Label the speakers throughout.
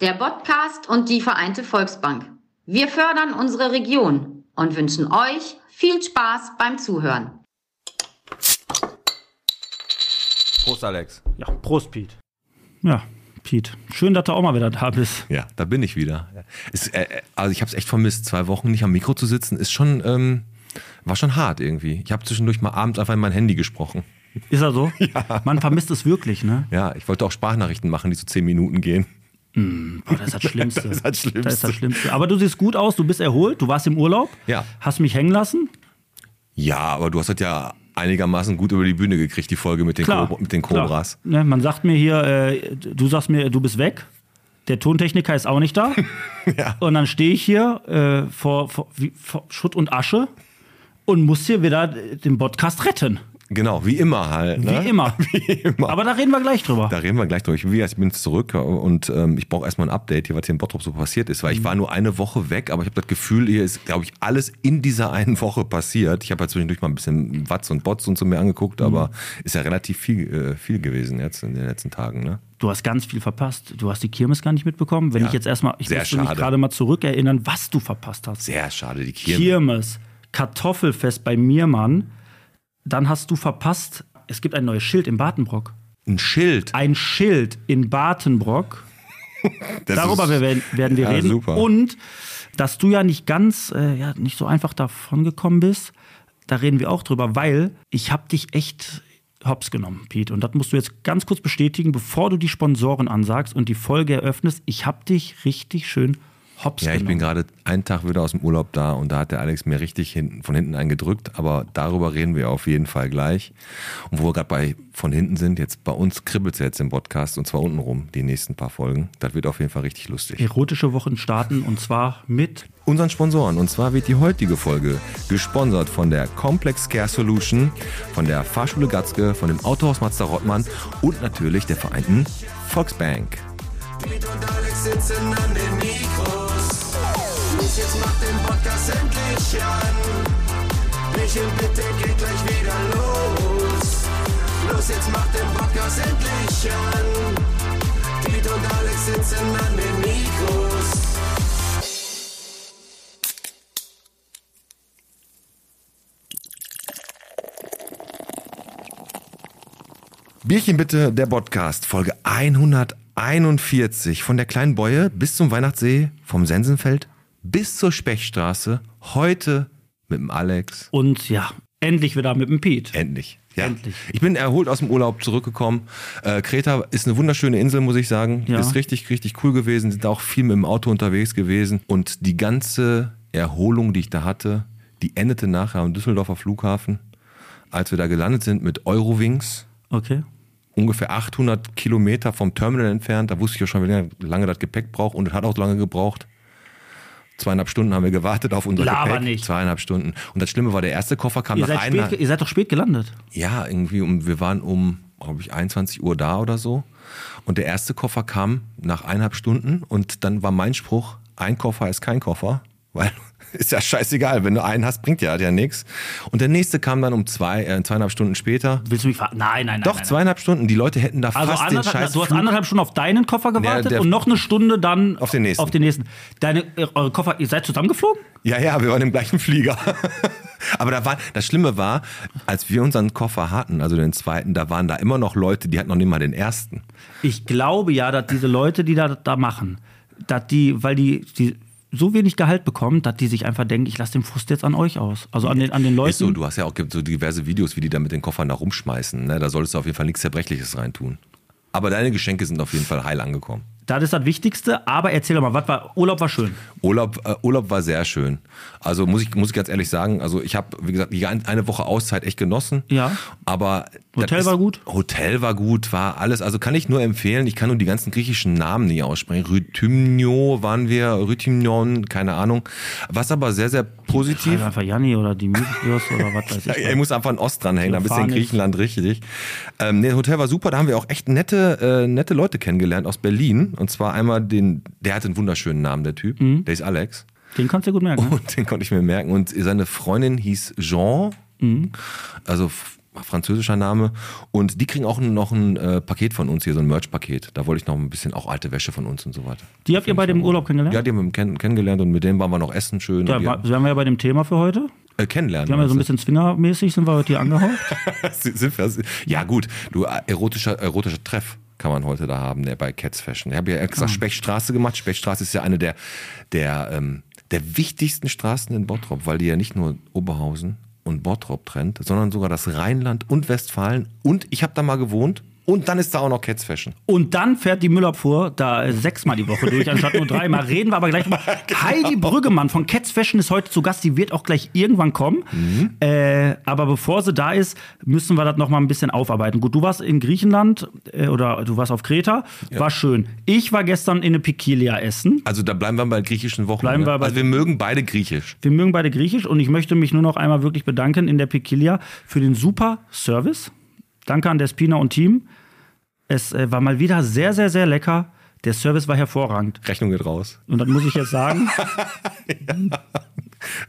Speaker 1: der Podcast und die Vereinte Volksbank. Wir fördern unsere Region und wünschen euch viel Spaß beim Zuhören.
Speaker 2: Prost, Alex.
Speaker 3: Ja, Prost, Piet. Ja, Piet. Schön, dass du auch mal wieder da bist.
Speaker 2: Ja, da bin ich wieder. Es, äh, also ich habe es echt vermisst. Zwei Wochen nicht am Mikro zu sitzen, ist schon, ähm, war schon hart irgendwie. Ich habe zwischendurch mal abends einfach in mein Handy gesprochen.
Speaker 3: Ist er so? Man vermisst es wirklich, ne?
Speaker 2: Ja, ich wollte auch Sprachnachrichten machen, die zu zehn Minuten gehen.
Speaker 3: Mm, boah, das ist das Schlimmste.
Speaker 2: Das ist das Schlimmste.
Speaker 3: Das ist das Schlimmste. Aber du siehst gut aus, du bist erholt, du warst im Urlaub,
Speaker 2: Ja.
Speaker 3: hast mich hängen lassen.
Speaker 2: Ja, aber du hast das ja einigermaßen gut über die Bühne gekriegt, die Folge mit den,
Speaker 3: Klar.
Speaker 2: Kobra- mit den Cobras.
Speaker 3: Klar. Ne, man sagt mir hier, äh, du sagst mir, du bist weg. Der Tontechniker ist auch nicht da.
Speaker 2: Ja.
Speaker 3: Und dann stehe ich hier äh, vor, vor, wie, vor Schutt und Asche und muss hier wieder den Podcast retten.
Speaker 2: Genau, wie immer halt.
Speaker 3: Wie
Speaker 2: Ne?
Speaker 3: immer.
Speaker 2: Wie immer.
Speaker 3: Aber da reden wir gleich drüber.
Speaker 2: Da reden wir gleich durch. Wie gesagt, Ich bin jetzt zurück und ähm, ich brauche erstmal ein Update, hier, was hier in Bottrop so passiert ist,
Speaker 3: Mhm.
Speaker 2: weil ich war nur eine Woche weg, aber ich habe das Gefühl, hier ist, glaube ich, alles in dieser einen Woche passiert. Ich habe halt zwischendurch mal ein bisschen Watz und Bots und so mir angeguckt, aber
Speaker 3: Mhm.
Speaker 2: ist ja relativ viel, äh, viel gewesen jetzt in den letzten Tagen. Ne?
Speaker 3: Du hast ganz viel verpasst. Du hast die Kirmes gar nicht mitbekommen. Wenn ich jetzt erstmal, ich
Speaker 2: sehr
Speaker 3: musste mich
Speaker 2: schade.
Speaker 3: gerade mal zurückerinnern, was du verpasst hast.
Speaker 2: Sehr schade, die Kirme.
Speaker 3: Kirmes, Kartoffelfest bei Miermann, dann hast du verpasst, es gibt ein neues Schild in Batenbrock.
Speaker 2: Ein Schild.
Speaker 3: Ein Schild in Batenbrock.
Speaker 2: Das
Speaker 3: Darüber
Speaker 2: ist-
Speaker 3: werden, werden wir
Speaker 2: Ja,
Speaker 3: reden.
Speaker 2: super.
Speaker 3: Und dass du ja nicht ganz, äh, ja, nicht so einfach davon gekommen bist, da reden wir auch drüber, weil ich habe dich echt hops genommen, Pete. Und das musst du jetzt ganz kurz bestätigen, bevor du die Sponsoren ansagst und die Folge eröffnest. Ich habe dich richtig schön hops
Speaker 2: Ja, ich bin
Speaker 3: genommen.
Speaker 2: gerade einen Tag wieder aus dem Urlaub da und da hat der Alex mir richtig hinten, von hinten eingedrückt, aber darüber reden wir auf jeden Fall gleich. Und wo wir gerade bei von hinten sind, jetzt bei uns kribbelt es jetzt im Podcast und zwar unten rum, die nächsten paar Folgen. Das wird auf jeden Fall richtig lustig.
Speaker 3: Erotische Wochen starten und zwar mit
Speaker 2: Unseren Sponsoren und zwar wird die heutige Folge gesponsert von der Complex Care Solution, von der Fahrschule Gatzke, von dem Autohaus Mazda Rottmann und natürlich der Vereinten Volksbank.
Speaker 4: Piet und Alex sitzen an den Mikros. Los, jetzt macht den Podcast endlich an. Michel, bitte geht gleich wieder los. Los, jetzt macht den Podcast endlich an. Piet und Alex sitzen an den Mikros.
Speaker 2: Bierchen bitte, der Podcast, Folge 141. Von der kleinen Beue bis zum Weihnachtssee, vom Sensenfeld bis zur Spechstraße. Heute mit dem Alex.
Speaker 3: und ja, endlich wieder mit dem Pete.
Speaker 2: Endlich. Ja.
Speaker 3: Endlich.
Speaker 2: Ich bin erholt aus dem Urlaub zurückgekommen. Äh, Kreta ist eine wunderschöne Insel, muss ich sagen.
Speaker 3: Ja.
Speaker 2: Ist richtig, richtig cool gewesen. Sind auch viel mit dem Auto unterwegs gewesen. Und die ganze Erholung, die ich da hatte, die endete nachher am Düsseldorfer Flughafen, als wir da gelandet sind mit Eurowings
Speaker 3: Okay.
Speaker 2: ungefähr 800 Kilometer vom Terminal entfernt. Da wusste ich ja schon, wie lange- lange das Gepäck braucht und es hat auch lange gebraucht. Zweieinhalb Stunden haben wir gewartet auf unser
Speaker 3: Laber
Speaker 2: Gepäck.
Speaker 3: nicht.
Speaker 2: Zweieinhalb Stunden. Und das Schlimme war, der erste Koffer kam
Speaker 3: Ihr
Speaker 2: nach
Speaker 3: seid,
Speaker 2: einer.
Speaker 3: spät, ge- ihr seid doch spät gelandet.
Speaker 2: Ja, irgendwie um, wir waren um, glaube ich, 21 Uhr da oder so. Und der erste Koffer kam nach eineinhalb Stunden und dann war mein Spruch, ein Koffer ist kein Koffer, weil ist ja scheißegal, wenn du einen hast, bringt halt ja, hat ja nichts. Und der nächste kam dann um zwei, äh, zweieinhalb Stunden später.
Speaker 3: Willst du mich ver... Nein, nein, nein.
Speaker 2: Doch,
Speaker 3: nein,
Speaker 2: zweieinhalb Stunden. Die Leute hätten da
Speaker 3: Also
Speaker 2: fast den
Speaker 3: anderthalb,
Speaker 2: scheiß
Speaker 3: du hast
Speaker 2: Flug-
Speaker 3: anderthalb Stunden auf deinen Koffer gewartet
Speaker 2: der-
Speaker 3: und noch eine Stunde dann
Speaker 2: Auf den nächsten.
Speaker 3: Auf den nächsten. Deine, äh, eure Koffer, ihr seid zusammengeflogen?
Speaker 2: Ja, ja, wir waren im gleichen Flieger. Aber da war, das Schlimme war, als wir unseren Koffer hatten, also den zweiten, da waren da immer noch Leute, die hatten noch nicht mal den ersten.
Speaker 3: Ich glaube ja, dass diese Leute, die da, da machen, dass die, weil die, die so wenig Gehalt bekommen, dass die sich einfach denken, ich lasse den Frust jetzt an euch aus. Also an den, an den Leuten.
Speaker 2: Ist so, du hast ja auch so diverse Videos, wie die da mit den Koffern da rumschmeißen. Ne? Da solltest du auf jeden Fall nichts Zerbrechliches reintun. Aber deine Geschenke sind auf jeden Fall heil angekommen.
Speaker 3: Das ist das Wichtigste. Aber erzähl doch mal, was war, Urlaub war schön.
Speaker 2: Urlaub, äh, Urlaub war sehr schön. Also muss ich, muss ich ganz ehrlich sagen, also ich habe, wie gesagt, die ein- eine Woche Auszeit echt genossen.
Speaker 3: Ja.
Speaker 2: Aber das
Speaker 3: Hotel war gut?
Speaker 2: Hotel war gut, war alles. Also kann ich nur empfehlen, ich kann nur die ganzen griechischen Namen nicht aussprechen. Rhythmio waren wir, Rhythmion, keine Ahnung. Was aber sehr, sehr positiv.
Speaker 3: Also einfach Janni oder Dimitrios oder was weiß ich.
Speaker 2: Ja, er muss einfach einen Ost dranhängen, ein bisschen
Speaker 3: Fahren ist-
Speaker 2: Griechenland richtig. Ähm, nee, das Hotel war super, da haben wir auch echt nette, äh, nette Leute kennengelernt aus Berlin. Und zwar einmal den, der hat einen wunderschönen Namen, der Typ,
Speaker 3: Mhm.
Speaker 2: der ist Alex.
Speaker 3: Den kannst
Speaker 2: Oh,
Speaker 3: du gut merken. ne? Mhm.
Speaker 2: Und den konnte ich mir merken. Und seine Freundin hieß Jean. Also f- französischer Name. Und die kriegen auch noch ein äh, Paket von uns hier, so ein Merch-Paket. Da wollte ich noch ein bisschen auch alte Wäsche von uns und so weiter.
Speaker 3: Die habt ihr bei dem Urlaub kennengelernt?
Speaker 2: Ja, die haben wir kenn kennengelernt und mit denen waren wir noch essen schön.
Speaker 3: Da
Speaker 2: und die
Speaker 3: wa- wären wir ja bei dem Thema für heute.
Speaker 2: äh, kennenlernen.
Speaker 3: Wir haben ja so ein bisschen zwingermäßig, sind wir heute hier angehaucht.
Speaker 2: Sind wir, ja, gut. Du, äh, erotischer, erotischer Treff kann man heute da haben, der bei Cats Fashion. Ich habe ja extra
Speaker 3: Ah.
Speaker 2: Spechstraße gemacht. Spechstraße ist ja eine der, der, ähm, der wichtigsten Straßen in Bottrop, weil die ja nicht nur Oberhausen und Bottrop trennt, sondern sogar das Rheinland und Westfalen. Und ich habe da mal gewohnt. Und dann ist da auch noch Cats Fashion.
Speaker 3: Und dann fährt die Müllabfuhr da äh, sechsmal die Woche durch, anstatt nur dreimal. Reden wir aber gleich drüber. Heidi Brüggemann von Cats Fashion ist heute zu Gast. Die wird auch gleich irgendwann kommen. Äh, aber bevor sie da ist, müssen wir das noch mal ein bisschen aufarbeiten. Gut, du warst in Griechenland äh, oder du warst auf Kreta. War schön. Ich war gestern in eine Pikilia essen.
Speaker 2: Also da bleiben wir bei griechischen Wochen.
Speaker 3: Bleiben
Speaker 2: ne?
Speaker 3: wir bei-
Speaker 2: also wir mögen beide griechisch.
Speaker 3: Wir mögen beide Griechisch und ich möchte mich nur noch einmal wirklich bedanken in der Pikilia für den super Service. Danke an Despina und Team. Es äh, war mal wieder sehr, sehr, sehr lecker. Der Service war hervorragend.
Speaker 2: Rechnung geht raus.
Speaker 3: Und das muss ich jetzt sagen.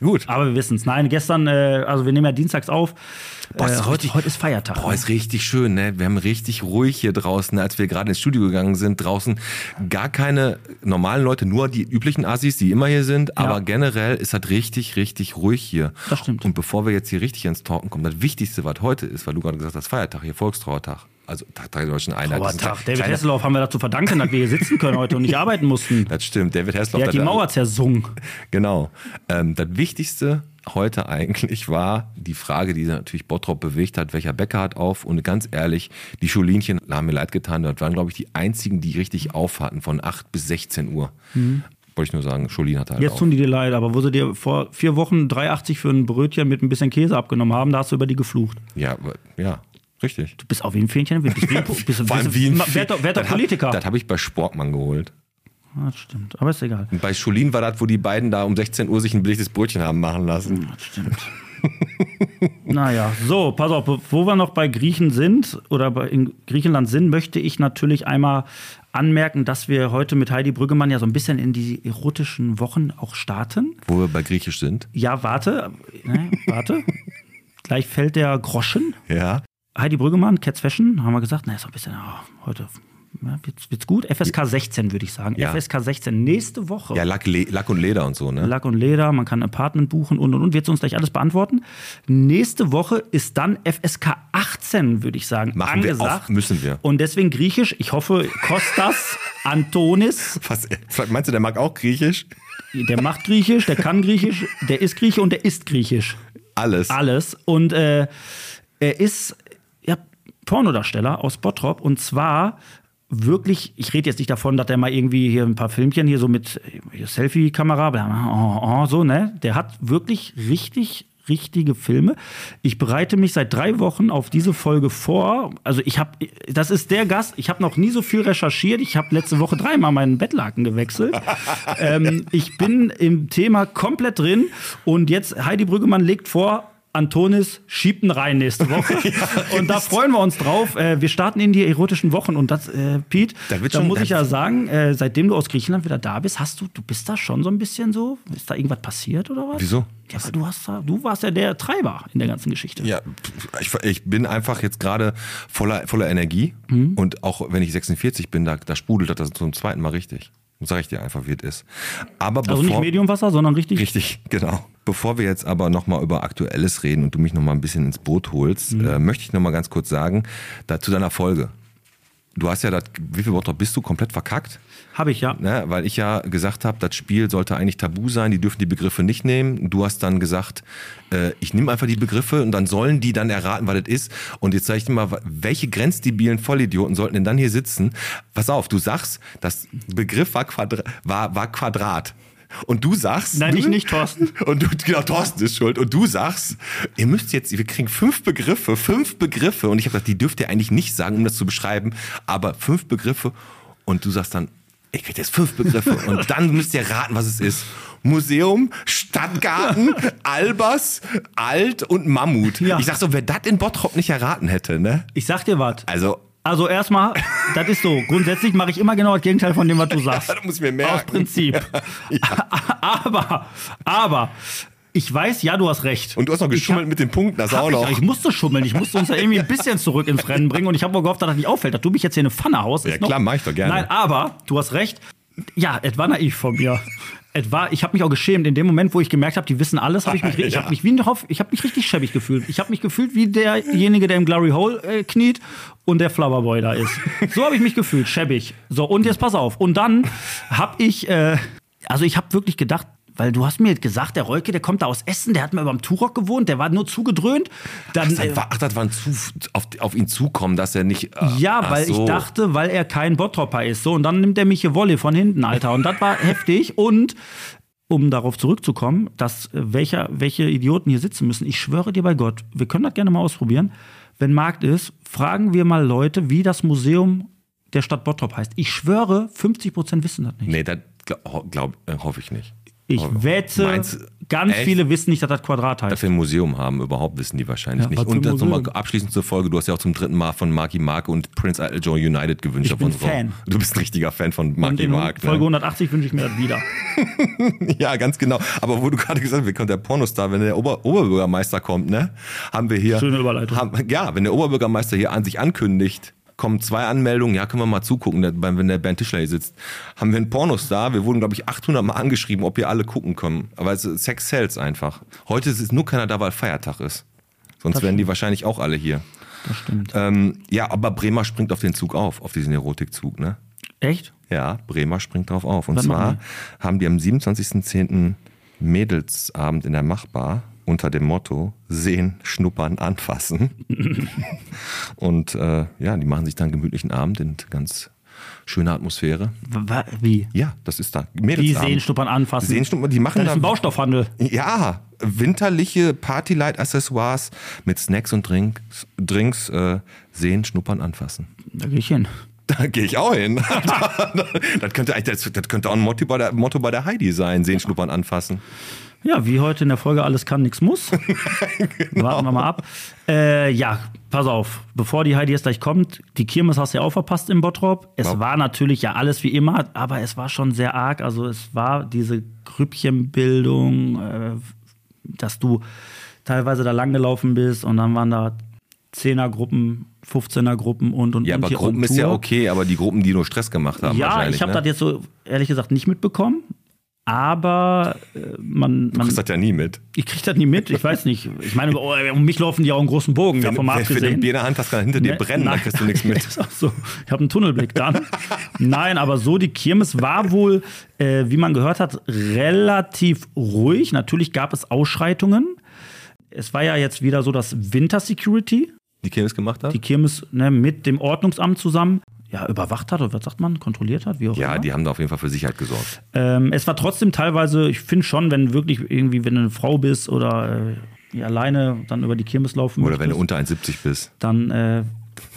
Speaker 2: Gut.
Speaker 3: Aber wir wissen es. Nein, gestern, äh, also wir nehmen ja dienstags auf.
Speaker 2: Boah, ist
Speaker 3: äh,
Speaker 2: das
Speaker 3: heute,
Speaker 2: richtig-
Speaker 3: heute ist Feiertag.
Speaker 2: Boah, ist richtig schön, ne? Wir haben richtig ruhig hier draußen, als wir gerade ins Studio gegangen sind. Draußen gar keine normalen Leute, nur die üblichen Assis, die immer hier sind. Aber generell ist das richtig, richtig ruhig hier.
Speaker 3: Das stimmt.
Speaker 2: Und bevor wir jetzt hier richtig ins Talken kommen, das Wichtigste, was heute ist, weil du gerade gesagt hast, Feiertag hier, Volkstrauertag. Also Tag der Deutschen Einheit.
Speaker 3: aber
Speaker 2: Das ist ein
Speaker 3: Tag,
Speaker 2: kleiner-
Speaker 3: David
Speaker 2: kleiner-
Speaker 3: Hasselhoff haben wir dazu verdanken, dass wir hier sitzen können heute und nicht arbeiten mussten.
Speaker 2: Das stimmt, David Hasselhoff.
Speaker 3: Der hat die
Speaker 2: das-
Speaker 3: Mauer zersungen.
Speaker 2: Genau. Ähm, das Wichtigste heute eigentlich war die Frage, die natürlich Bottrop bewegt hat, welcher Bäcker hat auf und ganz ehrlich, die Schulinchen haben mir leid getan, das waren glaube ich die einzigen, die richtig auf hatten von 8 bis 16 Uhr. Wollte ich nur sagen, Schulin hatte halt
Speaker 3: Mhm. Jetzt
Speaker 2: auf.
Speaker 3: tun die dir leid, aber wo sie dir vor vier Wochen 3,80 für ein Brötchen mit ein bisschen Käse abgenommen haben, da hast du über die geflucht.
Speaker 2: Ja, aber- ja, richtig.
Speaker 3: Du bist auch wie ein Fähnchen. Bist, bist, bist, bist,
Speaker 2: Vor allem wie ein
Speaker 3: Wer doch, wer doch
Speaker 2: Das hab-
Speaker 3: Politiker?
Speaker 2: Das habe ich bei Sportmann geholt.
Speaker 3: Ah, das stimmt, aber ist egal.
Speaker 2: Und bei Schulin war das, wo die beiden da um 16 Uhr sich ein billiges Brötchen haben machen lassen.
Speaker 3: Das stimmt. naja, so, pass auf, wo wir noch bei Griechen sind oder bei, in Griechenland sind, möchte ich natürlich einmal anmerken, dass wir heute mit Heidi Brüggemann ja so ein bisschen in die erotischen Wochen auch starten.
Speaker 2: Wo wir bei Griechisch sind.
Speaker 3: Ja, warte, ne, warte. Gleich fällt der Groschen.
Speaker 2: Ja.
Speaker 3: Heidi Brüggemann, Cats Fashion, haben wir gesagt, na, ist auch ein bisschen, ah, heute ja, wird's, wird's gut. FSK 16 würde ich sagen.
Speaker 2: Ja.
Speaker 3: FSK 16 nächste Woche.
Speaker 2: Ja, Lack, Le Lack und Leder und so, ne?
Speaker 3: Lack und Leder, man kann ein Apartment buchen und und und. Wird sie uns gleich alles beantworten. Nächste Woche ist dann FSK 18, würde ich sagen.
Speaker 2: Machen wir auf, müssen wir.
Speaker 3: Und deswegen griechisch, ich hoffe, Kostas Antonis,
Speaker 2: Was, meinst du, der mag auch Griechisch?
Speaker 3: der macht griechisch, der kann griechisch, der ist Grieche und der ist griechisch.
Speaker 2: Alles.
Speaker 3: Alles. Und äh, er ist ja, Pornodarsteller aus Bottrop und zwar wirklich, ich rede jetzt nicht davon, dass er mal irgendwie hier ein paar Filmchen hier so mit hier Selfie-Kamera, bla, bla, oh, oh, so, ne? Der hat wirklich richtig richtige Filme. Ich bereite mich seit drei Wochen auf diese Folge vor. Also ich habe, das ist der Gast, ich habe noch nie so viel recherchiert. Ich habe letzte Woche dreimal meinen Bettlaken gewechselt. ähm, ich bin im Thema komplett drin und jetzt Heidi Brüggemann legt vor, Antonis schiebt ihn rein nächste Woche. und da freuen wir uns drauf. Äh, wir starten in die erotischen Wochen. Und das, äh, Pete,
Speaker 2: Da wird
Speaker 3: da
Speaker 2: schon-
Speaker 3: muss
Speaker 2: da-
Speaker 3: ich ja sagen, äh, seitdem du aus Griechenland wieder da bist, hast du, du bist da schon so ein bisschen so. Ist da irgendwas passiert oder was?
Speaker 2: Wieso?
Speaker 3: Ja, weil du, hast da, du warst ja der Treiber in der ganzen Geschichte.
Speaker 2: Ja, ich, ich bin einfach jetzt gerade voller, voller Energie
Speaker 3: Mhm.
Speaker 2: und auch wenn ich 46 bin, da, da sprudelt das zum zweiten Mal richtig. Sag ich dir einfach, wie es ist. Aber
Speaker 3: also nicht
Speaker 2: bevor,
Speaker 3: Mediumwasser, sondern richtig.
Speaker 2: Richtig, genau. Bevor wir jetzt aber nochmal über Aktuelles reden und du mich nochmal ein bisschen ins Boot holst,
Speaker 3: Mhm.
Speaker 2: äh, möchte ich nochmal ganz kurz sagen, da, zu deiner Folge. Du hast ja das, wie viel Wort bist du komplett verkackt?
Speaker 3: Habe ich ja.
Speaker 2: ne, weil ich ja gesagt habe, das Spiel sollte eigentlich tabu sein, die dürfen die Begriffe nicht nehmen. Du hast dann gesagt, äh, ich nehme einfach die Begriffe und dann sollen die dann erraten, was das ist. Und jetzt sage ich dir mal, welche grenzdebilen Vollidioten sollten denn dann hier sitzen? Pass auf, du sagst, das Begriff war, Quadra war, war Quadrat. Und du sagst. hm?
Speaker 3: Nein,
Speaker 2: du,
Speaker 3: ich nicht, Thorsten.
Speaker 2: Und du, genau, Thorsten ist schuld. Und du sagst, ihr müsst jetzt, wir kriegen fünf Begriffe, fünf Begriffe. Und ich habe gesagt, die dürft ihr eigentlich nicht sagen, um das zu beschreiben, aber fünf Begriffe. Und du sagst dann, ich krieg jetzt fünf Begriffe. Und dann müsst ihr raten, was es ist. Museum, Stadtgarten, Albers, Alt und Mammut.
Speaker 3: Ja.
Speaker 2: Ich sag so, wer das in Bottrop nicht erraten hätte, ne?
Speaker 3: Ich sag dir was.
Speaker 2: Also,
Speaker 3: Also erstmal, das ist so. Grundsätzlich mache ich immer genau das Gegenteil von dem, Ah, was du sagst.
Speaker 2: das muss ich mir
Speaker 3: Aus
Speaker 2: merken.
Speaker 3: Prinzip. Aber, aber, Ich weiß, ja, du hast recht.
Speaker 2: Und du hast noch
Speaker 3: Ich
Speaker 2: geschummelt
Speaker 3: hab-
Speaker 2: mit den Punkten, das
Speaker 3: Hab
Speaker 2: auch
Speaker 3: ich,
Speaker 2: noch.
Speaker 3: ich musste schummeln, ich musste uns da irgendwie ein bisschen zurück ins Rennen bringen und ich habe mal gehofft, dass das nicht auffällt, dass du mich jetzt hier in eine Pfanne haust.
Speaker 2: Ja,
Speaker 3: Ist noch-
Speaker 2: klar, mach ich doch gerne.
Speaker 3: Nein, aber du hast recht. Ja, es war naiv von mir. Es war, ich habe mich auch geschämt. In dem Moment, wo ich gemerkt habe, die wissen alles, habe ich mich, ri- ich
Speaker 2: Ja.
Speaker 3: hab mich wie ein Hoff, ich habe mich richtig schäbig gefühlt. Ich habe mich gefühlt wie derjenige, der im Glory Hole äh, kniet und der Flowerboy da ist. So habe ich mich gefühlt, schäbig. So und jetzt pass auf. Und dann habe ich, äh, also ich habe wirklich gedacht, weil du hast mir gesagt, der Reuke, der kommt da aus Essen, der hat mal überm Turok gewohnt, der war nur zugedröhnt. Dann, äh,
Speaker 2: Das war, ach, das war ein zu, auf, auf ihn zukommen, dass er nicht. äh,
Speaker 3: ja,
Speaker 2: ach
Speaker 3: weil
Speaker 2: so.
Speaker 3: ich dachte, weil er kein Bottropper ist. So, und dann nimmt er mich hier Wolle von hinten, Alter. Und das war heftig. Und um darauf zurückzukommen, dass äh, welcher, welche Idioten hier sitzen müssen, ich schwöre dir bei Gott, wir können das gerne mal ausprobieren. Wenn Markt ist, fragen wir mal Leute, wie das Museum der Stadt Bottrop heißt. Ich schwöre, 50% wissen das nicht.
Speaker 2: Nee, das glaub, glaub, äh, hoffe ich nicht.
Speaker 3: Ich
Speaker 2: Aber
Speaker 3: wette,
Speaker 2: Oh, meinst du-
Speaker 3: ganz
Speaker 2: echt?
Speaker 3: viele wissen nicht, dass das Quadrat heißt.
Speaker 2: Dass wir ein Museum haben, überhaupt wissen die wahrscheinlich
Speaker 3: Ja,
Speaker 2: nicht.
Speaker 3: was für
Speaker 2: Und
Speaker 3: ein
Speaker 2: das nochmal
Speaker 3: Museum?
Speaker 2: abschließend zur Folge, du hast ja auch zum dritten Mal von Marky Mark und Prince Idol Joe United gewünscht.
Speaker 3: Ich
Speaker 2: auf
Speaker 3: bin
Speaker 2: unserer-
Speaker 3: Fan.
Speaker 2: Du bist ein richtiger Fan von
Speaker 3: und
Speaker 2: Marky
Speaker 3: in
Speaker 2: Mark.
Speaker 3: Folge
Speaker 2: Ne?
Speaker 3: 180 wünsche ich mir das wieder.
Speaker 2: Ja, ganz genau. Aber wo du gerade gesagt hast, wie kommt der Pornostar, wenn der Ober Oberbürgermeister kommt, ne? Haben wir hier.
Speaker 3: Schöne Überleitung.
Speaker 2: Haben, ja, wenn der Oberbürgermeister hier an sich ankündigt, kommen zwei Anmeldungen, ja, können wir mal zugucken, der- beim- wenn der Bernd Tischler hier sitzt. Haben wir einen Pornostar, wir wurden, glaube ich, 800 Mal angeschrieben, ob wir alle gucken können. Aber es, ist- Sex sells einfach. Heute ist nur keiner da, weil Feiertag ist. Sonst wären die wahrscheinlich auch alle hier.
Speaker 3: Das stimmt.
Speaker 2: Ähm, ja, aber Bremer springt auf den Zug auf, auf diesen Erotikzug, ne?
Speaker 3: Echt?
Speaker 2: Ja, Bremer springt drauf auf. Und
Speaker 3: Wann
Speaker 2: zwar
Speaker 3: machen
Speaker 2: haben die am 27.10. Mädelsabend in der Machbar unter dem Motto Sehen, Schnuppern, Anfassen. und äh, ja, die machen sich dann einen gemütlichen Abend in ganz schöner Atmosphäre.
Speaker 3: W- wa- Wie?
Speaker 2: Ja, das ist da.
Speaker 3: Die
Speaker 2: Mädelsabend.
Speaker 3: sehen, schnuppern, anfassen.
Speaker 2: Sehen, Schnuppern, die machen
Speaker 3: Das ist
Speaker 2: da-
Speaker 3: ein Baustoffhandel.
Speaker 2: Ja, winterliche Partylight-Accessoires mit Snacks und Drinks, Drinks äh, sehen, schnuppern, anfassen.
Speaker 3: Da gehe ich hin.
Speaker 2: Da gehe ich auch hin. das, könnte eigentlich, das, das könnte auch ein Motto bei, der, Motto bei der Heidi sein: Sehen, Schnuppern, Anfassen.
Speaker 3: Ja, wie heute in der Folge alles kann, nichts muss. Warten wir mal ab. Äh, ja, pass auf, bevor die Heidi jetzt gleich kommt, die Kirmes hast du ja auch verpasst im Bottrop. Es
Speaker 2: Wow.
Speaker 3: war natürlich ja alles wie immer, aber es war schon sehr arg. Also es war diese Grüppchenbildung, äh, dass du teilweise da langgelaufen bist und dann waren da 10er-Gruppen, 15er-Gruppen und und
Speaker 2: Ja,
Speaker 3: und
Speaker 2: aber
Speaker 3: hier on
Speaker 2: Gruppen ist ja
Speaker 3: Tour.
Speaker 2: okay, aber die Gruppen, die nur Stress gemacht haben,
Speaker 3: Ja,
Speaker 2: wahrscheinlich.
Speaker 3: ich habe
Speaker 2: ne?
Speaker 3: das jetzt so ehrlich gesagt nicht mitbekommen. Aber äh, man,
Speaker 2: Du
Speaker 3: man
Speaker 2: kriegst das ja nie mit.
Speaker 3: ich krieg das nie mit, ich weiß nicht. Ich meine, oh, um mich laufen die auch einen großen Bogen, ja, vom
Speaker 2: wenn,
Speaker 3: Markt
Speaker 2: wenn du ein
Speaker 3: gesehen.
Speaker 2: Bier in der Hand hast, kann hinter dir
Speaker 3: Ne-
Speaker 2: brennen, dann
Speaker 3: nein.
Speaker 2: kriegst du nichts mit.
Speaker 3: Ist auch so. Ich habe einen Tunnelblick dann. Nein, aber so, die Kirmes war wohl, äh, wie man gehört hat, relativ ruhig. Natürlich gab es Ausschreitungen. Es war ja jetzt wieder so, dass Winter Security
Speaker 2: Die Kirmes gemacht hat?
Speaker 3: die Kirmes ne, mit dem Ordnungsamt zusammen ja, überwacht hat, oder was sagt man, kontrolliert hat, wie auch
Speaker 2: Ja,
Speaker 3: immer.
Speaker 2: die haben da auf jeden Fall für Sicherheit gesorgt.
Speaker 3: Ähm, es war trotzdem teilweise, ich finde schon, wenn wirklich irgendwie, wenn du eine Frau bist oder äh, ja, alleine dann über die Kirmes laufen
Speaker 2: Oder wenn du
Speaker 3: möchtest,
Speaker 2: unter 1,70 bist.
Speaker 3: dann äh,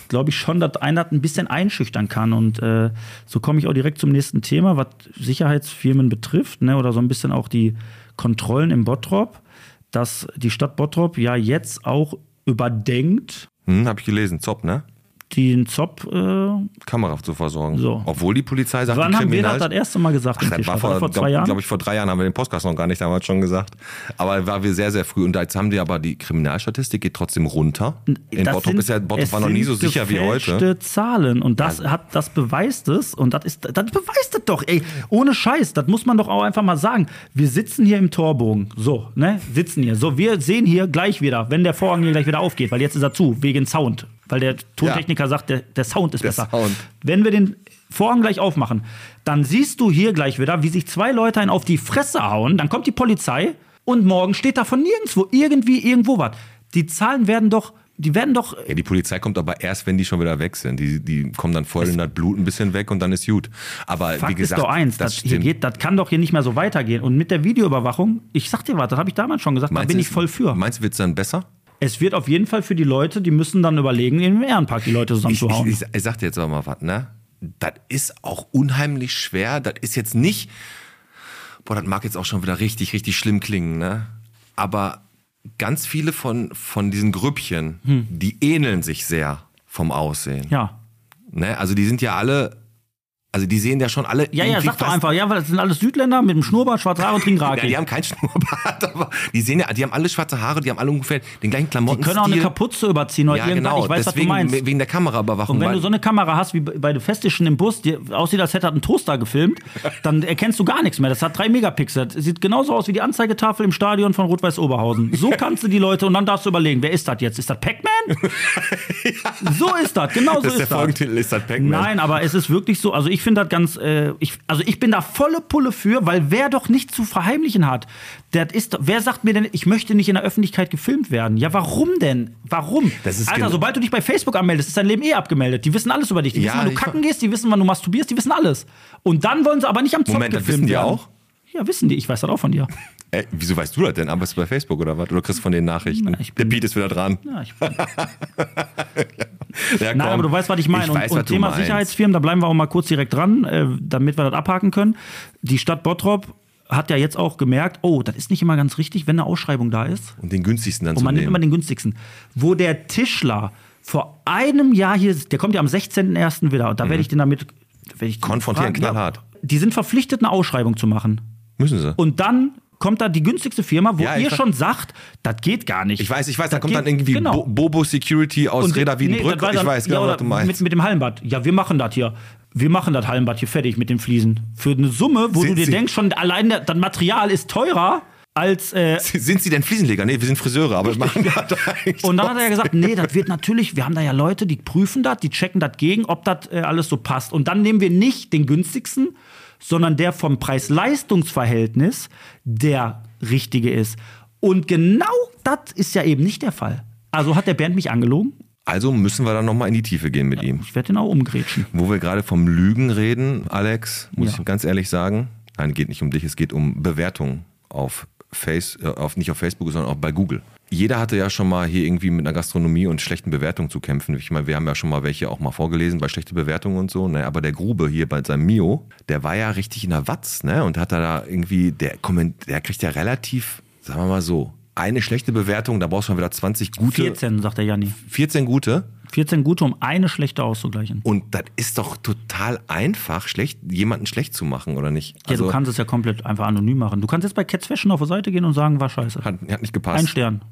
Speaker 3: glaube ich schon, dass einer das ein bisschen einschüchtern kann. Und äh, so komme ich auch direkt zum nächsten Thema, was Sicherheitsfirmen betrifft, ne, oder so ein bisschen auch die Kontrollen im Bottrop, dass die Stadt Bottrop ja jetzt auch überdenkt,
Speaker 2: Hm, hab ich gelesen. Zopp, ne?
Speaker 3: den Zop. Äh,
Speaker 2: Kamera zu versorgen.
Speaker 3: So.
Speaker 2: Obwohl die Polizei sagt,
Speaker 3: wann
Speaker 2: die
Speaker 3: haben wir das
Speaker 2: Kriminal
Speaker 3: das erste Mal gesagt?
Speaker 2: Ach,
Speaker 3: im
Speaker 2: das
Speaker 3: Tischler?
Speaker 2: war vor,
Speaker 3: vor zwei
Speaker 2: glaube
Speaker 3: Jahren?
Speaker 2: glaub ich, vor drei Jahren haben wir den Podcast noch gar nicht damals schon gesagt. Aber war wir sehr, sehr früh. Und jetzt haben die aber die Kriminalstatistik geht trotzdem runter. In
Speaker 3: Das
Speaker 2: Bottrop
Speaker 3: sind-
Speaker 2: ist ja Bottrop
Speaker 3: es
Speaker 2: war noch nie so
Speaker 3: sind
Speaker 2: sicher wie heute. Also
Speaker 3: gefälschte Zahlen und das hat das beweist es und das ist das beweist es doch, ey, ohne Scheiß, das muss man doch auch einfach mal sagen. Wir sitzen hier im Torbogen, so, ne? Sitzen hier. So, wir sehen hier gleich wieder, wenn der Vorhang hier gleich wieder aufgeht, weil jetzt ist er zu wegen Sound, weil der Tontechniker sagt, der, der Sound ist
Speaker 2: Der
Speaker 3: besser.
Speaker 2: Sound.
Speaker 3: Wenn wir den Vorhang gleich aufmachen, dann siehst du hier gleich wieder, wie sich zwei Leute einen auf die Fresse hauen, dann kommt die Polizei und morgen steht da von nirgendwo irgendwie irgendwo was. Die Zahlen werden doch, die werden doch
Speaker 2: Ja, die Polizei kommt aber erst, wenn die schon wieder weg sind. Die, die kommen dann voll in das Blut ein bisschen weg und dann ist gut. Aber wie
Speaker 3: Fakt
Speaker 2: gesagt,
Speaker 3: ist doch eins,
Speaker 2: das
Speaker 3: das, hier
Speaker 2: stimmt.
Speaker 3: geht, das kann doch hier nicht mehr so weitergehen. Und mit der Videoüberwachung, ich sag dir was, das habe ich damals schon gesagt, da bin
Speaker 2: du,
Speaker 3: ich voll für.
Speaker 2: Meinst du, wird es dann besser?
Speaker 3: Es wird auf jeden Fall für die Leute, die müssen dann überlegen, in den Ehrenpark die Leute
Speaker 2: Ich, ich,
Speaker 3: zusammenzuhauen.
Speaker 2: ich, ich sag dir jetzt aber mal was, ne? Das ist auch unheimlich schwer. Das ist jetzt nicht. Boah, das mag jetzt auch schon wieder richtig, richtig schlimm klingen, ne? Aber ganz viele von, von diesen Grüppchen,
Speaker 3: Hm.
Speaker 2: die ähneln sich sehr vom Aussehen.
Speaker 3: Ja,
Speaker 2: Ne? Also die sind ja alle Also die sehen ja schon alle.
Speaker 3: Ja, ja,
Speaker 2: irgendwie
Speaker 3: sag doch
Speaker 2: fast-
Speaker 3: einfach. Ja, weil das sind alles Südländer mit dem Schnurrbart, Schwarzhaar und trinken
Speaker 2: Ja,
Speaker 3: Raki.
Speaker 2: die haben keinen Schnurrbart, aber die sehen ja, die haben alle schwarze Haare, die haben alle ungefähr den gleichen
Speaker 3: Die
Speaker 2: Klamotten.
Speaker 3: können auch eine Kapuze überziehen oder
Speaker 2: Ja,
Speaker 3: irgendwas.
Speaker 2: genau.
Speaker 3: Ich weiß,
Speaker 2: Deswegen,
Speaker 3: was du meinst.
Speaker 2: Wegen der Kameraüberwachung.
Speaker 3: Und wenn
Speaker 2: weil-
Speaker 3: du so eine Kamera hast wie bei The Festischen im Bus, die aussieht, als hätte er einen Toaster gefilmt, dann erkennst du gar nichts mehr. Das hat drei Megapixel. Das sieht genauso aus wie die Anzeigetafel im Stadion von Rot-Weiß Oberhausen. So kannst du die Leute und dann darfst du überlegen, wer ist das jetzt? Ist das Pac-Man? So ist das, genau so
Speaker 2: das ist
Speaker 3: ist
Speaker 2: der
Speaker 3: das.
Speaker 2: Folgentitel, ist das Pac-Man.
Speaker 3: Nein, aber es ist wirklich so, also ich finde das ganz, äh, ich, also ich bin da volle Pulle für, weil wer doch nichts zu verheimlichen hat, der ist, doch- wer sagt mir denn, ich möchte nicht in der Öffentlichkeit gefilmt werden? Ja, warum denn? Warum?
Speaker 2: Das ist
Speaker 3: Alter,
Speaker 2: gen-
Speaker 3: sobald du dich bei Facebook anmeldest, ist dein Leben eh abgemeldet. Die wissen alles über dich. Die
Speaker 2: Ja,
Speaker 3: wissen, wann du
Speaker 2: ich-
Speaker 3: kacken gehst, die wissen, wann du masturbierst, die wissen alles. Und dann wollen sie aber nicht am Zock
Speaker 2: Moment, das
Speaker 3: gefilmt
Speaker 2: wissen die
Speaker 3: werden.
Speaker 2: auch?
Speaker 3: Ja, wissen die. Ich weiß das auch von dir.
Speaker 2: Ey, Äh, wieso weißt du das denn? Arbeitest du bei Facebook oder was? Oder kriegst du von den Nachrichten?
Speaker 3: ich
Speaker 2: der Beat ist wieder dran.
Speaker 3: Ja, ich,
Speaker 2: Ja,
Speaker 3: Nein,
Speaker 2: komm.
Speaker 3: aber du weißt, was ich meine.
Speaker 2: Ich weiß,
Speaker 3: und
Speaker 2: was
Speaker 3: und
Speaker 2: du
Speaker 3: Thema
Speaker 2: meinst.
Speaker 3: Sicherheitsfirmen, da bleiben wir auch mal kurz direkt dran, äh, damit wir das abhaken können. Die Stadt Bottrop hat ja jetzt auch gemerkt, oh, das ist nicht immer ganz richtig, wenn eine Ausschreibung da ist.
Speaker 2: Und den günstigsten dann
Speaker 3: Und
Speaker 2: zu
Speaker 3: man nimmt immer
Speaker 2: nehmen.
Speaker 3: den günstigsten. Wo der Tischler vor einem Jahr hier, der kommt ja am 16.01. wieder, und da werde ich den damit werde ich den
Speaker 2: Mhm. Konfrontieren,
Speaker 3: fragen, ja.
Speaker 2: knallhart.
Speaker 3: Die sind verpflichtet, eine Ausschreibung zu machen.
Speaker 2: Müssen sie.
Speaker 3: Und dann kommt da die günstigste Firma, wo
Speaker 2: Ja, ich
Speaker 3: ihr
Speaker 2: ver-
Speaker 3: schon sagt, das geht gar nicht.
Speaker 2: ich weiß, ich weiß, da kommt
Speaker 3: geht-
Speaker 2: dann irgendwie
Speaker 3: genau.
Speaker 2: Bo Bobo Security aus
Speaker 3: Und-
Speaker 2: Reda
Speaker 3: das war
Speaker 2: Wiedenbrück.
Speaker 3: dann-
Speaker 2: ich weiß
Speaker 3: ja,
Speaker 2: genau,
Speaker 3: oder
Speaker 2: was du meinst.
Speaker 3: Mit, mit dem Hallenbad. Ja, wir machen das hier. Wir machen das Hallenbad hier fertig mit den Fliesen. Für eine Summe, wo
Speaker 2: Sind
Speaker 3: du dir
Speaker 2: Sie-
Speaker 3: denkst, schon allein der- das Material ist teurer als. Äh,
Speaker 2: Sind sie denn Fliesenleger? Nee, wir sind Friseure, aber wir machen das eigentlich.
Speaker 3: und dann hat er ja gesagt, nee, das wird natürlich, wir haben da ja Leute, die prüfen das, die checken das gegen, ob das äh, alles so passt. Und dann nehmen wir nicht den günstigsten, sondern der vom Preis-Leistungs-Verhältnis, der richtige ist. Und genau das ist ja eben nicht der Fall. Also hat der Bernd mich angelogen.
Speaker 2: also müssen wir dann nochmal in die Tiefe gehen mit ihm.
Speaker 3: Ich werde den auch umgrätschen.
Speaker 2: Wo wir gerade vom Lügen reden, Alex, muss
Speaker 3: Ja.
Speaker 2: ich ganz ehrlich sagen, nein, geht nicht um dich, es geht um Bewertungen auf Face, äh, auf, nicht auf Facebook, sondern auch bei Google. Jeder hatte ja schon mal hier irgendwie mit einer Gastronomie und schlechten Bewertungen zu kämpfen. Ich meine, wir haben ja schon mal welche auch mal vorgelesen bei schlechte Bewertungen und so. Ne? Aber der Grube hier bei seinem Mio, der war ja richtig in der Watz, ne? Und hat da irgendwie, der Komment, der kriegt ja relativ, sagen wir mal so, eine schlechte Bewertung, da brauchst du mal wieder 20 gute.
Speaker 3: 14, sagt der Janni.
Speaker 2: 14 gute.
Speaker 3: 14 gute, um eine schlechte auszugleichen.
Speaker 2: Und das ist doch total einfach, schlecht, jemanden schlecht zu machen, oder nicht? Also,
Speaker 3: Ja, du kannst es ja komplett einfach anonym machen. Du kannst jetzt bei Cats Fashion auf die Seite gehen und sagen, war scheiße.
Speaker 2: Hat, hat nicht gepasst.
Speaker 3: Ein Stern.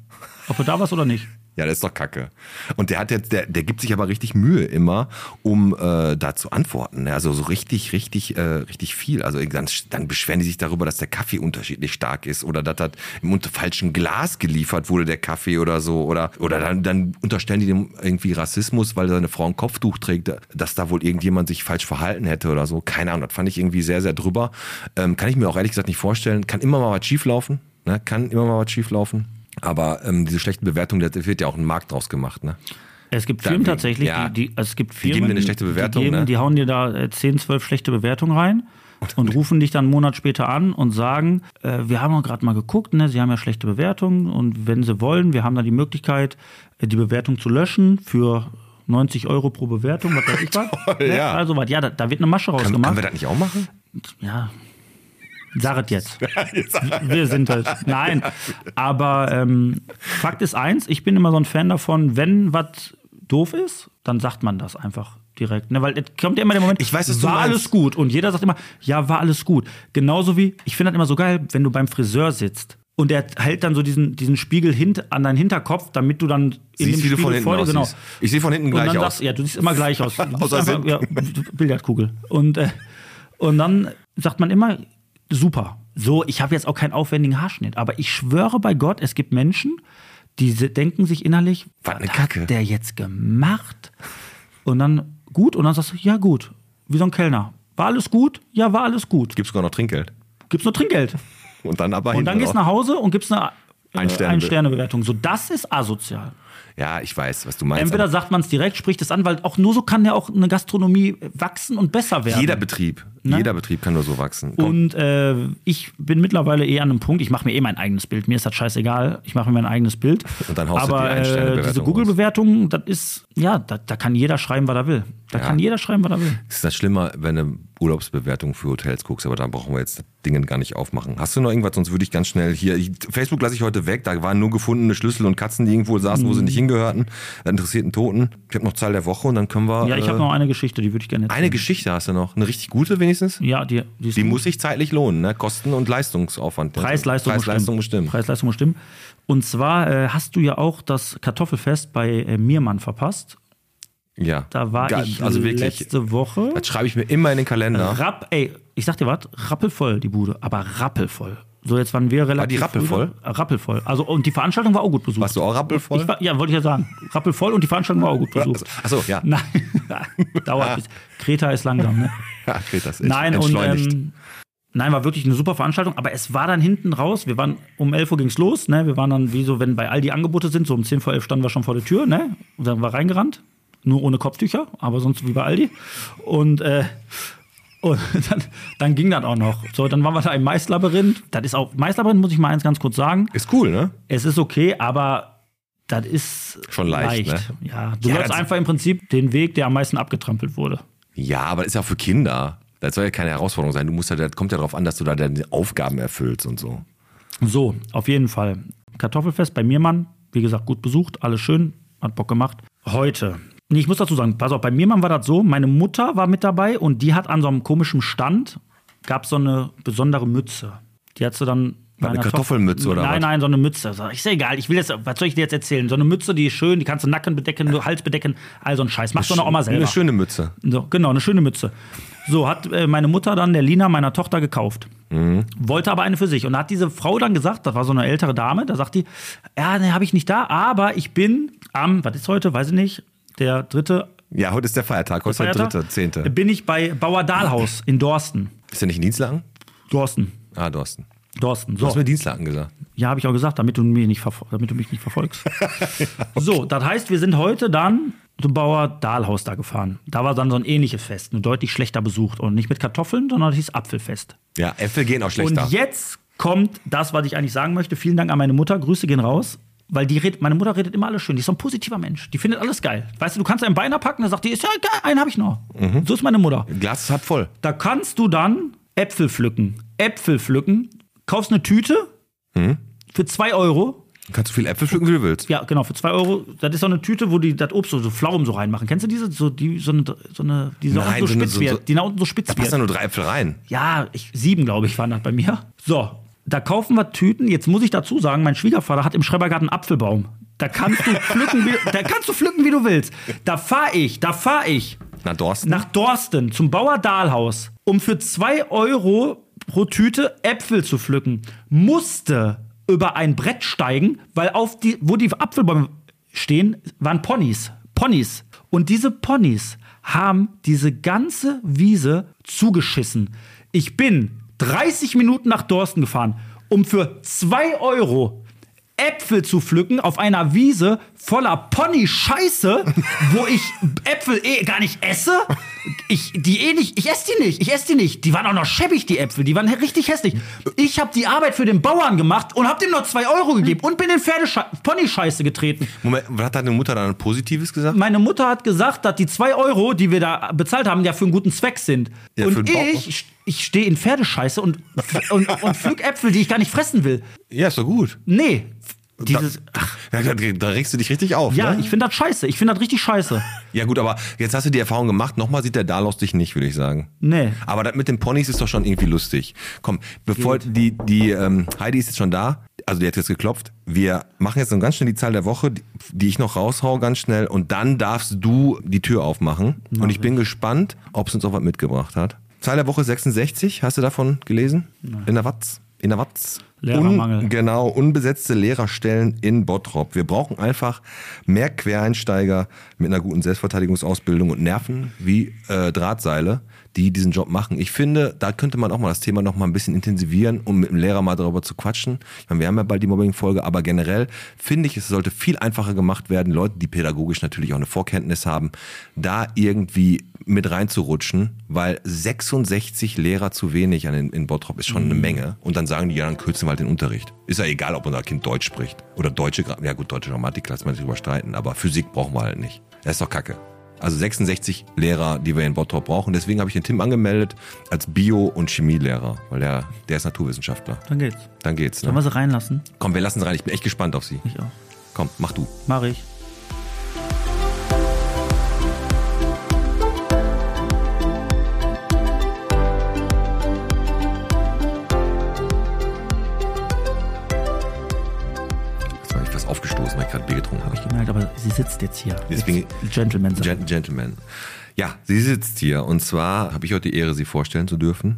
Speaker 3: Ob du da warst oder nicht.
Speaker 2: Ja, das ist doch kacke. Und der hat jetzt, der, der gibt sich aber richtig Mühe immer, um äh, da zu antworten. ne? Also so richtig, richtig, äh, richtig viel. Also dann, dann beschweren die sich darüber, dass der Kaffee unterschiedlich stark ist oder dass das im unter falschen Glas geliefert wurde, der Kaffee oder so. Oder, oder dann, dann unterstellen die dem irgendwie Rassismus, weil seine Frau ein Kopftuch trägt, dass da wohl irgendjemand sich falsch verhalten hätte oder so. Keine Ahnung, das fand ich irgendwie sehr, sehr drüber. Ähm, kann ich mir auch ehrlich gesagt nicht vorstellen. Kann immer mal was schieflaufen. Ne? Kann immer mal was schieflaufen. Aber ähm, diese schlechten Bewertungen, da wird ja auch ein Markt draus gemacht, ne?
Speaker 3: Es gibt
Speaker 2: Da-
Speaker 3: Firmen tatsächlich,
Speaker 2: ja.
Speaker 3: die, die, also es gibt
Speaker 2: geben
Speaker 3: Firmen,
Speaker 2: dir eine schlechte Bewertung,
Speaker 3: die,
Speaker 2: ne?
Speaker 3: die hauen dir da äh, 10, 12 schlechte Bewertungen rein und rufen dich dann einen Monat später an und sagen, äh, wir haben gerade mal geguckt, ne, sie haben ja schlechte Bewertungen und wenn sie wollen, wir haben da die Möglichkeit, äh, die Bewertung zu löschen für 90 Euro pro Bewertung, was weiß ich was.
Speaker 2: Toll, ja.
Speaker 3: Also was, ja, da, da wird eine Masche
Speaker 2: Kann,
Speaker 3: rausgemacht.
Speaker 2: können wir das nicht auch machen?
Speaker 3: ja, sag es jetzt. Wir sind es. Nein, aber ähm, Fakt ist eins, ich bin immer so ein Fan davon, wenn was doof ist, dann sagt man das einfach direkt. Ne? Weil es kommt ja immer der Moment,
Speaker 2: Ich weiß, was du
Speaker 3: war
Speaker 2: meinst.
Speaker 3: alles gut. Und jeder sagt immer, ja, war alles gut. Genauso wie, ich finde das immer so geil, wenn du beim Friseur sitzt. Und er hält dann so diesen, diesen Spiegel hint, an deinen Hinterkopf, damit du dann in
Speaker 2: Siehst, wie
Speaker 3: dem
Speaker 2: du
Speaker 3: Spiegel
Speaker 2: von hinten
Speaker 3: vor dir, genau,
Speaker 2: aussiehst. Ich sehe von hinten
Speaker 3: und
Speaker 2: gleich
Speaker 3: dann
Speaker 2: aus.
Speaker 3: Sagst, ja, du siehst immer gleich aus. Du bist
Speaker 2: Außer
Speaker 3: einfach,
Speaker 2: Sinn.
Speaker 3: ja, Billardkugel. Und, äh, und dann sagt man immer, super. So, ich habe jetzt auch keinen aufwendigen Haarschnitt. Aber ich schwöre bei Gott, es gibt Menschen, die se- denken sich innerlich,
Speaker 2: Was eine Kacke."
Speaker 3: hat der jetzt gemacht? Und dann gut, und dann sagst du, ja gut, wie so ein Kellner. War alles gut? Ja, war alles gut.
Speaker 2: Gibt's sogar noch Trinkgeld.
Speaker 3: Gibt's nur Trinkgeld.
Speaker 2: Und dann aber
Speaker 3: Und dann
Speaker 2: hinten
Speaker 3: gehst
Speaker 2: raus.
Speaker 3: du nach Hause und gibst eine äh,
Speaker 2: Ein-Sterne-
Speaker 3: Ein-Sterne-Bewertung. so, das ist asozial.
Speaker 2: Ja, ich weiß, was du meinst.
Speaker 3: Entweder sagt man es direkt, spricht es an, weil auch nur so kann ja auch eine Gastronomie wachsen und besser werden.
Speaker 2: jeder Betrieb,
Speaker 3: Ne?
Speaker 2: jeder Betrieb kann nur so wachsen. Komm,
Speaker 3: und äh, ich bin mittlerweile eher an einem Punkt, ich mache mir eh mein eigenes Bild. Mir ist das scheißegal, ich mache mir mein eigenes Bild.
Speaker 2: Und dann haust du die
Speaker 3: Aber
Speaker 2: Ein-Sterne-Bewertung
Speaker 3: äh, diese
Speaker 2: raus.
Speaker 3: Google-Bewertung, das ist, ja, da, da kann jeder schreiben, was er will. Da
Speaker 2: Ja.
Speaker 3: kann jeder schreiben, was er will.
Speaker 2: ist das schlimmer, wenn du Urlaubsbewertungen für Hotels guckst, aber da brauchen wir jetzt Dinge gar nicht aufmachen. Hast du noch irgendwas? Sonst würde ich ganz schnell hier. Ich, Facebook lasse ich heute weg. Da waren nur gefundene Schlüssel und Katzen, die irgendwo saßen, wo sie
Speaker 3: Mhm.
Speaker 2: nicht hingehörten, interessierten Toten. Ich habe noch Zahl der Woche und dann können wir.
Speaker 3: Ja, ich habe
Speaker 2: äh,
Speaker 3: noch eine Geschichte, die würde ich gerne
Speaker 2: eine
Speaker 3: erzählen.
Speaker 2: Geschichte hast du noch. Eine richtig gute wenigstens?
Speaker 3: Ja, die, ist
Speaker 2: Die
Speaker 3: gut.
Speaker 2: muss sich zeitlich lohnen, ne? Kosten und Leistungsaufwand.
Speaker 3: Preis-Leistung
Speaker 2: Preis, Leistung
Speaker 3: muss stimmen.
Speaker 2: bestimmen.
Speaker 3: Preis-Leistung muss stimmen. Und zwar äh, hast du ja auch das Kartoffelfest bei äh, Miermann verpasst.
Speaker 2: Ja.
Speaker 3: Da war
Speaker 2: Ga-
Speaker 3: ich
Speaker 2: also wirklich.
Speaker 3: letzte Woche.
Speaker 2: Das schreibe ich mir immer in den Kalender.
Speaker 3: Rapp, ey, ich sag dir was, rappelvoll die Bude, aber rappelvoll. So, jetzt waren wir relativ.
Speaker 2: die rappelvoll?
Speaker 3: früh- Äh, Rappelvoll. Also, und die Veranstaltung war auch gut besucht.
Speaker 2: Warst du auch rappelvoll?
Speaker 3: Ich war, ja, wollte ich ja sagen. Rappelvoll und die Veranstaltung war auch gut besucht.
Speaker 2: Achso, ja. Ah.
Speaker 3: Nein, dauert bis. Kreta ist langsam, ne?
Speaker 2: ja geht das
Speaker 3: Nein, und,
Speaker 2: entschleunigt.
Speaker 3: ähm, nein, war wirklich eine super Veranstaltung, aber es war dann hinten raus. Wir waren, um 11 Uhr ging's los, ne? Wir waren dann, wie so, wenn bei all die Angebote sind, so um 10 vor 11 standen wir schon vor der Tür, ne? Und dann war reingerannt. Nur ohne Kopftücher, aber sonst wie bei Aldi. Und, äh, und dann, dann ging das auch noch. So, dann waren wir da im Maislabyrinth. Das ist auch, Maislabyrinth muss ich mal eins ganz kurz sagen.
Speaker 2: ist cool, ne?
Speaker 3: Es ist okay, aber das ist
Speaker 2: Schon leicht,
Speaker 3: Ne? Ja, du
Speaker 2: Ja, also
Speaker 3: läufst
Speaker 2: das-
Speaker 3: einfach im Prinzip den Weg, der am meisten abgetrampelt wurde.
Speaker 2: Ja, aber das ist ja auch für Kinder. Das soll ja keine Herausforderung sein. Du musst ja, das kommt ja darauf an, dass du da deine Aufgaben erfüllst und so.
Speaker 3: So, auf jeden Fall. Kartoffelfest bei Miermann, wie gesagt, gut besucht, alles schön, hat Bock gemacht. Heute. Nee, ich muss dazu sagen, pass auf, bei Miermann war das so, meine Mutter war mit dabei und die hat an so einem komischen Stand, gab es so eine besondere Mütze. Die hat sie dann.
Speaker 2: War eine
Speaker 3: meiner Tochter-
Speaker 2: Kartoffelmütze oder
Speaker 3: Nein,
Speaker 2: was?
Speaker 3: nein, so eine Mütze. So, Ist ja egal, ich will jetzt, was soll ich dir jetzt erzählen? So eine Mütze, die ist schön, die kannst du Nacken bedecken, nur Hals bedecken, all so ein Scheiß. Machst du noch auch mal selber.
Speaker 2: Eine schöne Mütze.
Speaker 3: So, genau, eine schöne Mütze. So, hat äh, meine Mutter dann der Lina, meiner Tochter, gekauft.
Speaker 2: Mhm.
Speaker 3: Wollte aber eine für sich. Und da hat diese Frau dann gesagt, das war so eine ältere Dame, da sagt die, ja, ne, habe ich nicht da, aber ich bin am, was ist heute, weiß ich nicht, der dritte
Speaker 2: Ja, heute ist der Feiertag. Heute ist der
Speaker 3: Feiertag, Äh,
Speaker 2: dritte, zehnte.
Speaker 3: bin ich bei Bauer Dahlhaus in Dorsten.
Speaker 2: Ist der nicht in Dienstlagen?
Speaker 3: Dorsten,
Speaker 2: Ah, Dorsten.
Speaker 3: Dorsten.
Speaker 2: Du hast
Speaker 3: So.
Speaker 2: mir Dienstlagen gesagt.
Speaker 3: Ja, habe ich auch gesagt, damit du, mir nicht verfol- damit du mich nicht verfolgst. So, das heißt, wir sind heute dann zum Bauer Dahlhaus da gefahren. Da war dann so ein ähnliches Fest, nur deutlich schlechter besucht. Und nicht mit Kartoffeln, sondern das hieß Apfelfest.
Speaker 2: Ja, Äpfel gehen auch schlechter.
Speaker 3: Und jetzt kommt das, was ich eigentlich sagen möchte. Vielen Dank an meine Mutter. Grüße gehen raus. Weil die redet, meine Mutter redet immer alles schön. Die ist so ein positiver Mensch. Die findet alles geil. Weißt du, du kannst einen Beiner packen, dann sagt die, ist ja geil, einen habe ich noch. So ist meine Mutter.
Speaker 2: Glas ist halb voll.
Speaker 3: Da kannst du dann Äpfel pflücken. Äpfel pflücken. Kaufst eine Tüte für 2 Euro.
Speaker 2: Kannst du viel Äpfel pflücken, wie du willst.
Speaker 3: Ja, genau, für 2 Euro. Das ist so eine Tüte, wo die das Obst so, so Pflaumen so reinmachen. Kennst du diese? So, die, so eine, so eine, die so,
Speaker 2: Nein,
Speaker 3: so
Speaker 2: so eine-
Speaker 3: spitz
Speaker 2: so- so-
Speaker 3: wird. Die nach unten so spitz
Speaker 2: Da
Speaker 3: wird.
Speaker 2: passen ja nur drei Äpfel rein.
Speaker 3: Ja, ich, sieben, glaube ich, waren das bei mir. So, da kaufen wir Tüten. Jetzt muss ich dazu sagen, mein Schwiegervater hat im Schrebergarten einen Apfelbaum. Da kannst du pflücken, wie, da kannst du pflücken, wie du willst. Da fahre ich, da fahre ich
Speaker 2: Na, Dorsten.
Speaker 3: nach Dorsten zum Bauer Dahlhaus, um für zwei Euro pro Tüte Äpfel zu pflücken, musste über ein Brett steigen, weil auf die, wo die Apfelbäume stehen, waren Ponys. Ponys. Und diese Ponys haben diese ganze Wiese zugeschissen. Ich bin 30 Minuten nach Dorsten gefahren, um für zwei Euro Äpfel zu pflücken auf einer Wiese voller Pony-Scheiße, wo ich Äpfel eh gar nicht esse. Ich, die eh nicht, ich esse die nicht, ich esse die nicht. Die waren auch noch schäbig, die Äpfel, die waren richtig hässlich. Ich habe die Arbeit für den Bauern gemacht und habe dem noch zwei Euro gegeben und bin in Pferdesche- Pony-Scheiße getreten.
Speaker 2: Moment, was hat deine Mutter dann Positives gesagt?
Speaker 3: Meine Mutter hat gesagt, dass die zwei Euro, die wir da bezahlt haben, ja für einen guten Zweck sind.
Speaker 2: Ja, für
Speaker 3: und
Speaker 2: den Bauch.
Speaker 3: ich, ich stehe in Pferdescheiße und, und, und pflück Äpfel, die ich gar nicht fressen will.
Speaker 2: Ja, ist doch gut.
Speaker 3: Nee, dieses... Ach,
Speaker 2: Ja, da, da regst du dich richtig auf.
Speaker 3: Ja,
Speaker 2: ne?
Speaker 3: ich finde das scheiße. Ich finde das richtig scheiße.
Speaker 2: ja, gut, aber jetzt hast du die Erfahrung gemacht. Nochmal sieht der Dalos dich nicht, würde ich sagen.
Speaker 3: Nee.
Speaker 2: Aber das mit den Ponys ist doch schon irgendwie lustig. Komm, bevor die, die ähm, Heidi ist jetzt schon da, also die hat jetzt geklopft. Wir machen jetzt noch ganz schnell die Zahl der Woche, die, die ich noch raushau, ganz schnell. Und dann darfst du die Tür aufmachen. Und ich bin gespannt, ob es uns auch was mitgebracht hat. Zahl der Woche 66, hast du davon gelesen? In der Watz? In der Watz?
Speaker 3: Lehrermangel.
Speaker 2: Genau, unbesetzte Lehrerstellen in Bottrop. Wir brauchen einfach mehr Quereinsteiger mit einer guten Selbstverteidigungsausbildung und Nerven wie äh, Drahtseile, die diesen Job machen. Ich finde, da könnte man auch mal das Thema noch mal ein bisschen intensivieren, um mit dem Lehrer mal darüber zu quatschen. Ich meine, wir haben ja bald die Mobbing-Folge, aber generell finde ich, es sollte viel einfacher gemacht werden, Leute, die pädagogisch natürlich auch eine Vorkenntnis haben, da irgendwie mit reinzurutschen, weil 66 Lehrer zu wenig an den, in Bottrop ist schon
Speaker 3: Mhm.
Speaker 2: eine Menge. Und dann sagen die, ja, dann kürzen wir halt den Unterricht. Ist ja egal, ob unser Kind Deutsch spricht. Oder deutsche, Gra- ja gut, deutsche Grammatik, lass mal nicht drüber streiten, aber Physik brauchen wir halt nicht. Das ist doch kacke. Also 66 Lehrer, die wir in Bottrop brauchen. Deswegen habe ich den Tim angemeldet als Bio- und Chemielehrer, weil der, der ist Naturwissenschaftler.
Speaker 3: Dann geht's.
Speaker 2: Dann geht's.
Speaker 3: Sollen wir
Speaker 2: Ne?
Speaker 3: sie reinlassen?
Speaker 2: Komm, wir lassen es rein. Ich bin echt gespannt auf sie.
Speaker 3: Ich auch.
Speaker 2: Komm, mach du.
Speaker 3: Mach ich. sie sitzt jetzt hier.
Speaker 2: Deswegen-
Speaker 3: Jetzt Gentleman sein.
Speaker 2: Gen Gentleman. Ja, sie sitzt hier und zwar habe ich heute die Ehre, sie vorstellen zu dürfen.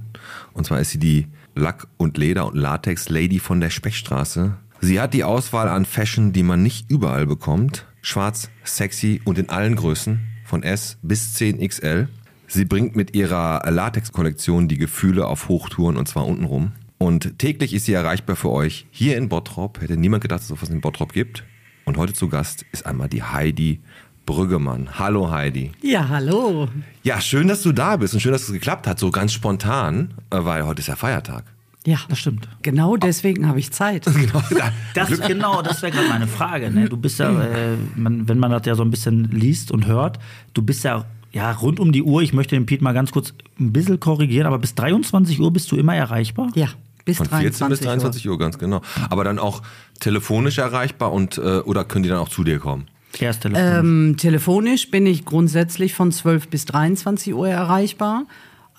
Speaker 2: Und zwar ist sie die Lack- und Leder- und Latex-Lady von der Spechstraße. Sie hat die Auswahl an Fashion, die man nicht überall bekommt. Schwarz, sexy und in allen Größen, von S bis 10XL. Sie bringt mit ihrer Latex-Kollektion die Gefühle auf Hochtouren und zwar untenrum. Und täglich ist sie erreichbar für euch hier in Bottrop. Hätte niemand gedacht, dass es was in Bottrop gibt. Und heute zu Gast ist einmal die Heidi Brüggemann. Hallo Heidi.
Speaker 5: Ja, hallo.
Speaker 2: Ja, schön, dass du da bist und schön, dass es geklappt hat, so ganz spontan, äh, weil heute ist ja Feiertag.
Speaker 5: Ja,
Speaker 3: Das stimmt.
Speaker 5: genau deswegen habe ich Zeit.
Speaker 2: Genau. da-
Speaker 3: Das, genau, das wäre gerade meine Frage. Ne? Du bist ja, äh, man, wenn man das ja so ein bisschen liest und hört, du bist ja, ja rund um die Uhr, ich möchte den Piet mal ganz kurz ein bisschen korrigieren, aber bis 23 Uhr bist du immer erreichbar?
Speaker 5: Ja, bis
Speaker 2: Von 14 bis
Speaker 5: 23 Uhr.
Speaker 2: 23 Uhr. ganz genau. Aber dann auch telefonisch erreichbar und äh, oder können die dann auch zu dir kommen?
Speaker 3: Erste Telefon.
Speaker 5: Ähm, Telefonisch bin ich grundsätzlich von 12 bis 23 Uhr erreichbar,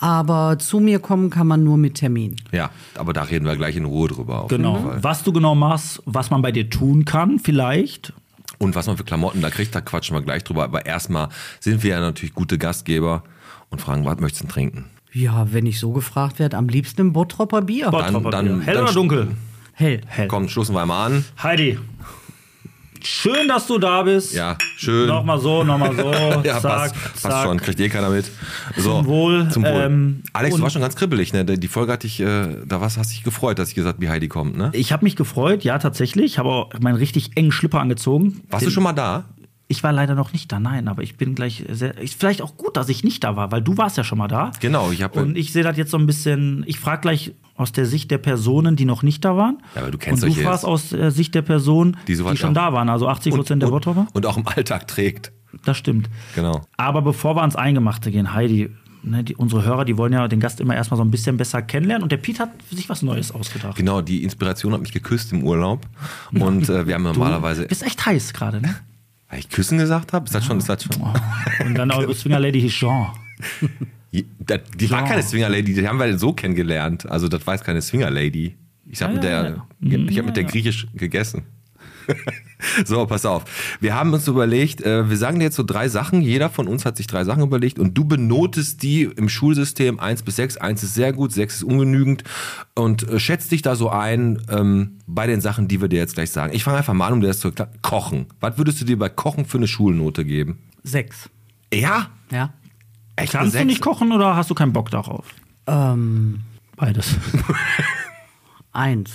Speaker 5: aber zu mir kommen kann man nur mit Termin.
Speaker 2: Ja, aber da reden wir gleich in Ruhe drüber. Auf
Speaker 3: genau.
Speaker 2: Jeden Fall.
Speaker 3: Was du genau machst, was man bei dir tun kann, vielleicht.
Speaker 2: Und was man für Klamotten da kriegt, da quatschen wir gleich drüber. Aber erstmal sind wir ja natürlich gute Gastgeber und fragen, was möchtest du denn trinken?
Speaker 5: Ja, wenn ich so gefragt werde, am liebsten ein Bottropper Bier.
Speaker 3: Bottropper
Speaker 2: dann-
Speaker 3: Bier. Hell
Speaker 2: dann-
Speaker 3: oder dunkel?
Speaker 5: Hell.
Speaker 3: Hell.
Speaker 2: Komm, stoßen wir mal an.
Speaker 3: Heidi, schön, dass du da bist.
Speaker 2: Ja, schön.
Speaker 3: Nochmal so, nochmal so.
Speaker 2: Ja,
Speaker 3: zack,
Speaker 2: passt,
Speaker 3: zack.
Speaker 2: passt schon, kriegt eh keiner mit. So,
Speaker 3: Zum Wohl,
Speaker 2: Zum Wohl.
Speaker 3: ähm,
Speaker 2: Alex, du
Speaker 3: und-
Speaker 2: warst schon ganz kribbelig, ne? Die Folge hatte ich, äh, da was, hast dich gefreut, dass ich gesagt wie Heidi kommt, ne?
Speaker 3: Ich habe mich gefreut, ja, tatsächlich. Habe auch meinen richtig engen Schlipper angezogen.
Speaker 2: Warst du schon mal da?
Speaker 3: Ich war leider noch nicht da, nein, aber ich bin gleich sehr. Ist vielleicht auch gut, dass ich nicht da war, weil du warst ja schon mal da.
Speaker 2: Genau, ich hab-
Speaker 3: Und ich sehe das jetzt so ein bisschen. Ich frage gleich aus der Sicht der Personen, die noch nicht da waren.
Speaker 2: Ja, aber du kennst
Speaker 3: Und
Speaker 2: euch
Speaker 3: du
Speaker 2: jetzt.
Speaker 3: fragst aus der Sicht der Personen,
Speaker 2: Die
Speaker 3: die,
Speaker 2: so weit
Speaker 3: schon
Speaker 2: ab-
Speaker 3: da waren, also 80 Prozent der Bottroper.
Speaker 2: und, und auch im Alltag trägt.
Speaker 3: Das stimmt.
Speaker 2: Genau.
Speaker 3: Aber bevor wir ans Eingemachte gehen, Heidi, ne, die, unsere Hörer, die wollen ja den Gast immer erstmal so ein bisschen besser kennenlernen. Und der Piet hat sich was Neues ausgedacht.
Speaker 2: Genau, die Inspiration hat mich geküsst im Urlaub. Und äh, wir haben normalerweise.
Speaker 3: Bist echt heiß gerade, ne?
Speaker 2: Weil ich küssen gesagt habe? Ist das schon, ist das schon?
Speaker 3: Und dann eure Swinger Lady Jean.
Speaker 2: Die, das- die war
Speaker 3: Ja.
Speaker 2: keine Swinger Lady, die haben wir so kennengelernt. Also, das war jetzt keine Swinger Lady. Ich habe
Speaker 3: Ja,
Speaker 2: mit,
Speaker 3: ja,
Speaker 2: der, ich hab mit der griechisch gegessen. so, pass auf. Wir haben uns überlegt, äh, wir sagen dir jetzt so drei Sachen. Jeder von uns hat sich drei Sachen überlegt und du benotest die im Schulsystem 1 bis 6. 1 ist sehr gut, 6 ist ungenügend und äh, schätzt dich da so ein ähm, bei den Sachen, die wir dir jetzt gleich sagen. Ich fange einfach mal an, um dir das zu erklären. Kochen. Was würdest du dir bei Kochen für eine Schulnote geben?
Speaker 5: Sechs.
Speaker 2: Ja?
Speaker 5: Ja.
Speaker 2: Echt? eine
Speaker 3: Kannst du
Speaker 2: Sechs?
Speaker 3: nicht kochen oder hast du keinen Bock darauf?
Speaker 5: Ähm,
Speaker 3: Beides.
Speaker 5: eins.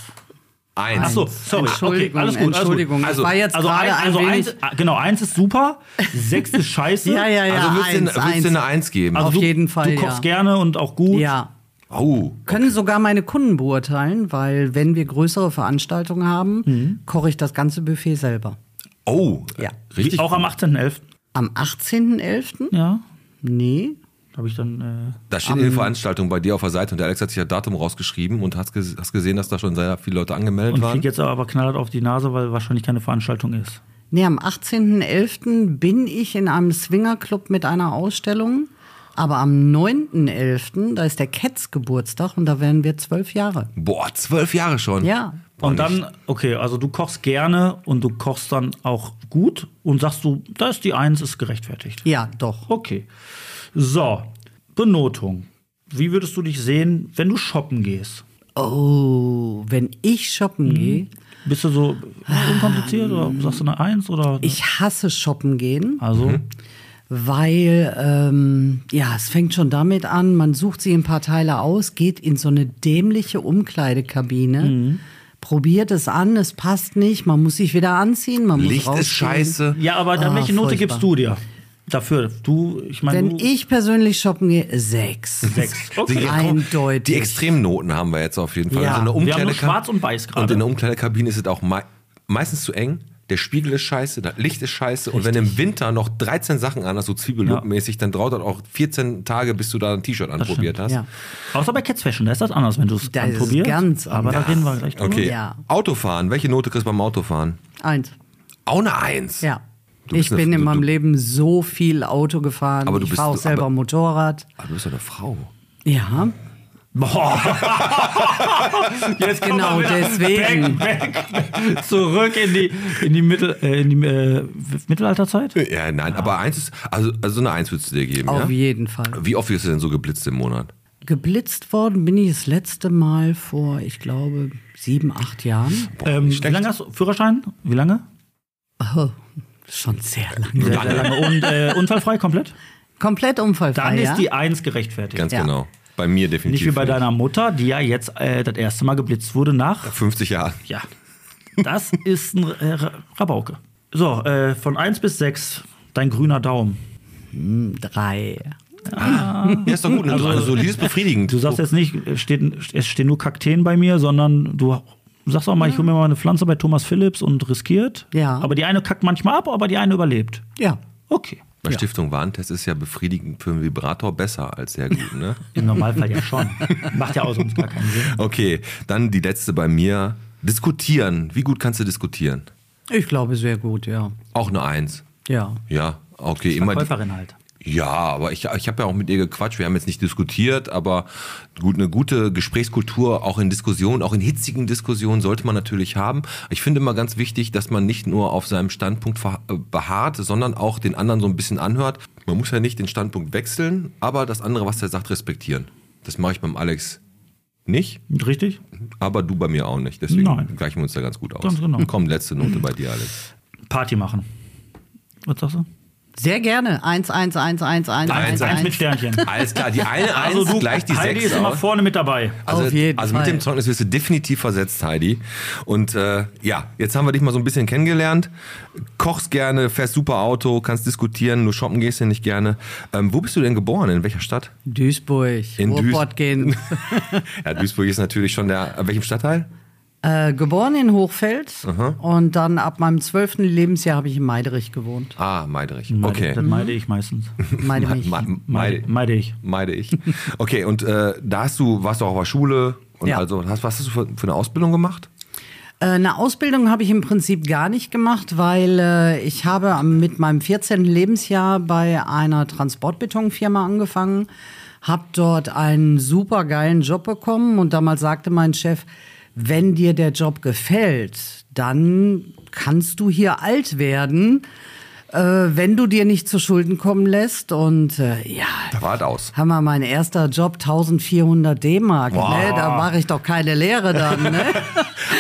Speaker 2: Eins.
Speaker 3: Ach so,
Speaker 5: Eins.
Speaker 3: sorry.
Speaker 5: Entschuldigung,
Speaker 3: Okay, alles gut, alles gut.
Speaker 5: Entschuldigung. das
Speaker 2: Also-
Speaker 5: war jetzt
Speaker 3: Also, ein,
Speaker 5: gerade
Speaker 3: also
Speaker 5: ein
Speaker 3: eins,
Speaker 5: wenig.
Speaker 3: ah, genau, eins ist super, sechs ist scheiße.
Speaker 5: Ja, ja, ja.
Speaker 2: also würdest,
Speaker 5: eins,
Speaker 2: du, würdest
Speaker 5: eins.
Speaker 2: du eine Eins geben?
Speaker 3: Also
Speaker 5: Auf
Speaker 3: du,
Speaker 5: jeden Fall,
Speaker 3: Du kochst
Speaker 5: ja.
Speaker 3: gerne und auch gut.
Speaker 5: Ja.
Speaker 2: oh,
Speaker 5: Können sogar meine Kunden beurteilen, weil wenn wir größere Veranstaltungen haben,
Speaker 3: Mhm.
Speaker 5: koche ich das ganze Buffet selber.
Speaker 2: oh,
Speaker 5: Ja.
Speaker 2: richtig.
Speaker 3: Auch am 18.11.
Speaker 5: Am 18.11.?
Speaker 3: Ja.
Speaker 5: Nee.
Speaker 3: Da habe ich dann. äh,
Speaker 2: da steht eine Veranstaltung bei dir auf der Seite und der Alex hat sich das Datum rausgeschrieben und hast, ges hast gesehen, dass da schon sehr viele Leute
Speaker 3: Äh,
Speaker 2: angemeldet
Speaker 3: und
Speaker 2: waren.
Speaker 3: krieg jetzt aber knallhart auf die Nase, weil wahrscheinlich keine Veranstaltung ist.
Speaker 5: Nee, am 18.11. bin ich in einem Swingerclub mit einer Ausstellung. Aber am 9.11., da ist der Cats Geburtstag und da werden wir zwölf Jahre.
Speaker 2: Boah, zwölf Jahre schon.
Speaker 5: Ja.
Speaker 2: Boah,
Speaker 3: und
Speaker 2: nicht.
Speaker 3: dann, okay, also du kochst gerne und du kochst dann auch gut und sagst du, da ist die Eins, ist gerechtfertigt.
Speaker 5: Ja, doch.
Speaker 3: Okay. So, Benotung. Wie würdest du dich sehen, wenn du shoppen gehst?
Speaker 5: Oh, wenn ich shoppen gehe,
Speaker 3: Bist du so unkompliziert oder sagst du eine Eins oder?
Speaker 5: Ähm, ich Mhm. hasse shoppen gehen.
Speaker 3: also,
Speaker 5: Weil, ähm, ja, es fängt schon damit an, man sucht sie ein paar Teile aus, geht in so eine dämliche Umkleidekabine,
Speaker 2: Mhm.
Speaker 5: probiert es an, es passt nicht, man muss sich wieder anziehen, man muss
Speaker 2: Licht ist
Speaker 5: rausgehen.
Speaker 2: scheiße.
Speaker 3: ja, aber dann
Speaker 5: Ah,
Speaker 3: welche Note
Speaker 5: furchtbar.
Speaker 3: gibst du dir dafür? Du, ich meine,
Speaker 5: Wenn
Speaker 3: du-
Speaker 5: ich persönlich shoppen gehe, sechs.
Speaker 3: sechs.
Speaker 2: Die-
Speaker 3: Okay.
Speaker 2: guck mal,
Speaker 5: Eindeutig.
Speaker 2: Die Extremnoten haben wir jetzt auf jeden Fall.
Speaker 5: Ja.
Speaker 2: Also in der
Speaker 3: Wir haben nur
Speaker 2: Umkleideka-
Speaker 3: schwarz und weiß
Speaker 2: Und in
Speaker 3: gerade.
Speaker 2: der Umkleidekabine ist es auch mei meistens zu eng. Der Spiegel ist scheiße, das Licht ist scheiße. Und wenn du im Winter noch 13 Sachen an hast, so Zwiebellückmäßig, dann dauert das auch 14 Tage, bis du da ein T-Shirt anprobiert hast.
Speaker 5: Ja.
Speaker 3: Außer bei Cats Fashion, da ist das anders, wenn du es
Speaker 5: Da ist es
Speaker 3: probierst.
Speaker 5: ganz
Speaker 3: aber da
Speaker 5: anders.
Speaker 3: reden wir gleich drüber.
Speaker 2: Okay.
Speaker 5: Ja.
Speaker 2: Autofahren. Welche Note kriegst du beim Autofahren?
Speaker 5: Eins.
Speaker 2: Auch eine Eins.
Speaker 5: Ja.
Speaker 2: Du bist
Speaker 5: Ich bin
Speaker 2: eine-
Speaker 5: in
Speaker 2: du-
Speaker 5: meinem
Speaker 2: du-
Speaker 5: Leben so viel Auto gefahren.
Speaker 2: Aber du
Speaker 5: ich
Speaker 2: bist-
Speaker 5: fahre auch
Speaker 2: du-
Speaker 5: selber
Speaker 2: aber-
Speaker 5: Motorrad.
Speaker 2: Aber du bist doch eine Frau.
Speaker 5: Ja.
Speaker 3: Boah. Jetzt kommen
Speaker 5: Genau,
Speaker 3: wir wieder
Speaker 5: deswegen.
Speaker 3: Back, back, zurück in die, in die, Mittel, äh, in die äh, Mittelalterzeit.
Speaker 2: Ja, nein, aber eins ist, also, also eine Eins würdest du dir geben,
Speaker 5: Auf
Speaker 2: ja?
Speaker 5: jeden Fall.
Speaker 2: Wie oft wirst du denn so geblitzt im Monat?
Speaker 5: Geblitzt worden bin ich das letzte Mal vor, ich glaube, sieben, acht Jahren.
Speaker 3: Ähm, wie lange hast du Führerschein? Wie lange?
Speaker 5: Oh, schon sehr lange.
Speaker 3: Sehr, sehr lange. Und äh, unfallfrei komplett?
Speaker 5: Komplett unfallfrei,
Speaker 3: Dann
Speaker 5: Ah, ja?
Speaker 3: ist die Eins gerechtfertigt.
Speaker 2: Ganz
Speaker 5: Ja.
Speaker 2: genau. Bei mir definitiv.
Speaker 3: nicht wie bei deiner Mutter, die ja jetzt äh, das erste Mal geblitzt wurde nach.
Speaker 2: 50 Jahre.
Speaker 3: Ja, das ist ein äh, Ra- Rabauke. So, äh, von 1 bis 6, dein grüner Daumen.
Speaker 5: Drei.
Speaker 2: Ja, ist doch gut. Also, also solides befriedigend.
Speaker 3: Du sagst jetzt nicht, äh, steht, es stehen nur Kakteen bei mir, sondern du sagst auch mal, ich hole mir mal eine Pflanze bei Thomas Phillips und riskiert.
Speaker 5: Ja.
Speaker 3: Aber die eine kackt manchmal ab, aber die eine überlebt.
Speaker 5: Ja.
Speaker 3: Okay.
Speaker 2: Bei Stiftung Warentest ist ja befriedigend für einen Vibrator besser als sehr gut, ne?
Speaker 3: Im Normalfall ja schon. Macht ja auch sonst gar keinen Sinn.
Speaker 2: Okay, dann die letzte bei mir. Diskutieren. Wie gut kannst du diskutieren?
Speaker 5: Ich glaube, sehr gut, ja.
Speaker 2: Auch eine Eins.
Speaker 5: Ja.
Speaker 2: Ja, okay. Immer die,
Speaker 3: Käuferin halt.
Speaker 2: ja, aber ich, ich habe ja auch mit ihr gequatscht. Wir haben jetzt nicht diskutiert, aber gut, eine gute Gesprächskultur auch in Diskussionen, auch in hitzigen Diskussionen sollte man natürlich haben. Ich finde immer ganz wichtig, dass man nicht nur auf seinem Standpunkt verha- äh, beharrt, sondern auch den anderen so ein bisschen anhört. Man muss ja nicht den Standpunkt wechseln, aber das andere, was er sagt, respektieren. Das mache ich beim Alex nicht.
Speaker 3: Richtig?
Speaker 2: Aber du bei mir auch nicht. Deswegen
Speaker 3: Nein.
Speaker 2: gleichen wir uns da ganz gut aus.
Speaker 3: Ganz genau.
Speaker 2: Komm, letzte Note bei dir, Alex.
Speaker 3: Party machen. Was sagst du?
Speaker 5: Sehr gerne. Eins, eins, eins, eins, eins, eins,
Speaker 3: Eins mit
Speaker 5: eins.
Speaker 3: Sternchen.
Speaker 2: Alles klar, die eine Eins
Speaker 3: Also du,
Speaker 2: gleich die
Speaker 3: Heidi
Speaker 2: sechs
Speaker 3: ist immer
Speaker 2: aus.
Speaker 3: vorne mit dabei.
Speaker 2: Also,
Speaker 5: Auf jeden
Speaker 2: also mit
Speaker 5: Fall.
Speaker 2: dem Zeugnis wirst du definitiv versetzt, Heidi. Und äh, ja, jetzt haben wir dich mal so ein bisschen kennengelernt. Kochst gerne, fährst super Auto, kannst diskutieren, nur shoppen gehst du nicht gerne. Ähm, wo bist du denn geboren? In welcher Stadt?
Speaker 5: Duisburg.
Speaker 2: In Duis-
Speaker 5: Ruhrpott gehen.
Speaker 2: Ja, Duisburg ist natürlich schon der. An welchem Stadtteil?
Speaker 5: äh, geboren in Hochfeld und dann ab meinem zwölften Lebensjahr habe ich in Meiderich gewohnt.
Speaker 2: Ah, Meiderich.
Speaker 3: Meide,
Speaker 2: Okay.
Speaker 3: Das meide ich meistens.
Speaker 5: Meide mich.
Speaker 2: Ma- ma-
Speaker 3: Meide, meide ich.
Speaker 2: Meide ich. Okay, und äh, da hast du, warst du auch auf der Schule und
Speaker 5: Ja.
Speaker 2: also hast, was hast du für, für eine Ausbildung gemacht?
Speaker 5: Äh, Eine Ausbildung habe ich im Prinzip gar nicht gemacht, weil äh, ich habe am- mit meinem 14. Lebensjahr bei einer Transportbetonfirma angefangen, habe dort einen super geilen Job bekommen und damals sagte mein Chef, wenn dir der Job gefällt, dann kannst du hier alt werden, äh, wenn du dir nicht zu Schulden kommen lässt. Und äh, ja,
Speaker 2: Da war es aus.
Speaker 5: Hammer, mein erster Job 1400 D-Mark. Ne? Da mache ich doch keine Lehre dann. Ne?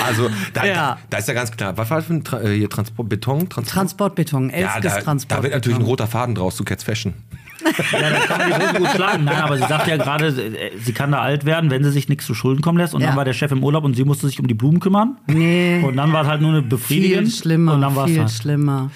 Speaker 2: Also, da,
Speaker 5: Ja.
Speaker 2: da, da ist ja ganz klar. Was war das für ein Tra äh, hier Transport, Beton? Transport?
Speaker 5: Transportbeton,
Speaker 2: ja,
Speaker 5: elftes
Speaker 2: da,
Speaker 5: Transport.
Speaker 2: da wird natürlich ein roter Faden draus zu Cats Fashion.
Speaker 3: Ja, da kann man die Hose gut schlagen. Nein, aber sie sagt ja gerade, äh, sie kann da alt werden, wenn sie sich nichts zu Schulden kommen lässt. Und
Speaker 5: Ja.
Speaker 3: dann war der Chef im Urlaub und sie musste sich um die Blumen kümmern.
Speaker 5: Nee.
Speaker 3: Und dann war es halt nur eine Befriedigung.
Speaker 5: viel schlimmer,
Speaker 3: Und dann war es
Speaker 5: viel
Speaker 3: halt.
Speaker 5: schlimmer.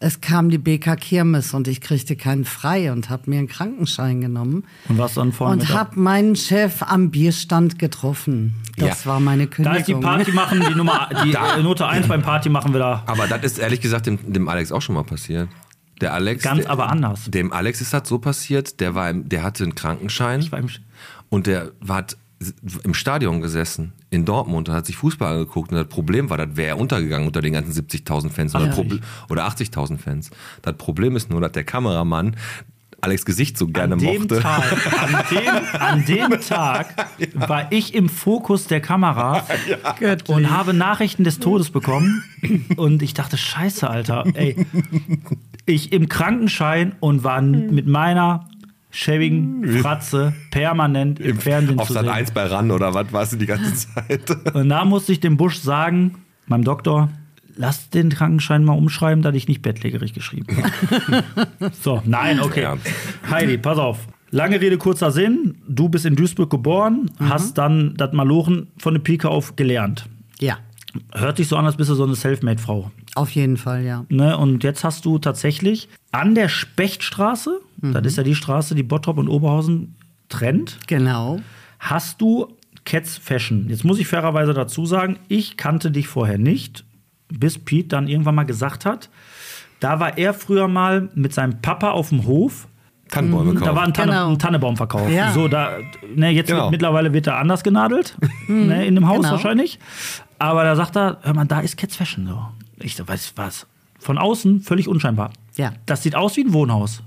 Speaker 5: Es kam die BK Kirmes und ich kriegte keinen frei und habe mir einen Krankenschein genommen
Speaker 3: Und was dann vorne
Speaker 5: und
Speaker 3: mit ab-
Speaker 5: habe meinen Chef am Bierstand getroffen. Das
Speaker 2: Ja.
Speaker 5: war meine
Speaker 3: Da ist die
Speaker 5: Kündigung.
Speaker 3: Party machen, die Nummer, die äh, Note 1 beim Party machen wir da.
Speaker 2: Aber das ist ehrlich gesagt dem, dem Alex auch schon mal passiert. Der Alex.
Speaker 3: Ganz
Speaker 2: der,
Speaker 3: aber anders.
Speaker 2: Dem Alex ist das so passiert, der, war im, der hatte einen Krankenschein
Speaker 3: war im Sch-
Speaker 2: und der war, hat im Stadion gesessen in Dortmund und hat sich Fußball angeguckt und das Problem war, das wäre untergegangen unter den ganzen 70.000 Fans oder, Proble- oder 80.000 Fans. Das Problem ist nur, dass der Kameramann Alex Gesicht so gerne
Speaker 3: An dem,
Speaker 2: mochte.
Speaker 3: Tag, an, dem, an dem Tag war ich im Fokus der Kamera und habe Nachrichten des Todes bekommen. Und ich dachte, scheiße, Alter, ey. Ich im Krankenschein und war n- mit meiner schäbigen Fratze permanent im Fernsehen
Speaker 2: Auf
Speaker 3: zu
Speaker 2: Sat
Speaker 3: sehen.
Speaker 2: 1 bei RAN oder was warst du die ganze Zeit?
Speaker 3: Und da musste ich dem Busch sagen, meinem Doktor, lass den Krankenschein mal umschreiben, da ich nicht bettlägerig geschrieben habe. so, nein, okay.
Speaker 2: Ja.
Speaker 3: Heidi, pass auf. Lange Rede, kurzer Sinn. Du bist in Duisburg geboren,
Speaker 2: Mhm.
Speaker 3: hast dann das Malochen von der Pike auf gelernt.
Speaker 5: ja,
Speaker 3: Hört sich so an, als bist du so eine Selfmade-Frau.
Speaker 5: auf jeden Fall, ja.
Speaker 3: Ne? Und jetzt hast du tatsächlich an der Spechtstraße, das ist ja die Straße, die Bottrop und Oberhausen trennt,
Speaker 5: Genau.
Speaker 3: Hast du Cats Fashion? Jetzt muss ich fairerweise dazu sagen, ich kannte dich vorher nicht, bis Pete dann irgendwann mal gesagt hat, da war er früher mal mit seinem Papa auf dem Hof.
Speaker 2: Tannenbäume kaufen.
Speaker 3: Da war ein, Tanne,
Speaker 5: Genau.
Speaker 3: ein Tannebaumverkauf.
Speaker 5: Ja.
Speaker 3: So, da, ne, jetzt
Speaker 2: Genau.
Speaker 3: wird, mittlerweile wird er anders genadelt. ne, in dem Haus
Speaker 5: Genau.
Speaker 3: wahrscheinlich. Aber da sagt er, hör mal, da ist Cats Fashion. So. Ich so, weiß was. Von außen völlig unscheinbar.
Speaker 5: Ja.
Speaker 3: Das sieht aus wie ein Wohnhaus.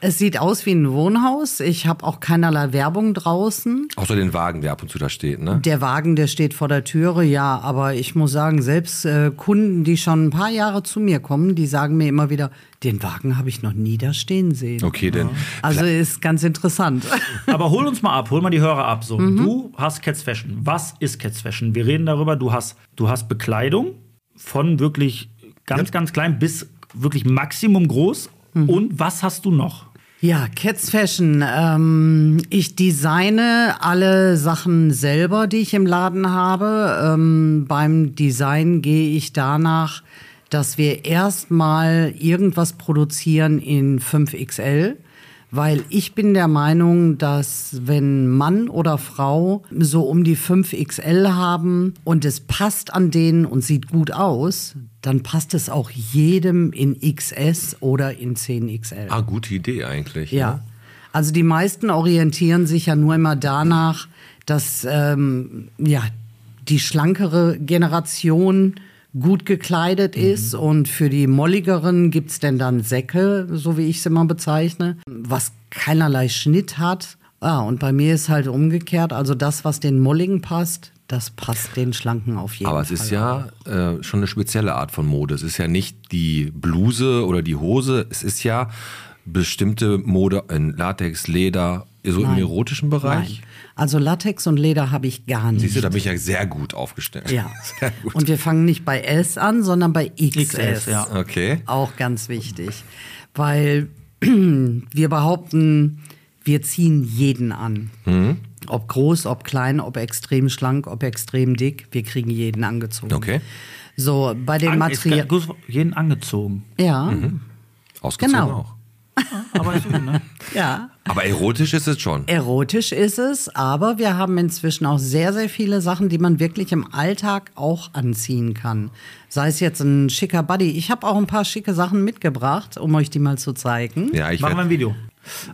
Speaker 5: Es sieht aus wie ein Wohnhaus. Ich habe auch keinerlei Werbung draußen.
Speaker 2: Außer den Wagen, der ab und zu da steht, ne?
Speaker 5: Der Wagen, der steht vor der Türe, ja, aber ich muss sagen, selbst äh, Kunden, die schon ein paar Jahre zu mir kommen, die sagen mir immer wieder, den Wagen habe ich noch nie da stehen sehen.
Speaker 2: Okay, denn
Speaker 5: Also ist ganz interessant.
Speaker 3: Aber hol uns mal ab, hol mal die Hörer ab.
Speaker 5: Mhm.
Speaker 3: So, du hast Cats Fashion. Was ist Cats Fashion? Wir reden darüber, du hast, du hast Bekleidung von wirklich ganz, ganz klein bis wirklich Maximum groß.
Speaker 5: Mhm.
Speaker 3: Und was hast du noch?
Speaker 5: Ja, Cats Fashion. Ähm, ich designe alle Sachen selber, die ich im Laden habe. Ähm, beim Design gehe ich danach, dass wir erstmal irgendwas produzieren in 5XL. Weil ich bin der Meinung, dass wenn Mann oder Frau so um die 5XL haben und es passt an denen und sieht gut aus, dann passt es auch jedem in XS oder in 10XL.
Speaker 2: Ah, gute Idee eigentlich.
Speaker 5: Ja.
Speaker 2: ne?
Speaker 5: Also die meisten orientieren sich ja nur immer danach, dass ähm, ja, die schlankere Generation gut gekleidet
Speaker 2: Mhm.
Speaker 5: ist und für die molligeren gibt's denn dann Säcke, so wie ich es immer bezeichne, was keinerlei Schnitt hat. Ah, und bei mir ist halt umgekehrt, also das, was den Molligen passt, das passt den Schlanken auf jeden
Speaker 2: Aber es
Speaker 5: Fall.
Speaker 2: ist ja äh, schon eine spezielle Art von Mode. Es ist ja nicht die Bluse oder die Hose. Es ist ja bestimmte Mode in Latex, Leder, so im erotischen Bereich.
Speaker 5: Nein. Also Latex und Leder habe ich gar nicht.
Speaker 2: Siehst du, da bin ich ja sehr gut aufgestellt.
Speaker 5: Ja.
Speaker 2: Sehr gut.
Speaker 5: Und wir fangen nicht bei S an, sondern bei XS.
Speaker 3: XS, ja.
Speaker 2: okay.
Speaker 5: Auch ganz wichtig. Weil wir behaupten, wir ziehen jeden an. Ob groß, ob klein, ob extrem schlank, ob extrem dick, wir kriegen jeden angezogen.
Speaker 2: Okay.
Speaker 5: So, bei den
Speaker 3: An- ist
Speaker 5: Materialien.
Speaker 3: ganz groß- jeden angezogen.
Speaker 5: Ja,
Speaker 2: Ausgezogen
Speaker 5: Genau.
Speaker 2: auch.
Speaker 3: Aber ist so, ne?
Speaker 5: ja.
Speaker 2: Aber erotisch ist es
Speaker 5: Äh,
Speaker 2: schon.
Speaker 5: Erotisch ist es, aber wir haben inzwischen auch sehr, sehr viele Sachen, die man wirklich im Alltag auch anziehen kann. Sei es jetzt ein schicker Buddy. Ich habe auch ein paar schicke Sachen mitgebracht, um euch die mal zu zeigen.
Speaker 2: Ja, ich
Speaker 3: Machen wir
Speaker 2: werd,
Speaker 3: ein Video.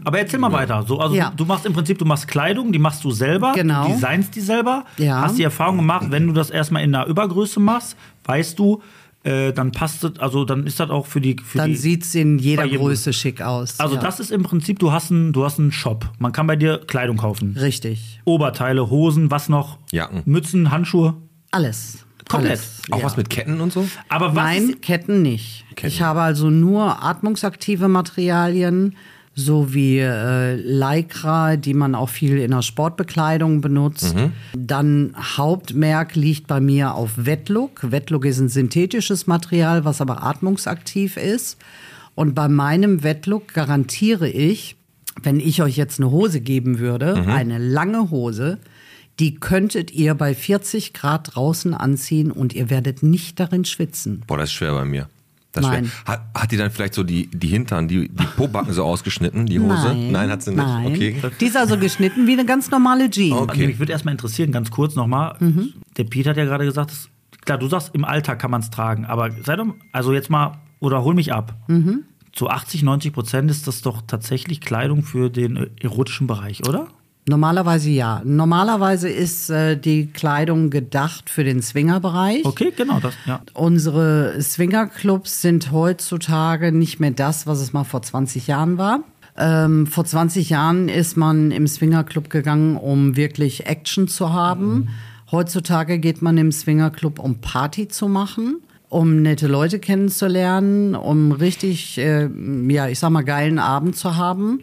Speaker 3: Aber erzähl mal weiter. So, also
Speaker 5: Ja.
Speaker 3: du machst im Prinzip, du machst Kleidung, die machst du selber,
Speaker 5: Genau.
Speaker 3: du designst die selber,
Speaker 5: Ja.
Speaker 3: hast die Erfahrung gemacht, wenn du das erstmal in einer Übergröße machst, weißt du, äh, dann passt das, also dann ist das auch für die. Für
Speaker 5: Dann
Speaker 3: die
Speaker 5: sieht es in jeder
Speaker 3: bei jedem-
Speaker 5: Größe schick aus.
Speaker 3: also
Speaker 5: ja.
Speaker 3: das ist im Prinzip, du hast einen, du hast einen Shop. Man kann bei dir Kleidung kaufen.
Speaker 5: Richtig.
Speaker 3: Oberteile, Hosen, was noch?
Speaker 2: Jacken.
Speaker 3: Mützen, Handschuhe.
Speaker 5: Alles.
Speaker 3: Komplett.
Speaker 5: Alles.
Speaker 2: auch was mit Ketten und so?
Speaker 3: Aber was
Speaker 5: Nein,
Speaker 3: ist,
Speaker 5: Ketten nicht.
Speaker 2: Ketten.
Speaker 5: Ich habe also nur atmungsaktive Materialien, so wie äh, Lycra, die man auch viel in der Sportbekleidung benutzt.
Speaker 3: Mhm.
Speaker 5: Dann Hauptmerk liegt bei mir auf Wetlook. Wetlook ist ein synthetisches Material, was aber atmungsaktiv ist. Und bei meinem Wetlook garantiere ich, wenn ich euch jetzt eine Hose geben würde,
Speaker 3: Mhm.
Speaker 5: eine lange Hose, die könntet ihr bei 40 Grad draußen anziehen und ihr werdet nicht darin schwitzen.
Speaker 2: Boah, das ist schwer bei mir. Das ist
Speaker 5: Nein.
Speaker 2: Schwer. Hat, hat die dann vielleicht so die, die Hintern, die, die Pobacken so ausgeschnitten, die Hose? hat sie nicht.
Speaker 5: Nein.
Speaker 2: Okay.
Speaker 5: Die ist also geschnitten wie eine ganz normale Jeans.
Speaker 2: Okay.
Speaker 3: Also mich würde erstmal interessieren, ganz kurz nochmal. Der Pete hat ja gerade gesagt, dass, klar, du sagst, im Alltag kann man es tragen, aber sei doch, also jetzt mal, oder hol mich ab. Zu 80, 90 Prozent ist das doch tatsächlich Kleidung für den äh, erotischen Bereich, oder?
Speaker 5: Normalerweise ja. Normalerweise ist äh, die Kleidung gedacht für den Swingerbereich.
Speaker 3: Okay, genau, das, ja.
Speaker 5: Unsere Swingerclubs sind heutzutage nicht mehr das, was es mal vor 20 Jahren war. Ähm, vor 20 Jahren ist man im Swingerclub gegangen, um wirklich Action zu haben. Heutzutage geht man im Swingerclub, um Party zu machen, um nette Leute kennenzulernen, um richtig, äh, ja, ich sag mal, geilen Abend zu haben.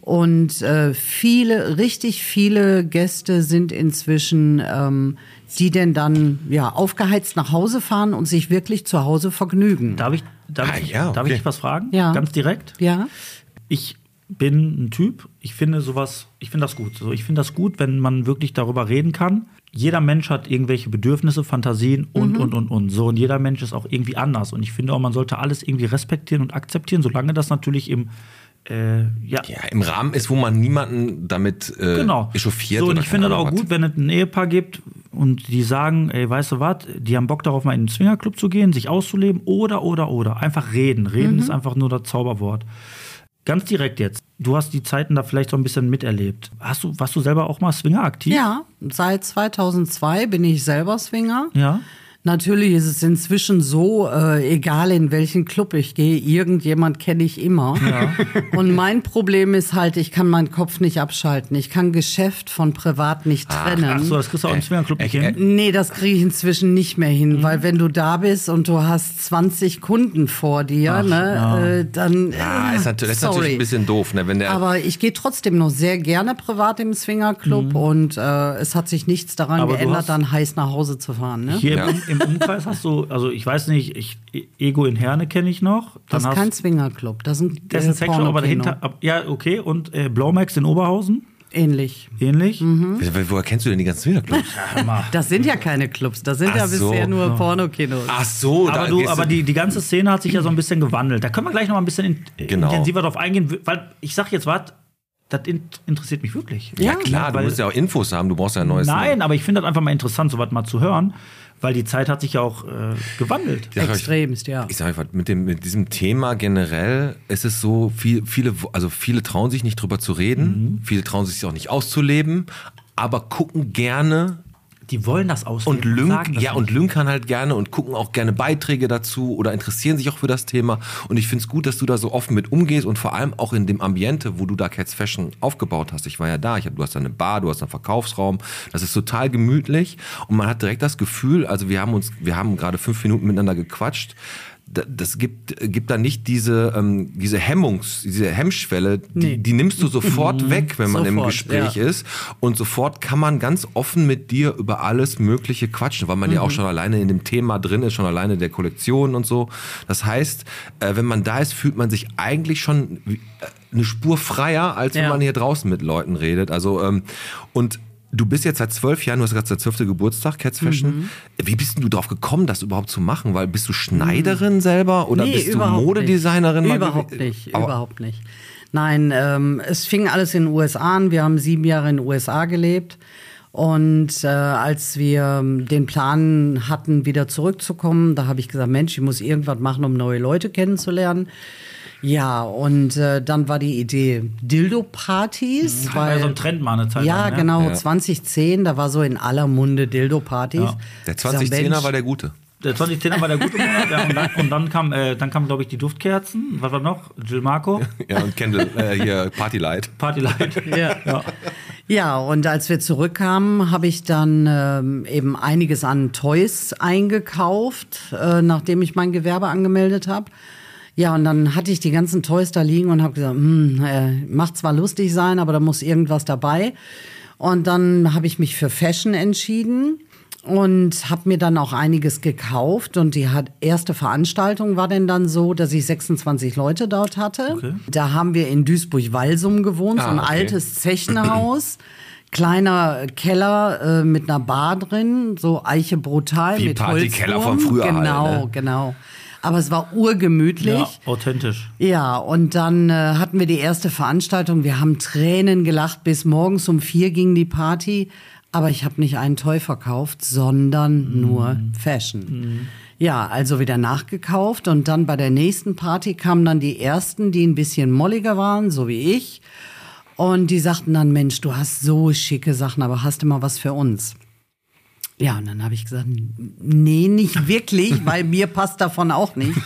Speaker 5: Und äh, viele, richtig viele Gäste sind inzwischen, ähm, die denn dann ja aufgeheizt nach Hause fahren und sich wirklich zu Hause vergnügen.
Speaker 3: Darf ich, darf,
Speaker 2: Ah,
Speaker 3: ich,
Speaker 2: ja,
Speaker 3: darf ich
Speaker 2: okay.
Speaker 3: dich was fragen?
Speaker 5: Ja.
Speaker 3: Ganz direkt?
Speaker 5: Ja,
Speaker 3: ich bin ein Typ, ich finde sowas, ich finde das gut. So, ich finde das gut, wenn man wirklich darüber reden kann. Jeder Mensch hat irgendwelche Bedürfnisse, Fantasien und, und, und, und. So, und jeder Mensch ist auch irgendwie anders. Und ich finde auch, man sollte alles irgendwie respektieren und akzeptieren, solange das natürlich im, äh, ja,
Speaker 2: Ja, im Rahmen ist, wo man niemanden damit äh,
Speaker 3: genau.
Speaker 2: echauffiert
Speaker 3: So, und
Speaker 2: oder
Speaker 3: ich
Speaker 2: keine
Speaker 3: finde das
Speaker 2: Ahnung
Speaker 3: auch
Speaker 2: was.
Speaker 3: gut, wenn es ein Ehepaar gibt und die sagen, ey, weißt du was, die haben Bock darauf, mal in den Swingerclub zu gehen, sich auszuleben oder, oder, oder. Einfach reden.
Speaker 5: Mhm.
Speaker 3: Reden ist einfach nur das Zauberwort. Ganz direkt jetzt. Du hast die Zeiten da vielleicht so ein bisschen miterlebt. Hast du, warst du selber auch mal Swinger aktiv?
Speaker 5: ja. Seit 2002 bin ich selber Swinger.
Speaker 3: Ja.
Speaker 5: Natürlich ist es inzwischen so, äh, egal in welchen Club ich gehe, irgendjemand kenne ich immer. Und mein Problem ist halt, ich kann meinen Kopf nicht abschalten. Ich kann Geschäft von privat nicht trennen.
Speaker 3: Ach so, das kriegst du
Speaker 2: Äh,
Speaker 3: auch im Swingerclub nicht hin.
Speaker 5: Nee, das kriege ich inzwischen nicht mehr hin, weil wenn du da bist und du hast 20 Kunden vor dir, ne, äh, dann
Speaker 2: Ja, Ah,
Speaker 5: äh,
Speaker 2: ist natürlich, ist
Speaker 5: sorry.
Speaker 2: natürlich ein bisschen doof, ne? Wenn der,
Speaker 5: Aber ich gehe trotzdem noch sehr gerne privat im Swingerclub und äh, es hat sich nichts daran
Speaker 3: Aber du hast-
Speaker 5: geändert, dann heiß nach Hause zu fahren. Ne?
Speaker 3: Hier
Speaker 2: Ja.
Speaker 3: im, im Umkreis hast du, also ich weiß nicht, ich, Ego in Herne kenne ich noch. Dann
Speaker 5: Das ist
Speaker 3: hast,
Speaker 5: kein Swingerclub, das ist ein,
Speaker 3: das ist ein Sexshop, aber
Speaker 5: Pornokino.
Speaker 3: dahinter, ab, ja, okay. Und äh, Blaumax in Oberhausen,
Speaker 5: Ähnlich.
Speaker 3: ähnlich.
Speaker 5: Mhm. hm?
Speaker 2: Wo- woher kennst du denn die ganzen Swingerclubs?
Speaker 5: Das sind ja keine Clubs, das sind
Speaker 2: Ach
Speaker 5: ja
Speaker 2: so. Ah,
Speaker 5: bisher nur Pornokinos.
Speaker 2: Ach so,
Speaker 3: Aber,
Speaker 2: da
Speaker 3: du,
Speaker 2: gehst
Speaker 3: aber die, die ganze Szene hat sich ja so ein bisschen gewandelt. Da können wir gleich noch mal ein bisschen in, äh,
Speaker 2: Genau.
Speaker 3: intensiver drauf eingehen, weil ich sag jetzt was, das in, interessiert mich wirklich.
Speaker 2: Ja, klar, du
Speaker 3: weil-
Speaker 2: musst ja auch Infos haben, du brauchst ja ein neues.
Speaker 3: Nein, aber ich finde das einfach mal interessant, sowas mal zu hören, weil die Zeit hat sich ja auch äh, gewandelt.
Speaker 2: Ich sag euch-
Speaker 5: Extremst, ja.
Speaker 2: Ich sage einfach, mit, dem, mit diesem Thema generell ist es so, viel, viele, also viele trauen sich nicht drüber zu reden,
Speaker 3: Mhm.
Speaker 2: viele trauen sich auch nicht auszuleben, aber gucken gerne
Speaker 3: Die wollen das ausleben.
Speaker 2: und lünk,
Speaker 3: sagen das
Speaker 2: ja,
Speaker 3: nicht.
Speaker 2: und lünkern halt gerne und gucken auch gerne Beiträge dazu oder interessieren sich auch für das Thema. Und ich finde es gut, dass du da so offen mit umgehst und vor allem auch in dem Ambiente, wo du da Cats Fashion aufgebaut hast. Ich war ja da, ich hab, du hast da eine Bar, du hast einen Verkaufsraum. Das ist total gemütlich und man hat direkt das Gefühl, also wir haben uns, wir haben gerade fünf Minuten miteinander gequatscht. Da- Das gibt, gibt dann nicht diese, ähm, diese Hemmungs-, diese Hemmschwelle, die, die nimmst du sofort weg, wenn man im
Speaker 5: Sofort,
Speaker 2: Gespräch
Speaker 5: ja.
Speaker 2: ist. Und sofort kann man ganz offen mit dir über alles Mögliche quatschen, weil man ja auch
Speaker 5: Mhm.
Speaker 2: schon alleine in dem Thema drin ist, schon alleine der Kollektion und so. Das heißt, äh, wenn man da ist, fühlt man sich eigentlich schon wie- äh, eine Spur freier, als wenn
Speaker 5: Ja.
Speaker 2: man hier draußen mit Leuten redet. Also, ähm, und Du bist jetzt seit zwölf Jahren, du hast gerade seit zwölfte Geburtstag, Cats
Speaker 5: Mhm.
Speaker 2: Fashion. Wie bist denn du drauf gekommen, das überhaupt zu machen? Weil bist du Schneiderin selber oder
Speaker 5: Mhm. Nee,
Speaker 2: bist du
Speaker 5: überhaupt
Speaker 2: Modedesignerin?
Speaker 5: Nicht.
Speaker 2: Mal
Speaker 5: Überhaupt
Speaker 2: gew-
Speaker 5: nicht,
Speaker 2: Aber-
Speaker 5: überhaupt nicht. Nein, ähm, es fing alles in den USA an. Wir haben sieben Jahre in den USA gelebt. Und äh, als wir ähm, den Plan hatten, wieder zurückzukommen, da habe ich gesagt, Mensch, ich muss irgendwas machen, um neue Leute kennenzulernen. Ja, und äh, dann war die Idee Dildo-Partys.
Speaker 2: Mhm.
Speaker 3: Das war ja
Speaker 5: weil
Speaker 2: Also
Speaker 3: so ein Trend mal eine Zeit
Speaker 5: ja,
Speaker 3: lang, ne?
Speaker 5: genau, 2010, da war so in aller Munde Dildo-Partys.
Speaker 2: Der
Speaker 5: Ich sag,
Speaker 2: 2010er
Speaker 5: Mensch,
Speaker 2: war der Gute.
Speaker 3: Der 2010er war der gute Monat. Ja, und, dann, und dann kam, äh, dann kam glaube ich, die Duftkerzen. Was war noch? Jill Marco,
Speaker 2: Ja, und Kendall, äh, hier Party Light.
Speaker 3: Party Light.
Speaker 5: Ja. Ja, und als wir zurückkamen, habe ich dann ähm, eben einiges an Toys eingekauft, äh, nachdem ich mein Gewerbe angemeldet habe. Ja, und dann hatte ich die ganzen Toys da liegen und habe gesagt, hm, äh, macht zwar lustig sein, aber da muss irgendwas dabei. Und dann habe ich mich für Fashion entschieden und habe mir dann auch einiges gekauft und die hat, erste Veranstaltung war denn dann so, dass ich 26 Leute dort hatte. Da haben wir in Duisburg-Walsum gewohnt, so ein
Speaker 2: Ah, okay.
Speaker 5: altes Zechenhaus, kleiner Keller äh, mit einer Bar drin, so Eiche brutal
Speaker 2: Wie
Speaker 5: mit
Speaker 2: Partykeller
Speaker 5: Holzwurm.
Speaker 2: von früher halt,
Speaker 5: Genau,
Speaker 2: ne?
Speaker 5: genau. Aber es war urgemütlich.
Speaker 3: Ja, authentisch.
Speaker 5: Ja, und dann äh, hatten wir die erste Veranstaltung. Wir haben Tränen gelacht. Bis morgens um vier ging die Party. Aber ich habe nicht einen Toy verkauft,
Speaker 2: Mhm.
Speaker 5: sondern nur Fashion. Ja, also wieder nachgekauft. Und dann bei der nächsten Party kamen dann die ersten, die ein bisschen molliger waren, so wie ich. Und die sagten dann, Mensch, du hast so schicke Sachen, aber hast du mal was für uns? Ja, und dann habe ich gesagt, nee, nicht wirklich, weil mir passt davon auch nichts.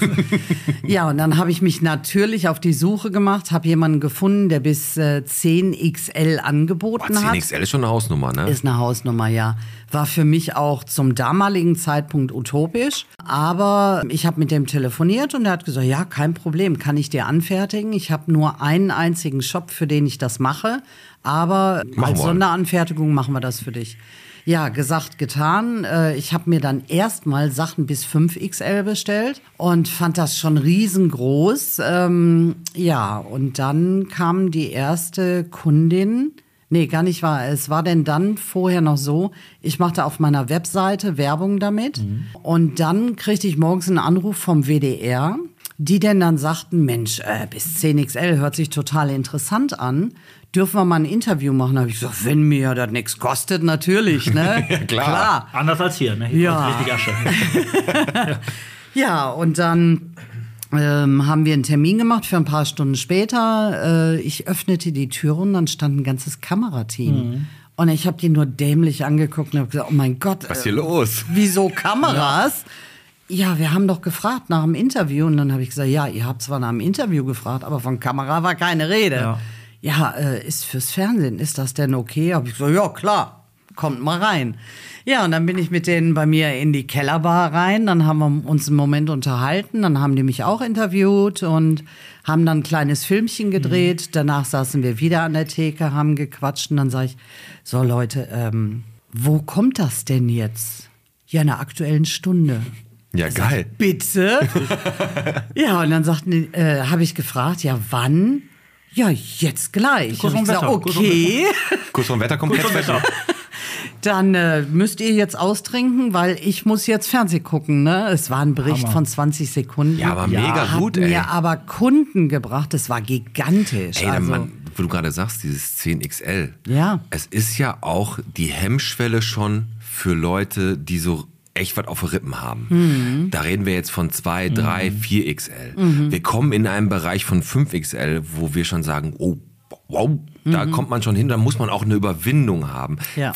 Speaker 5: Ja, und dann habe ich mich natürlich auf die Suche gemacht, habe jemanden gefunden, der bis äh, 10XL angeboten
Speaker 2: Boah,
Speaker 5: hat.
Speaker 2: 10XL ist schon eine Hausnummer, ne?
Speaker 5: Ist eine Hausnummer, ja. War für mich auch zum damaligen Zeitpunkt utopisch. Aber ich habe mit dem telefoniert und er hat gesagt, ja, kein Problem, kann ich dir anfertigen. Ich habe nur einen einzigen Shop, für den ich das mache. Aber als
Speaker 2: wir.
Speaker 5: Sonderanfertigung machen wir das für dich. Ja, gesagt, getan. Äh, Ich habe mir dann erstmal Sachen bis 5XL bestellt und fand das schon riesengroß. Ähm, ja, und dann kam die erste Kundin. Nee, gar nicht wahr. Es war denn dann vorher noch so, ich machte auf meiner Webseite Werbung damit und dann kriegte ich morgens einen Anruf vom WDR, die denn dann sagten, Mensch, äh, bis 10XL hört sich total interessant an. Dürfen wir mal ein Interview machen? Da habe ich gesagt, wenn mir das nichts kostet, natürlich, ne? ja,
Speaker 2: klar.
Speaker 3: Anders als hier, ne? Hier
Speaker 5: Ja.
Speaker 3: kommt richtig Asche.
Speaker 5: Ja, und dann ähm, haben wir einen Termin gemacht für ein paar Stunden später. Äh, ich öffnete die Türe und dann stand ein ganzes Kamerateam. Und ich habe die nur dämlich angeguckt und habe gesagt, oh mein Gott,
Speaker 2: Was ist
Speaker 5: äh,
Speaker 2: hier los?
Speaker 5: wieso Kameras? Ja. wir haben doch gefragt nach dem Interview. Und dann habe ich gesagt, ja, ihr habt zwar nach dem Interview gefragt, aber von Kamera war keine Rede.
Speaker 3: Ja.
Speaker 5: Ja, äh, ist fürs Fernsehen, ist das denn okay? Habe ich gesagt, ja, klar, kommt mal rein. Ja, und dann bin ich mit denen bei mir in die Kellerbar rein. Dann haben wir uns einen Moment unterhalten. Dann haben die mich auch interviewt und haben dann ein kleines Filmchen gedreht. Danach saßen wir wieder an der Theke, haben gequatscht. Und dann sage ich, so Leute, ähm, wo kommt das denn jetzt? Ja, in der aktuellen Stunde.
Speaker 2: Ja, geil.
Speaker 5: Bitte? ja, und dann sagten die, äh, habe ich gefragt, ja, wann? Ja, jetzt gleich.
Speaker 3: Kurz
Speaker 5: Hab
Speaker 3: vom
Speaker 5: ich gesagt,
Speaker 3: Wetter, kurz vom
Speaker 5: okay,
Speaker 2: Kurz vom Wetter kommt jetzt
Speaker 3: Genau.
Speaker 2: Wetter.
Speaker 5: dann äh, müsst ihr jetzt austrinken, weil ich muss jetzt Fernsehen gucken. Ne? Es war ein Bericht
Speaker 3: Hammer.
Speaker 5: von 20 Sekunden.
Speaker 2: Ja, aber mega
Speaker 5: hat
Speaker 2: gut,
Speaker 5: mir
Speaker 2: ey.
Speaker 5: aber Kunden gebracht. Das war gigantisch.
Speaker 2: Ey, der
Speaker 5: also,
Speaker 2: Mann, wo du gerade sagst, dieses 10XL.
Speaker 5: Ja.
Speaker 2: Es ist ja auch die Hemmschwelle schon für Leute, die so echt was auf den Rippen haben.
Speaker 5: Mhm.
Speaker 2: Da reden wir jetzt von 2, 3, 4XL. Wir kommen in einen Bereich von 5XL, wo wir schon sagen, oh, wow, da kommt man schon hin, da muss man auch eine Überwindung haben.
Speaker 5: Mhm. Ja.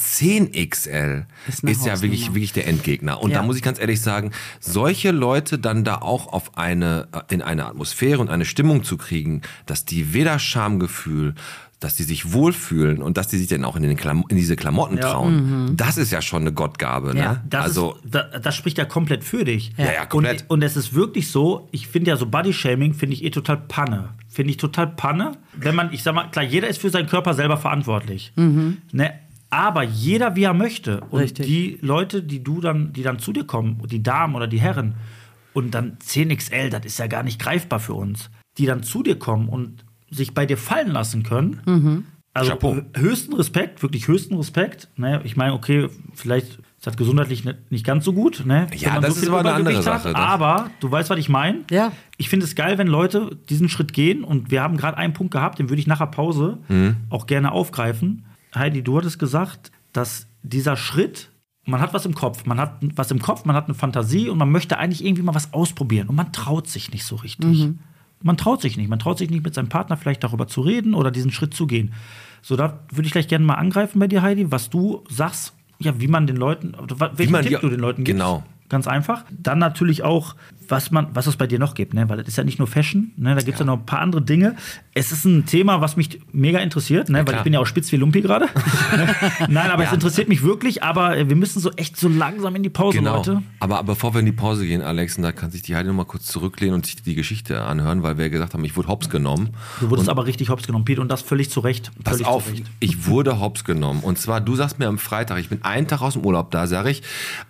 Speaker 2: 10XL
Speaker 5: Ist
Speaker 2: ist, ja
Speaker 5: eine
Speaker 2: wirklich,
Speaker 5: Hausnummer.
Speaker 2: wirklich der Endgegner. Und
Speaker 5: Ja.
Speaker 2: da muss ich ganz ehrlich sagen, solche Leute dann da auch auf eine, in eine Atmosphäre und eine Stimmung zu kriegen, dass die weder Schamgefühl, dass die sich wohlfühlen und dass die sich dann auch in, den Klam in diese Klamotten trauen, das ist ja schon eine Gottgabe.
Speaker 5: Ja,
Speaker 2: ne?
Speaker 3: Mhm. Das,
Speaker 2: also,
Speaker 3: ist, da, das spricht ja komplett für dich.
Speaker 2: Ja, ja, komplett.
Speaker 3: Und, und es ist wirklich so, ich finde ja so Bodyshaming finde ich eh total Panne. Finde ich total Panne. Wenn man, ich sag mal, klar, jeder ist für seinen Körper selber verantwortlich. Ne? Aber jeder, wie er möchte. Und
Speaker 5: Richtig.
Speaker 3: die Leute, die du dann, die dann zu dir kommen, die Damen oder die Herren, und dann 10XL, das ist ja gar nicht greifbar für uns, die dann zu dir kommen und sich bei dir fallen lassen können, also
Speaker 2: Chapeau.
Speaker 3: hö- höchsten Respekt, wirklich höchsten Respekt. Ne? Ich meine, okay, vielleicht ist das gesundheitlich nicht, nicht ganz so gut. Ne?
Speaker 2: Ja,
Speaker 3: Wenn man
Speaker 2: das ist aber eine andere
Speaker 3: Übergewicht
Speaker 2: Sache, das-
Speaker 3: aber du weißt, was ich meine.
Speaker 5: Ja.
Speaker 3: Ich finde es geil, wenn Leute diesen Schritt gehen. Und wir haben gerade einen Punkt gehabt, den würde ich nachher Pause
Speaker 2: Mhm.
Speaker 3: auch gerne aufgreifen. Heidi, du hattest gesagt, dass dieser Schritt, man hat was im Kopf, man hat was im Kopf, man hat eine Fantasie und man möchte eigentlich irgendwie mal was ausprobieren. Und man traut sich nicht so richtig. Man traut sich nicht. Man traut sich nicht, mit seinem Partner vielleicht darüber zu reden oder diesen Schritt zu gehen. So, da würde ich gleich gerne mal angreifen bei dir, Heidi, was du sagst, ja, wie man den Leuten, welchen
Speaker 2: man die-
Speaker 3: Tipp du den Leuten gibst.
Speaker 2: Genau.
Speaker 3: Ganz einfach. Dann natürlich auch, was, man, was es bei dir noch gibt, ne? weil das ist ja nicht nur Fashion, ne? da gibt es ja. noch ein paar andere Dinge. Es ist ein Thema, was mich mega interessiert, ne? weil ich
Speaker 2: klar.
Speaker 3: bin ja auch spitz wie Lumpi gerade. Nein, aber es interessiert mich wirklich, aber äh, wir müssen so echt so langsam in die Pause,
Speaker 2: genau.
Speaker 3: Leute.
Speaker 2: Aber bevor wir in die Pause gehen, Alex, und da kann sich die Heidi nochmal kurz zurücklehnen und sich die Geschichte anhören, weil wir gesagt haben, ich wurde hops genommen.
Speaker 3: Du wurdest aber richtig hops genommen, Pete, und das völlig zu Recht.
Speaker 2: Pass
Speaker 3: völlig
Speaker 2: auf,
Speaker 3: Zu Recht.
Speaker 2: ich wurde hops genommen. Und zwar, du sagst mir am Freitag, ich bin einen Tag aus dem Urlaub da, sag ich,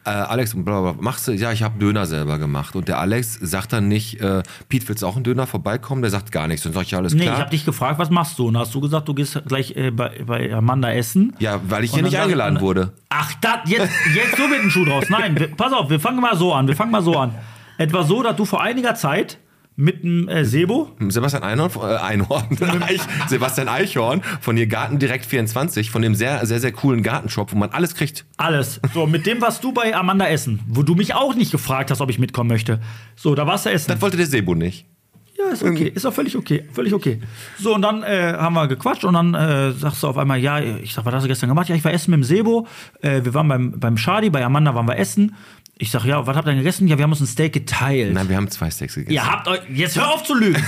Speaker 2: äh, Alex, bla, bla, bla, machst du, ja, ich habe Döner selber gemacht. Und der Alex sagt dann nicht, äh, Piet, willst du auch einen Döner vorbeikommen? Der sagt gar nichts. Und sag ich, ja, alles
Speaker 3: Nee,
Speaker 2: klar.
Speaker 3: ich habe dich gefragt, was machst du? Und hast du gesagt, du gehst gleich äh, bei, bei Amanda essen.
Speaker 2: ja, weil ich
Speaker 3: Und
Speaker 2: hier
Speaker 3: dann
Speaker 2: nicht
Speaker 3: sag ich-
Speaker 2: eingeladen wurde.
Speaker 3: Ach, das, jetzt, jetzt so wird ein Schuh draus. Nein, wir, pass auf, wir fangen mal so an. Wir fangen mal so an. Etwa so, dass du vor einiger Zeit mit einem äh, Sebo,
Speaker 2: Sebastian Einhorn, äh, Einhorn Eich, Sebastian Eichhorn von hier Garten Direkt 24, von dem sehr, sehr, sehr coolen Gartenshop, wo man alles kriegt.
Speaker 3: alles. So, mit dem warst du bei Amanda Essen, wo du mich auch nicht gefragt hast, ob ich mitkommen möchte. So, da warst du essen.
Speaker 2: Das wollte der Sebo nicht.
Speaker 3: Ja, ist okay. Ist auch völlig okay. Völlig okay. So, und dann äh, haben wir gequatscht und dann äh, sagst du auf einmal, ja, ich sag, was hast du gestern gemacht? Ja, ich war essen mit dem Sebo. Äh, wir waren beim, beim Shadi, bei Amanda waren wir essen. Ich sag, ja, was habt ihr denn gegessen? Ja, wir haben uns ein Steak geteilt.
Speaker 2: Nein, wir haben zwei Steaks gegessen.
Speaker 3: Ihr habt euch, jetzt hör auf zu lügen.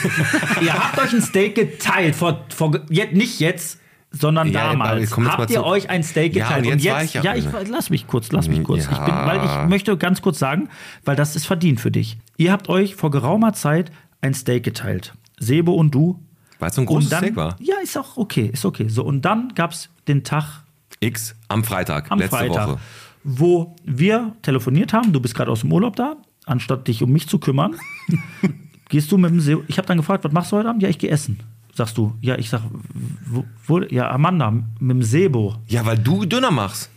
Speaker 3: ihr habt euch ein Steak geteilt, vor, vor, jetzt, nicht jetzt, sondern
Speaker 2: Ja, aber ich
Speaker 3: damals.
Speaker 2: komm jetzt mal
Speaker 3: Habt ihr
Speaker 2: zu-
Speaker 3: euch ein Steak
Speaker 2: Ja,
Speaker 3: geteilt?
Speaker 2: und jetzt war ich ja-
Speaker 3: ja, ich, lass mich kurz, lass mich kurz. Ich bin,
Speaker 2: Ja.
Speaker 3: weil ich möchte ganz kurz sagen, weil das ist verdient für dich. Ihr habt euch vor geraumer Zeit ein Steak geteilt. Sebo und du.
Speaker 2: Weil es so ein großes
Speaker 3: und dann,
Speaker 2: Steak war.
Speaker 3: Ja, ist auch okay, ist okay. So, und dann gab es den Tag
Speaker 2: X am Freitag,
Speaker 3: am
Speaker 2: letzte
Speaker 3: Freitag,
Speaker 2: Woche.
Speaker 3: wo wir telefoniert haben. Du bist gerade aus dem Urlaub da, anstatt dich um mich zu kümmern. gehst du mit dem See Ich habe dann gefragt, was machst du heute Abend? Ja, ich gehe essen. Sagst du, ja, ich sag, wo, wo, ja, Amanda, mit dem Sebo.
Speaker 2: Ja, weil du Döner machst.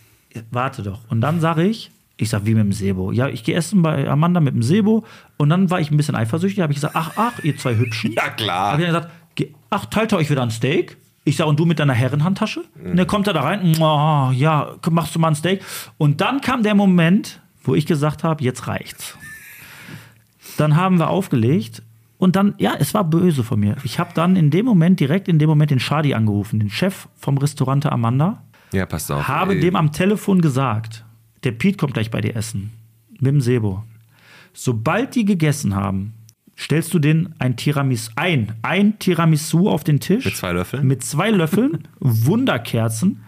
Speaker 3: Warte doch. Und dann sage ich, ich sag, wie mit dem Sebo? Ja, ich gehe essen bei Amanda mit dem Sebo. Und dann war ich ein bisschen eifersüchtig, habe ich gesagt, ach, ach, ihr zwei Hübschen.
Speaker 2: Ja, klar.
Speaker 3: Hab ich dann gesagt, "Ge- ach, teilt ihr euch wieder ein Steak? Ich sag, und du mit deiner Herrenhandtasche?
Speaker 2: Mhm.
Speaker 3: Und dann kommt er da rein, oh, ja, komm, machst du mal ein Steak? Und dann kam der Moment, wo ich gesagt habe, jetzt reicht's. Dann haben wir aufgelegt und dann, ja, es war böse von mir. Ich habe dann in dem Moment, direkt in dem Moment den Shadi angerufen, den Chef vom Restaurante Amanda.
Speaker 2: Ja, passt auf. Äh,
Speaker 3: Habe
Speaker 2: Ey,
Speaker 3: dem am Telefon gesagt, der Piet kommt gleich bei dir essen. Mit dem Sebo. Sobald die gegessen haben, stellst du denen ein Tiramisu ein. Ein Tiramisu auf den Tisch.
Speaker 2: Mit zwei Löffeln?
Speaker 3: Mit zwei Löffeln, Wunderkerzen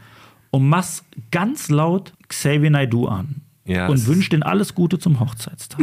Speaker 3: und machst ganz laut Xavier Naidoo an.
Speaker 2: Ja, das
Speaker 3: und
Speaker 2: ist-
Speaker 3: wünschst denen alles Gute zum Hochzeitstag.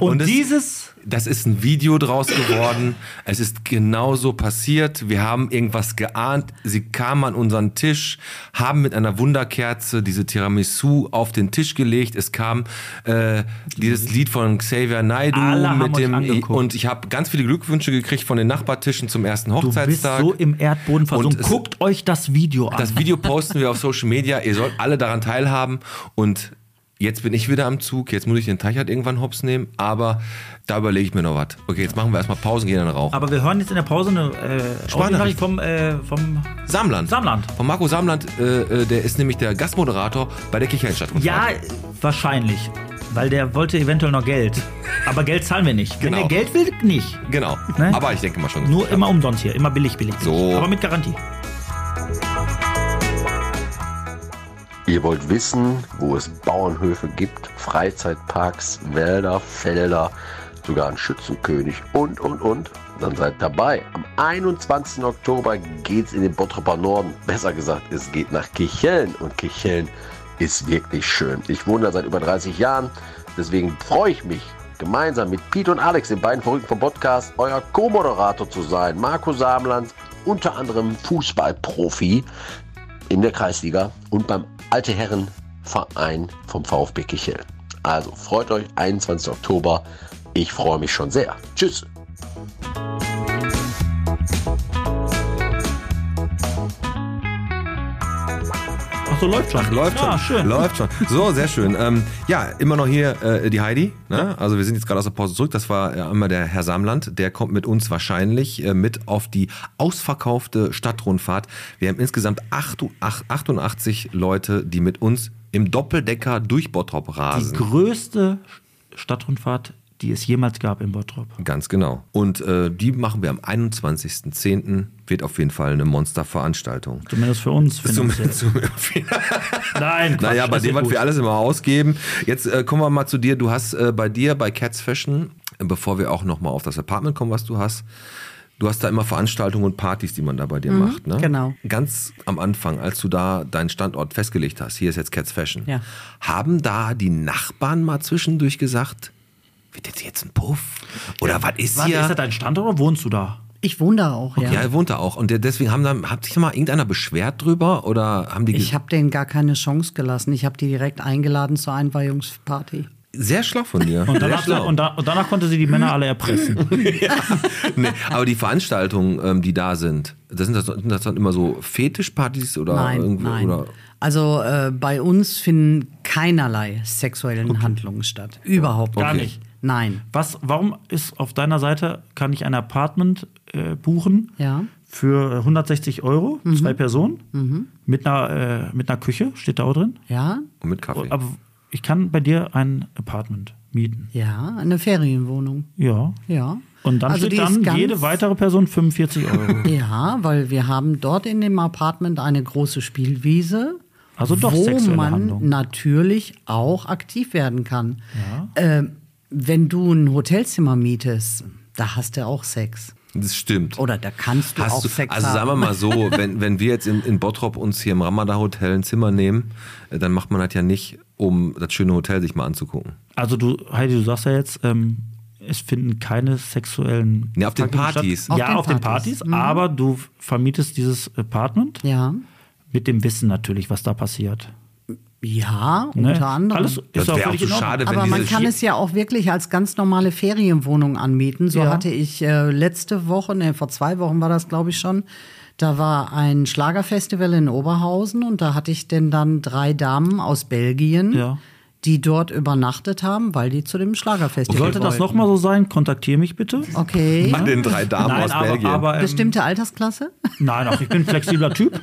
Speaker 3: und
Speaker 2: das-
Speaker 3: dieses
Speaker 2: Das ist ein Video draus geworden. Es ist genauso passiert. Wir haben irgendwas geahnt. Sie kamen an unseren Tisch, haben mit einer Wunderkerze diese Tiramisu auf den Tisch gelegt. Es kam äh, dieses Lied von Xavier Naidoo
Speaker 3: Mhm. Alle haben
Speaker 2: mit
Speaker 3: uns
Speaker 2: dem
Speaker 3: angeguckt.
Speaker 2: und ich habe ganz viele Glückwünsche gekriegt von den Nachbartischen zum ersten
Speaker 3: Du bist
Speaker 2: Hochzeitstag.
Speaker 3: so im Erdboden versunken.
Speaker 2: Und es-
Speaker 3: Guckt euch das Video an.
Speaker 2: Das Video posten wir auf Social Media. Ihr sollt alle daran teilhaben. Und jetzt bin ich wieder am Zug. Jetzt muss ich den Teichert irgendwann hops nehmen. Aber da überlege ich mir noch was. Okay, jetzt machen wir erstmal Pausen, gehen dann rauchen.
Speaker 3: Aber wir hören jetzt in der Pause eine äh, Audionachricht vom, äh, vom
Speaker 2: Samland.
Speaker 3: Samland.
Speaker 2: Von Marco Samland, äh, äh, der ist nämlich der Gastmoderator bei der Kichernstadt.
Speaker 3: Ja, wahrscheinlich. Weil der wollte eventuell noch Geld. Aber Geld zahlen wir nicht.
Speaker 2: Genau.
Speaker 3: Wenn der Geld will, nicht.
Speaker 2: Genau.
Speaker 3: Ne?
Speaker 2: Aber ich denke mal schon.
Speaker 3: Nur immer umsonst hier. Immer billig, billig. billig.
Speaker 2: So.
Speaker 3: Aber mit Garantie.
Speaker 6: Ihr wollt wissen, wo es Bauernhöfe gibt, Freizeitparks, Wälder, Felder, sogar einen Schützenkönig und, und, und? Dann seid dabei. Am 21. Oktober geht's in den Bottroper Norden. Besser gesagt, es geht nach Kicheln. Und Kicheln ist wirklich schön. Ich wohne da seit über 30 Jahren. Deswegen freue ich mich, gemeinsam mit Pete und Alex, den beiden Verrückten vom Podcast, euer Co-Moderator zu sein. Marco Samland, unter anderem Fußballprofi, in der Kreisliga und beim Alte Herrenverein vom VfB Kichel. Also freut euch, 21. Oktober. Ich freue mich schon sehr. Tschüss.
Speaker 3: Ach so, läuft schon.
Speaker 2: Läuft schon.
Speaker 3: Ah, schön.
Speaker 2: Läuft schon. So, sehr schön. Ähm, ja, immer noch hier äh, die Heidi. Ne? Also wir sind jetzt gerade aus der Pause zurück. Das war äh, einmal der Herr Samland. Der kommt mit uns wahrscheinlich äh, mit auf die ausverkaufte Stadtrundfahrt. Wir haben insgesamt 88, 88 Leute, die mit uns im Doppeldecker durch Bottrop
Speaker 3: Die
Speaker 2: rasen.
Speaker 3: größte Stadtrundfahrt, die es jemals gab in Bottrop.
Speaker 2: Ganz genau. Und äh, die machen wir am 21.10. Wird auf jeden Fall eine Monsterveranstaltung.
Speaker 3: Zumindest für uns. finanziell. Nein, Quatsch,
Speaker 2: naja, bei
Speaker 3: ist ja
Speaker 2: dem, was
Speaker 3: gut.
Speaker 2: wir alles immer ausgeben. Jetzt äh, kommen wir mal zu dir. Du hast äh, bei dir, bei Cats Fashion, äh, bevor wir auch nochmal auf das Apartment kommen, was du hast, du hast da immer Veranstaltungen und Partys, die man da bei dir macht. Ne?
Speaker 5: genau.
Speaker 2: Ganz am Anfang, als du da deinen Standort festgelegt hast, hier ist jetzt Cats Fashion,
Speaker 5: Ja.
Speaker 2: haben da die Nachbarn mal zwischendurch gesagt, wird jetzt jetzt ein Puff? Oder was ist
Speaker 3: Warte,
Speaker 2: hier?
Speaker 3: ist das dein Standort oder wohnst du da?
Speaker 5: Ich wohne da auch, ja.
Speaker 2: Ja, er wohnt da auch. Und der- deswegen haben dann, hat sich mal irgendeiner beschwert drüber oder haben die
Speaker 5: Ich
Speaker 2: ge-
Speaker 5: habe denen gar keine Chance gelassen. Ich habe die direkt eingeladen zur Einweihungsparty.
Speaker 2: sehr schlau von dir.
Speaker 3: Und
Speaker 2: sehr
Speaker 3: danach,
Speaker 2: schlau.
Speaker 3: und, da, und danach konnte sie die Männer alle erpressen.
Speaker 2: nee, aber die Veranstaltungen, ähm, die da sind, das sind das, sind das dann immer so Fetischpartys oder
Speaker 5: Nein,
Speaker 2: Äh, irgendwie
Speaker 5: nein.
Speaker 2: oder
Speaker 5: also äh, bei uns finden keinerlei sexuellen Handlungen statt. Überhaupt
Speaker 3: Gar
Speaker 2: Okay.
Speaker 3: nicht.
Speaker 5: Nein.
Speaker 3: Was, warum ist auf deiner Seite, kann ich ein Apartment äh, buchen
Speaker 5: Ja. Mhm.
Speaker 3: für 160 Euro, zwei Personen, mit, einer, äh, mit einer Küche, steht da auch drin.
Speaker 5: Ja,
Speaker 2: Und mit Kaffee.
Speaker 3: Aber ich kann bei dir ein Apartment mieten.
Speaker 5: ja, eine Ferienwohnung.
Speaker 3: Ja.
Speaker 5: Ja.
Speaker 3: Und dann
Speaker 5: Also die
Speaker 3: steht
Speaker 5: ist
Speaker 3: dann
Speaker 5: ganz-
Speaker 3: jede weitere Person 45 Euro.
Speaker 5: Ja, weil wir haben dort in dem Apartment eine große Spielwiese.
Speaker 3: Also doch
Speaker 5: wo
Speaker 3: sexuelle
Speaker 5: man
Speaker 3: Handlung.
Speaker 5: natürlich auch aktiv werden kann. Ähm, wenn du ein Hotelzimmer mietest, da hast du auch Sex.
Speaker 2: das stimmt.
Speaker 5: Oder da kannst du auch
Speaker 2: Hast du,
Speaker 5: Sex
Speaker 2: also sagen wir
Speaker 5: haben.
Speaker 2: mal so, wenn, wenn wir jetzt in, in Bottrop uns hier im Ramada Hotel ein Zimmer nehmen, äh, dann macht man das ja nicht, um das schöne Hotel sich mal anzugucken.
Speaker 3: Also du, Heidi, du sagst ja jetzt, ähm, es finden keine sexuellen.
Speaker 2: Nee, auf den
Speaker 3: Praktiken
Speaker 2: Partys.
Speaker 3: Statt.
Speaker 5: Auf
Speaker 3: ja,
Speaker 5: den
Speaker 3: auf den
Speaker 5: Partys. Mhm.
Speaker 3: Partys, aber du vermietest dieses Apartment
Speaker 5: Ja.
Speaker 3: mit dem Wissen natürlich, was da passiert.
Speaker 5: Ja, unter
Speaker 3: Ne?
Speaker 5: anderem.
Speaker 3: Alles ist
Speaker 2: Das wäre auch
Speaker 3: völlig
Speaker 2: so
Speaker 3: in Ordnung.
Speaker 2: schade, wenn
Speaker 5: Aber man
Speaker 2: diese
Speaker 5: kann
Speaker 2: Schi-
Speaker 5: es ja auch wirklich als ganz normale Ferienwohnung anmieten. So
Speaker 3: Ja.
Speaker 5: hatte ich äh, letzte Woche, ne, vor zwei Wochen war das, glaube ich, schon. Da war ein Schlagerfestival in Oberhausen und da hatte ich denn dann drei Damen aus Belgien,
Speaker 3: Ja.
Speaker 5: die dort übernachtet haben, weil die zu dem Schlagerfestival
Speaker 3: Sollte das
Speaker 5: wollten.
Speaker 3: nochmal so sein, kontaktiere mich bitte.
Speaker 5: Okay.
Speaker 3: ähm
Speaker 2: An den drei Damen
Speaker 3: Nein,
Speaker 2: aus
Speaker 3: aber,
Speaker 2: Belgien.
Speaker 3: aber ähm,
Speaker 5: Bestimmte Altersklasse?
Speaker 3: Nein, auch ich bin ein flexibler Typ.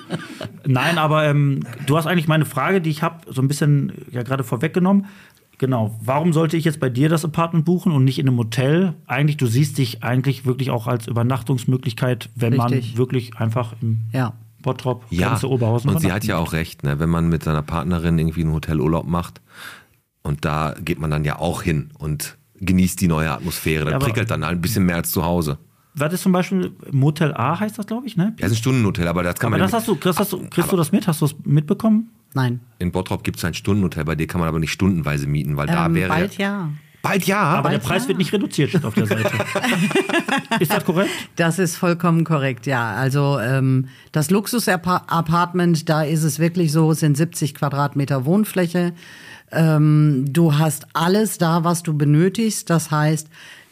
Speaker 3: Nein, aber ähm, du hast eigentlich meine Frage, die ich habe, so ein bisschen ja gerade vorweggenommen. Genau, warum sollte ich jetzt bei dir das Apartment buchen und nicht in einem Hotel? Eigentlich, du siehst dich eigentlich wirklich auch als Übernachtungsmöglichkeit, wenn
Speaker 5: Richtig.
Speaker 3: man wirklich einfach im
Speaker 5: Ja.
Speaker 3: Bottrop,
Speaker 2: Ja,
Speaker 3: Grenze Oberhausen.
Speaker 2: und sie
Speaker 3: Weihnachten.
Speaker 2: hat ja auch recht, ne? wenn man mit seiner Partnerin irgendwie einen Hotelurlaub macht und da geht man dann ja auch hin und genießt die neue Atmosphäre. Dann
Speaker 3: Ja, aber-
Speaker 2: prickelt dann ein bisschen mehr als zu Hause.
Speaker 3: War das zum Beispiel Motel A heißt das, glaube ich, ne?
Speaker 2: Ja, ist ein Stundenhotel, aber das kann
Speaker 3: Aber
Speaker 2: man
Speaker 3: das hast du, Chris, hast du, kriegst du das mit? Hast du das mitbekommen?
Speaker 5: Nein.
Speaker 2: in Bottrop gibt es ein Stundenhotel, bei dir kann man aber nicht stundenweise mieten, weil da
Speaker 5: Ähm,
Speaker 2: wäre
Speaker 5: bald ja.
Speaker 2: Bald ja.
Speaker 3: Aber der
Speaker 5: Bald
Speaker 3: Preis
Speaker 5: ja.
Speaker 3: wird nicht reduziert, steht auf der Seite. ist das korrekt?
Speaker 5: Das ist vollkommen korrekt, ja. Also ähm, das Luxus-Apartment, da ist es wirklich so, sind 70 Quadratmeter Wohnfläche. Ähm, du hast alles da, was du benötigst. Das heißt,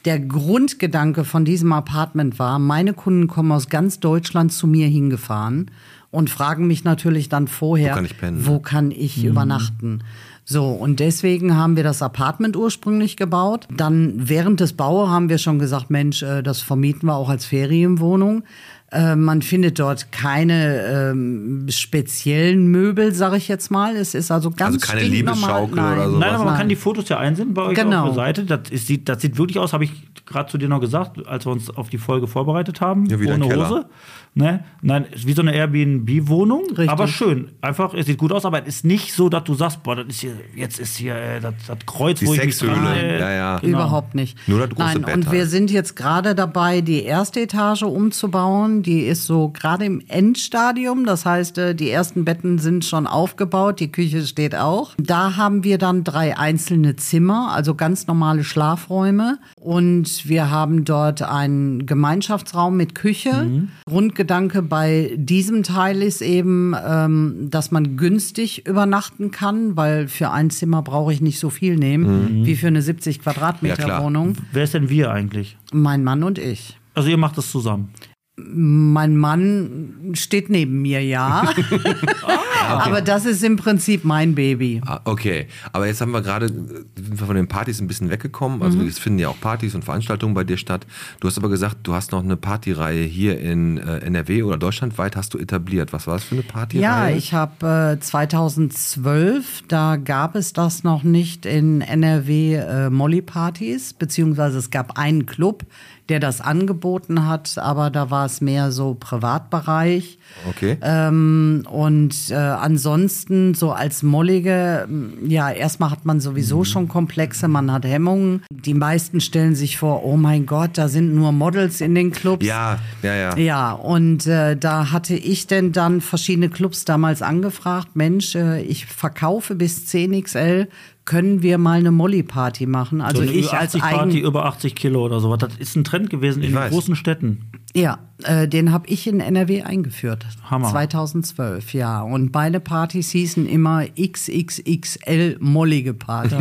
Speaker 5: der Grundgedanke von diesem Apartment war, meine Kunden kommen aus ganz Deutschland zu mir hingefahren und fragen mich natürlich dann vorher,
Speaker 2: Wo kann ich pennen, ne?
Speaker 5: wo kann ich übernachten? So, und deswegen haben wir das Apartment ursprünglich gebaut. Dann während des Baues haben wir schon gesagt, Mensch, äh, das vermieten wir auch als Ferienwohnung. Äh, Man findet dort keine ähm, speziellen Möbel, sage ich jetzt mal. Es ist also ganz
Speaker 2: Also keine
Speaker 5: stinknormal.
Speaker 2: Liebesschaukel
Speaker 5: Nein.
Speaker 2: oder so.
Speaker 3: Nein, aber man
Speaker 5: Nein.
Speaker 3: kann die Fotos ja einsenden bei euch
Speaker 5: Genau.
Speaker 3: auf der Seite. Das, ist, sieht- das sieht wirklich aus, habe ich gerade zu dir noch gesagt, als wir uns auf die Folge vorbereitet haben.
Speaker 2: Ja, wie dein
Speaker 3: ohne
Speaker 2: Keller.
Speaker 3: Hose. Ne? Nein, ist wie so eine Airbnb-Wohnung,
Speaker 5: Richtig.
Speaker 3: aber schön. Einfach, es sieht gut aus, aber es ist nicht so, dass du sagst, boah, das ist hier, jetzt ist hier äh, das, das Kreuz,
Speaker 2: Die
Speaker 3: wo ich mich
Speaker 2: Sexhöhle.
Speaker 3: dran, äh,
Speaker 2: Ja, ja.
Speaker 3: Genau.
Speaker 5: Überhaupt nicht.
Speaker 2: Nur das große
Speaker 5: Nein,
Speaker 2: Bett
Speaker 5: und wir
Speaker 2: halt.
Speaker 5: sind jetzt gerade dabei, die erste Etage umzubauen. Die ist so gerade im Endstadium. Das heißt, äh, die ersten Betten sind schon aufgebaut. Die Küche steht auch. Da haben wir dann drei einzelne Zimmer, also ganz normale Schlafräume. Und wir haben dort einen Gemeinschaftsraum mit Küche.
Speaker 2: Mhm.
Speaker 5: Grundgedanke bei diesem Teil ist eben, ähm, dass man günstig übernachten kann, weil für ein Zimmer brauche ich nicht so viel nehmen wie für eine 70 Quadratmeter.
Speaker 2: Mhm. Ja, klar.
Speaker 5: Wohnung.
Speaker 3: Wer ist denn wir eigentlich?
Speaker 5: Mein Mann und ich.
Speaker 3: Also ihr macht das zusammen.
Speaker 5: Mein Mann steht neben mir, ja. Aber das ist im Prinzip mein Baby.
Speaker 2: Ah, Okay, aber jetzt haben wir gerade äh, sind wir von den Partys ein bisschen weggekommen. Also
Speaker 5: Mhm.
Speaker 2: es finden ja auch Partys und Veranstaltungen bei dir statt. Du hast aber gesagt, du hast noch eine Partyreihe hier in äh, NRW oder deutschlandweit hast du etabliert. Was war das für eine Partyreihe?
Speaker 5: Ja, ich habe äh, 2012, da gab es das noch nicht in NRW äh, Molly-Partys, beziehungsweise es gab einen Club, der das angeboten hat, aber da war es mehr so Privatbereich.
Speaker 2: Okay.
Speaker 5: äh, Und äh, ansonsten, so als Mollige, m, ja, erstmal hat man sowieso
Speaker 3: Mhm.
Speaker 5: schon Komplexe, man hat Hemmungen. Die meisten stellen sich vor, oh mein Gott, da sind nur Models in den Clubs.
Speaker 2: ja, ja, ja.
Speaker 5: Ja, und äh, da hatte ich denn dann verschiedene Clubs damals angefragt, Mensch, äh, ich verkaufe bis 10XL, können wir mal eine Molly-Party machen? Also
Speaker 3: so eine
Speaker 5: ich
Speaker 3: über
Speaker 5: als
Speaker 3: 80 Party
Speaker 5: eigen
Speaker 3: über 80 Kilo oder sowas. Das ist ein Trend gewesen in den
Speaker 2: weiß.
Speaker 3: großen Städten.
Speaker 5: Ja, äh, den habe ich in NRW eingeführt.
Speaker 3: Hammer.
Speaker 5: 2012, ja. Und beide Partys hießen immer XXXL mollige Party.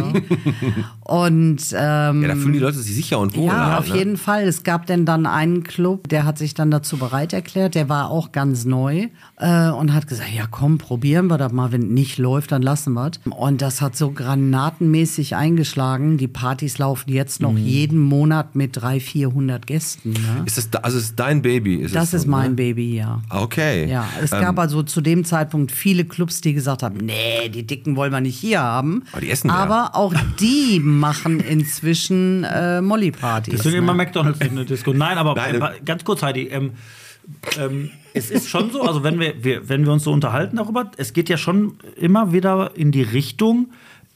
Speaker 5: Und ähm,
Speaker 2: Ja, da fühlen die Leute sich sicher und wohl.
Speaker 5: ja,
Speaker 2: halt,
Speaker 5: auf
Speaker 2: ne?
Speaker 5: jeden Fall. Es gab denn dann einen Club, der hat sich dann dazu bereit erklärt, der war auch ganz neu äh, und hat gesagt, ja komm, probieren wir das mal, wenn nicht läuft, dann lassen wir es. Und das hat so granatenmäßig eingeschlagen. Die Partys laufen jetzt noch jeden Monat mit 300, 400 Gästen. Ne?
Speaker 2: Mhm. Ist das, da- also ist dein Baby? Ist
Speaker 5: Das
Speaker 2: es
Speaker 5: ist
Speaker 2: so, ne?
Speaker 5: mein Baby, ja.
Speaker 2: Okay. Ähm,
Speaker 5: Ja, es gab also zu dem Zeitpunkt viele Clubs, die gesagt haben, nee, die Dicken wollen wir nicht hier haben.
Speaker 2: Aber die essen wir
Speaker 5: Aber auch die machen inzwischen äh, Molly-Partys. ne?
Speaker 3: Deswegen immer McDonalds in der Disco. Nein, aber
Speaker 2: Nein,
Speaker 3: äh, ganz kurz, Heidi. Ähm, ähm, es ist schon so, also wenn wir, wir, wenn wir uns so unterhalten darüber, es geht ja schon immer wieder in die Richtung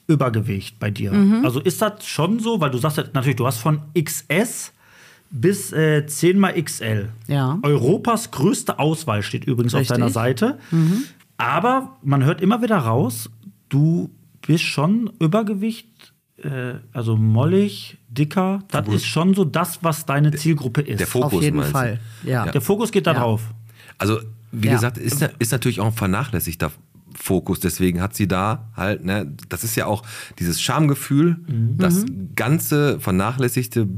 Speaker 3: Übergewicht bei dir.
Speaker 5: Mhm.
Speaker 3: Also ist das schon so, weil du sagst ja natürlich, du hast von XS bis äh, 10 mal XL.
Speaker 5: Ja.
Speaker 3: Europas größte Auswahl steht übrigens
Speaker 5: Richtig.
Speaker 3: auf deiner Seite. Aber man hört immer wieder raus, du bist schon Übergewicht, äh, also mollig, dicker. Das ist schon so das, was deine Zielgruppe ist.
Speaker 2: Der Fokus
Speaker 5: Auf jeden
Speaker 2: meinst du?
Speaker 5: Fall, ja.
Speaker 3: Der Fokus geht da drauf.
Speaker 2: Also, wie
Speaker 5: Ja.
Speaker 2: gesagt, ist, na- ist natürlich auch ein vernachlässigter Fokus. Deswegen hat sie da halt, ne, das ist ja auch dieses Schamgefühl,
Speaker 5: Mhm.
Speaker 2: das ganze vernachlässigte,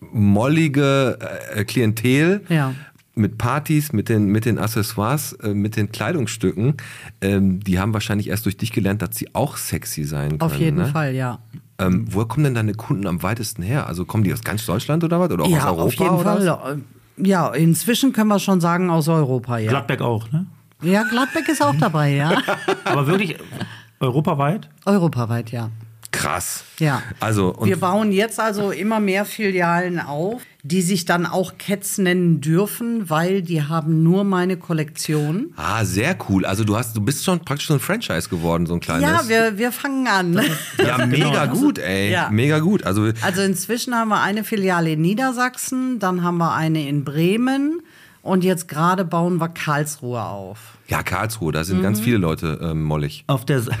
Speaker 2: mollige äh, Klientel.
Speaker 5: Ja.
Speaker 2: Mit Partys, mit den, mit den Accessoires, äh, mit den Kleidungsstücken, ähm, die haben wahrscheinlich erst durch dich gelernt, dass sie auch sexy sein können.
Speaker 5: Auf jeden
Speaker 2: ne?
Speaker 5: Fall, ja.
Speaker 2: Ähm, woher kommen denn deine Kunden am weitesten her? Also kommen die aus ganz Deutschland oder was? Oder auch aus
Speaker 5: ja,
Speaker 2: Europa?
Speaker 5: auf jeden
Speaker 2: oder was?
Speaker 5: Fall. Äh, Ja, inzwischen können wir schon sagen, aus Europa, ja.
Speaker 3: Gladbeck auch, ne?
Speaker 5: ja, Gladbeck ist auch dabei, ja.
Speaker 3: Aber wirklich europaweit?
Speaker 5: Europaweit, ja.
Speaker 2: krass.
Speaker 5: Ja.
Speaker 2: Also, und
Speaker 5: wir bauen jetzt also immer mehr Filialen auf, die sich dann auch Cats nennen dürfen, weil die haben nur meine Kollektion.
Speaker 2: ah, sehr cool. Also du hast, du bist schon praktisch so ein Franchise geworden, so ein
Speaker 5: Ja,
Speaker 2: kleines.
Speaker 5: wir, wir fangen an.
Speaker 2: ja mega gut, ey.
Speaker 5: Ja.
Speaker 2: Mega gut. Also
Speaker 5: Also inzwischen haben wir eine Filiale in Niedersachsen, dann haben wir eine in Bremen und jetzt gerade bauen wir Karlsruhe auf.
Speaker 2: ja, Karlsruhe, da sind ganz
Speaker 5: Mhm.
Speaker 2: viele Leute ähm, mollig.
Speaker 3: Auf der. Se-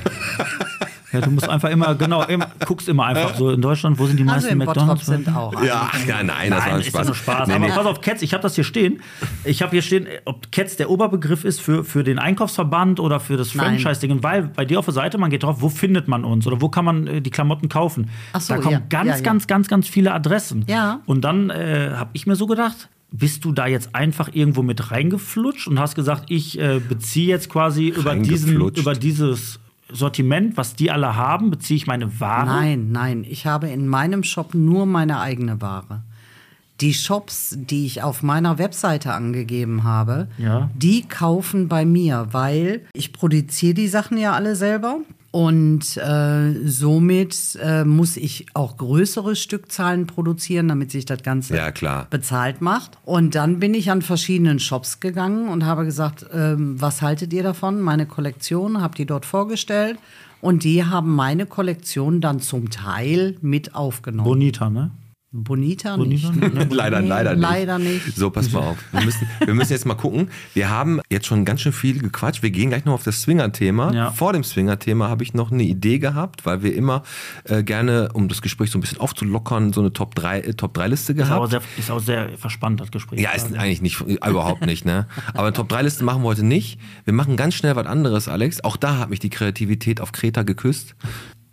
Speaker 3: ja, du musst einfach immer, genau, immer, guckst immer einfach so in Deutschland, wo sind die
Speaker 5: Also
Speaker 3: meisten
Speaker 5: in Bottrop
Speaker 3: McDonalds?
Speaker 5: sind auch.
Speaker 2: Ja, ja, nein, das war ein
Speaker 3: Oh, Nein, ist
Speaker 2: Spaß.
Speaker 3: ja nur Spaß.
Speaker 2: Nee,
Speaker 3: Aber
Speaker 2: nee.
Speaker 3: pass auf, Cats, ich habe das hier stehen. Ich habe hier stehen, ob Cats der Oberbegriff ist für, für den Einkaufsverband oder für das
Speaker 5: Nein.
Speaker 3: Franchise-Ding. Weil bei dir auf der Seite, man geht drauf, wo findet man uns oder wo kann man äh, die Klamotten kaufen.
Speaker 5: Ach so,
Speaker 3: da kommen
Speaker 5: ja,
Speaker 3: ganz,
Speaker 5: ja, ja.
Speaker 3: ganz, ganz, ganz viele Adressen.
Speaker 5: Ja.
Speaker 3: Und dann äh, habe ich mir so gedacht, bist du da jetzt einfach irgendwo mit reingeflutscht und hast gesagt, ich äh, beziehe jetzt quasi über, diesen,
Speaker 2: Reingeflutscht.
Speaker 3: über dieses Sortiment, was die alle haben, beziehe ich meine Ware?
Speaker 5: Nein, nein, ich habe in meinem Shop nur meine eigene Ware. Die Shops, die ich auf meiner Webseite angegeben habe,
Speaker 3: Ja.
Speaker 5: die kaufen bei mir, weil ich produziere die Sachen ja alle selber. Und äh, somit äh, muss ich auch größere Stückzahlen produzieren, damit sich das Ganze
Speaker 2: Ja, klar.
Speaker 5: bezahlt macht. Und dann bin ich an verschiedenen Shops gegangen und habe gesagt, ähm, was haltet ihr davon? Meine Kollektion, habe die dort vorgestellt. Und die haben meine Kollektion dann zum Teil mit aufgenommen.
Speaker 3: Bonita, ne?
Speaker 5: Bonita,
Speaker 3: Bonita?
Speaker 5: nicht. ne?
Speaker 2: Leider,
Speaker 5: Nee,
Speaker 2: leider nicht.
Speaker 5: Leider nicht.
Speaker 2: So, pass mal auf. Wir müssen, wir müssen jetzt mal gucken. Wir haben jetzt schon ganz schön viel gequatscht. Wir gehen gleich noch auf das Swinger-Thema.
Speaker 3: Ja.
Speaker 2: Vor dem Swinger-Thema habe ich noch eine Idee gehabt, weil wir immer äh, gerne, um das Gespräch so ein bisschen aufzulockern, so eine Top 3 äh, Top 3 Liste
Speaker 3: Ist auch,
Speaker 2: gehabt.
Speaker 3: sehr, ist auch sehr verspannt, das Gespräch.
Speaker 2: Ja, ist eigentlich nicht, überhaupt nicht, ne? Aber eine Top 3 Liste machen wir heute nicht. Wir machen ganz schnell was anderes, Alex. Auch da hat mich die Kreativität auf Kreta geküsst.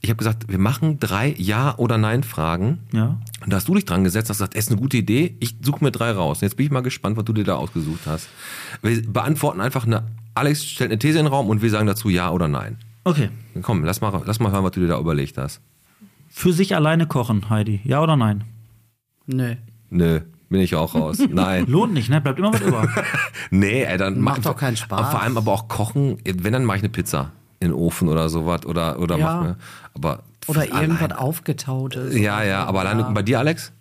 Speaker 2: Ich habe gesagt, wir machen drei Ja- oder Nein-Fragen.
Speaker 3: Ja.
Speaker 2: Und da hast du dich dran gesetzt, hast gesagt, ist eine gute Idee, ich suche mir drei raus. Und jetzt bin ich mal gespannt, was du dir da ausgesucht hast. Wir beantworten einfach eine, Alex stellt eine These in den Raum und wir sagen dazu Ja oder Nein.
Speaker 3: Okay.
Speaker 2: Komm, lass mal, lass mal hören, was du dir da überlegt hast.
Speaker 3: Für sich alleine kochen, Heidi. Ja oder nein?
Speaker 5: Nö.
Speaker 2: Nö, bin ich auch raus. Nein.
Speaker 3: Lohnt nicht, ne? Bleibt immer was über.
Speaker 2: Nee, ey, dann
Speaker 5: Macht
Speaker 2: mach-
Speaker 5: doch keinen Spaß.
Speaker 2: Vor allem aber auch kochen, wenn dann mache ich eine Pizza in den Ofen oder sowas oder oder
Speaker 5: Ja.
Speaker 2: mach mir aber
Speaker 5: Oder irgendwas
Speaker 2: allein.
Speaker 5: aufgetautes.
Speaker 2: Ja, ja, aber alleine bei dir Alex?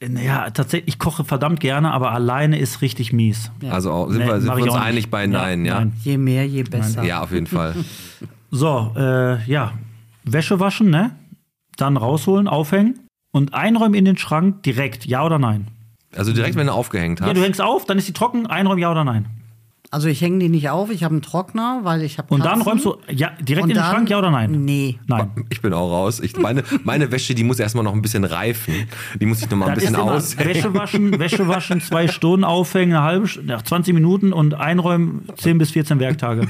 Speaker 3: Äh, naja, tatsächlich, ich koche verdammt gerne, aber alleine ist richtig mies. Ne,
Speaker 2: Also auch, sind wir, sind
Speaker 3: mach
Speaker 2: wir
Speaker 3: ich
Speaker 2: uns
Speaker 3: auch nicht.
Speaker 2: einig bei
Speaker 3: Ja,
Speaker 2: nein, ja.
Speaker 3: nein.
Speaker 5: Je mehr, je besser.
Speaker 2: Ja, auf jeden Fall.
Speaker 3: So, äh, ja. Wäsche waschen, ne? Dann rausholen, aufhängen und einräumen in den Schrank direkt. Ja oder nein?
Speaker 2: Also direkt wenn du aufgehängt hast.
Speaker 3: Ja, du hängst auf, dann ist sie trocken, einräumen, ja oder nein?
Speaker 5: Also ich hänge die nicht auf, ich habe einen Trockner, weil ich habe
Speaker 3: Und dann räumst du ja, direkt
Speaker 5: ne? Und
Speaker 3: in den
Speaker 5: dann-
Speaker 3: Schrank, ja oder nein?
Speaker 5: Nee.
Speaker 3: Nein.
Speaker 2: ich bin auch raus. Ich, meine, meine Wäsche, die muss erstmal noch ein bisschen reifen. Die muss ich noch mal ein
Speaker 3: Das ist
Speaker 2: bisschen
Speaker 3: immer
Speaker 2: aushängen.
Speaker 3: Wäsche waschen, Wäsche waschen, zwei Stunden aufhängen, eine halbe Stunde, ja, 20 Minuten und einräumen 10 bis 14 Werktage.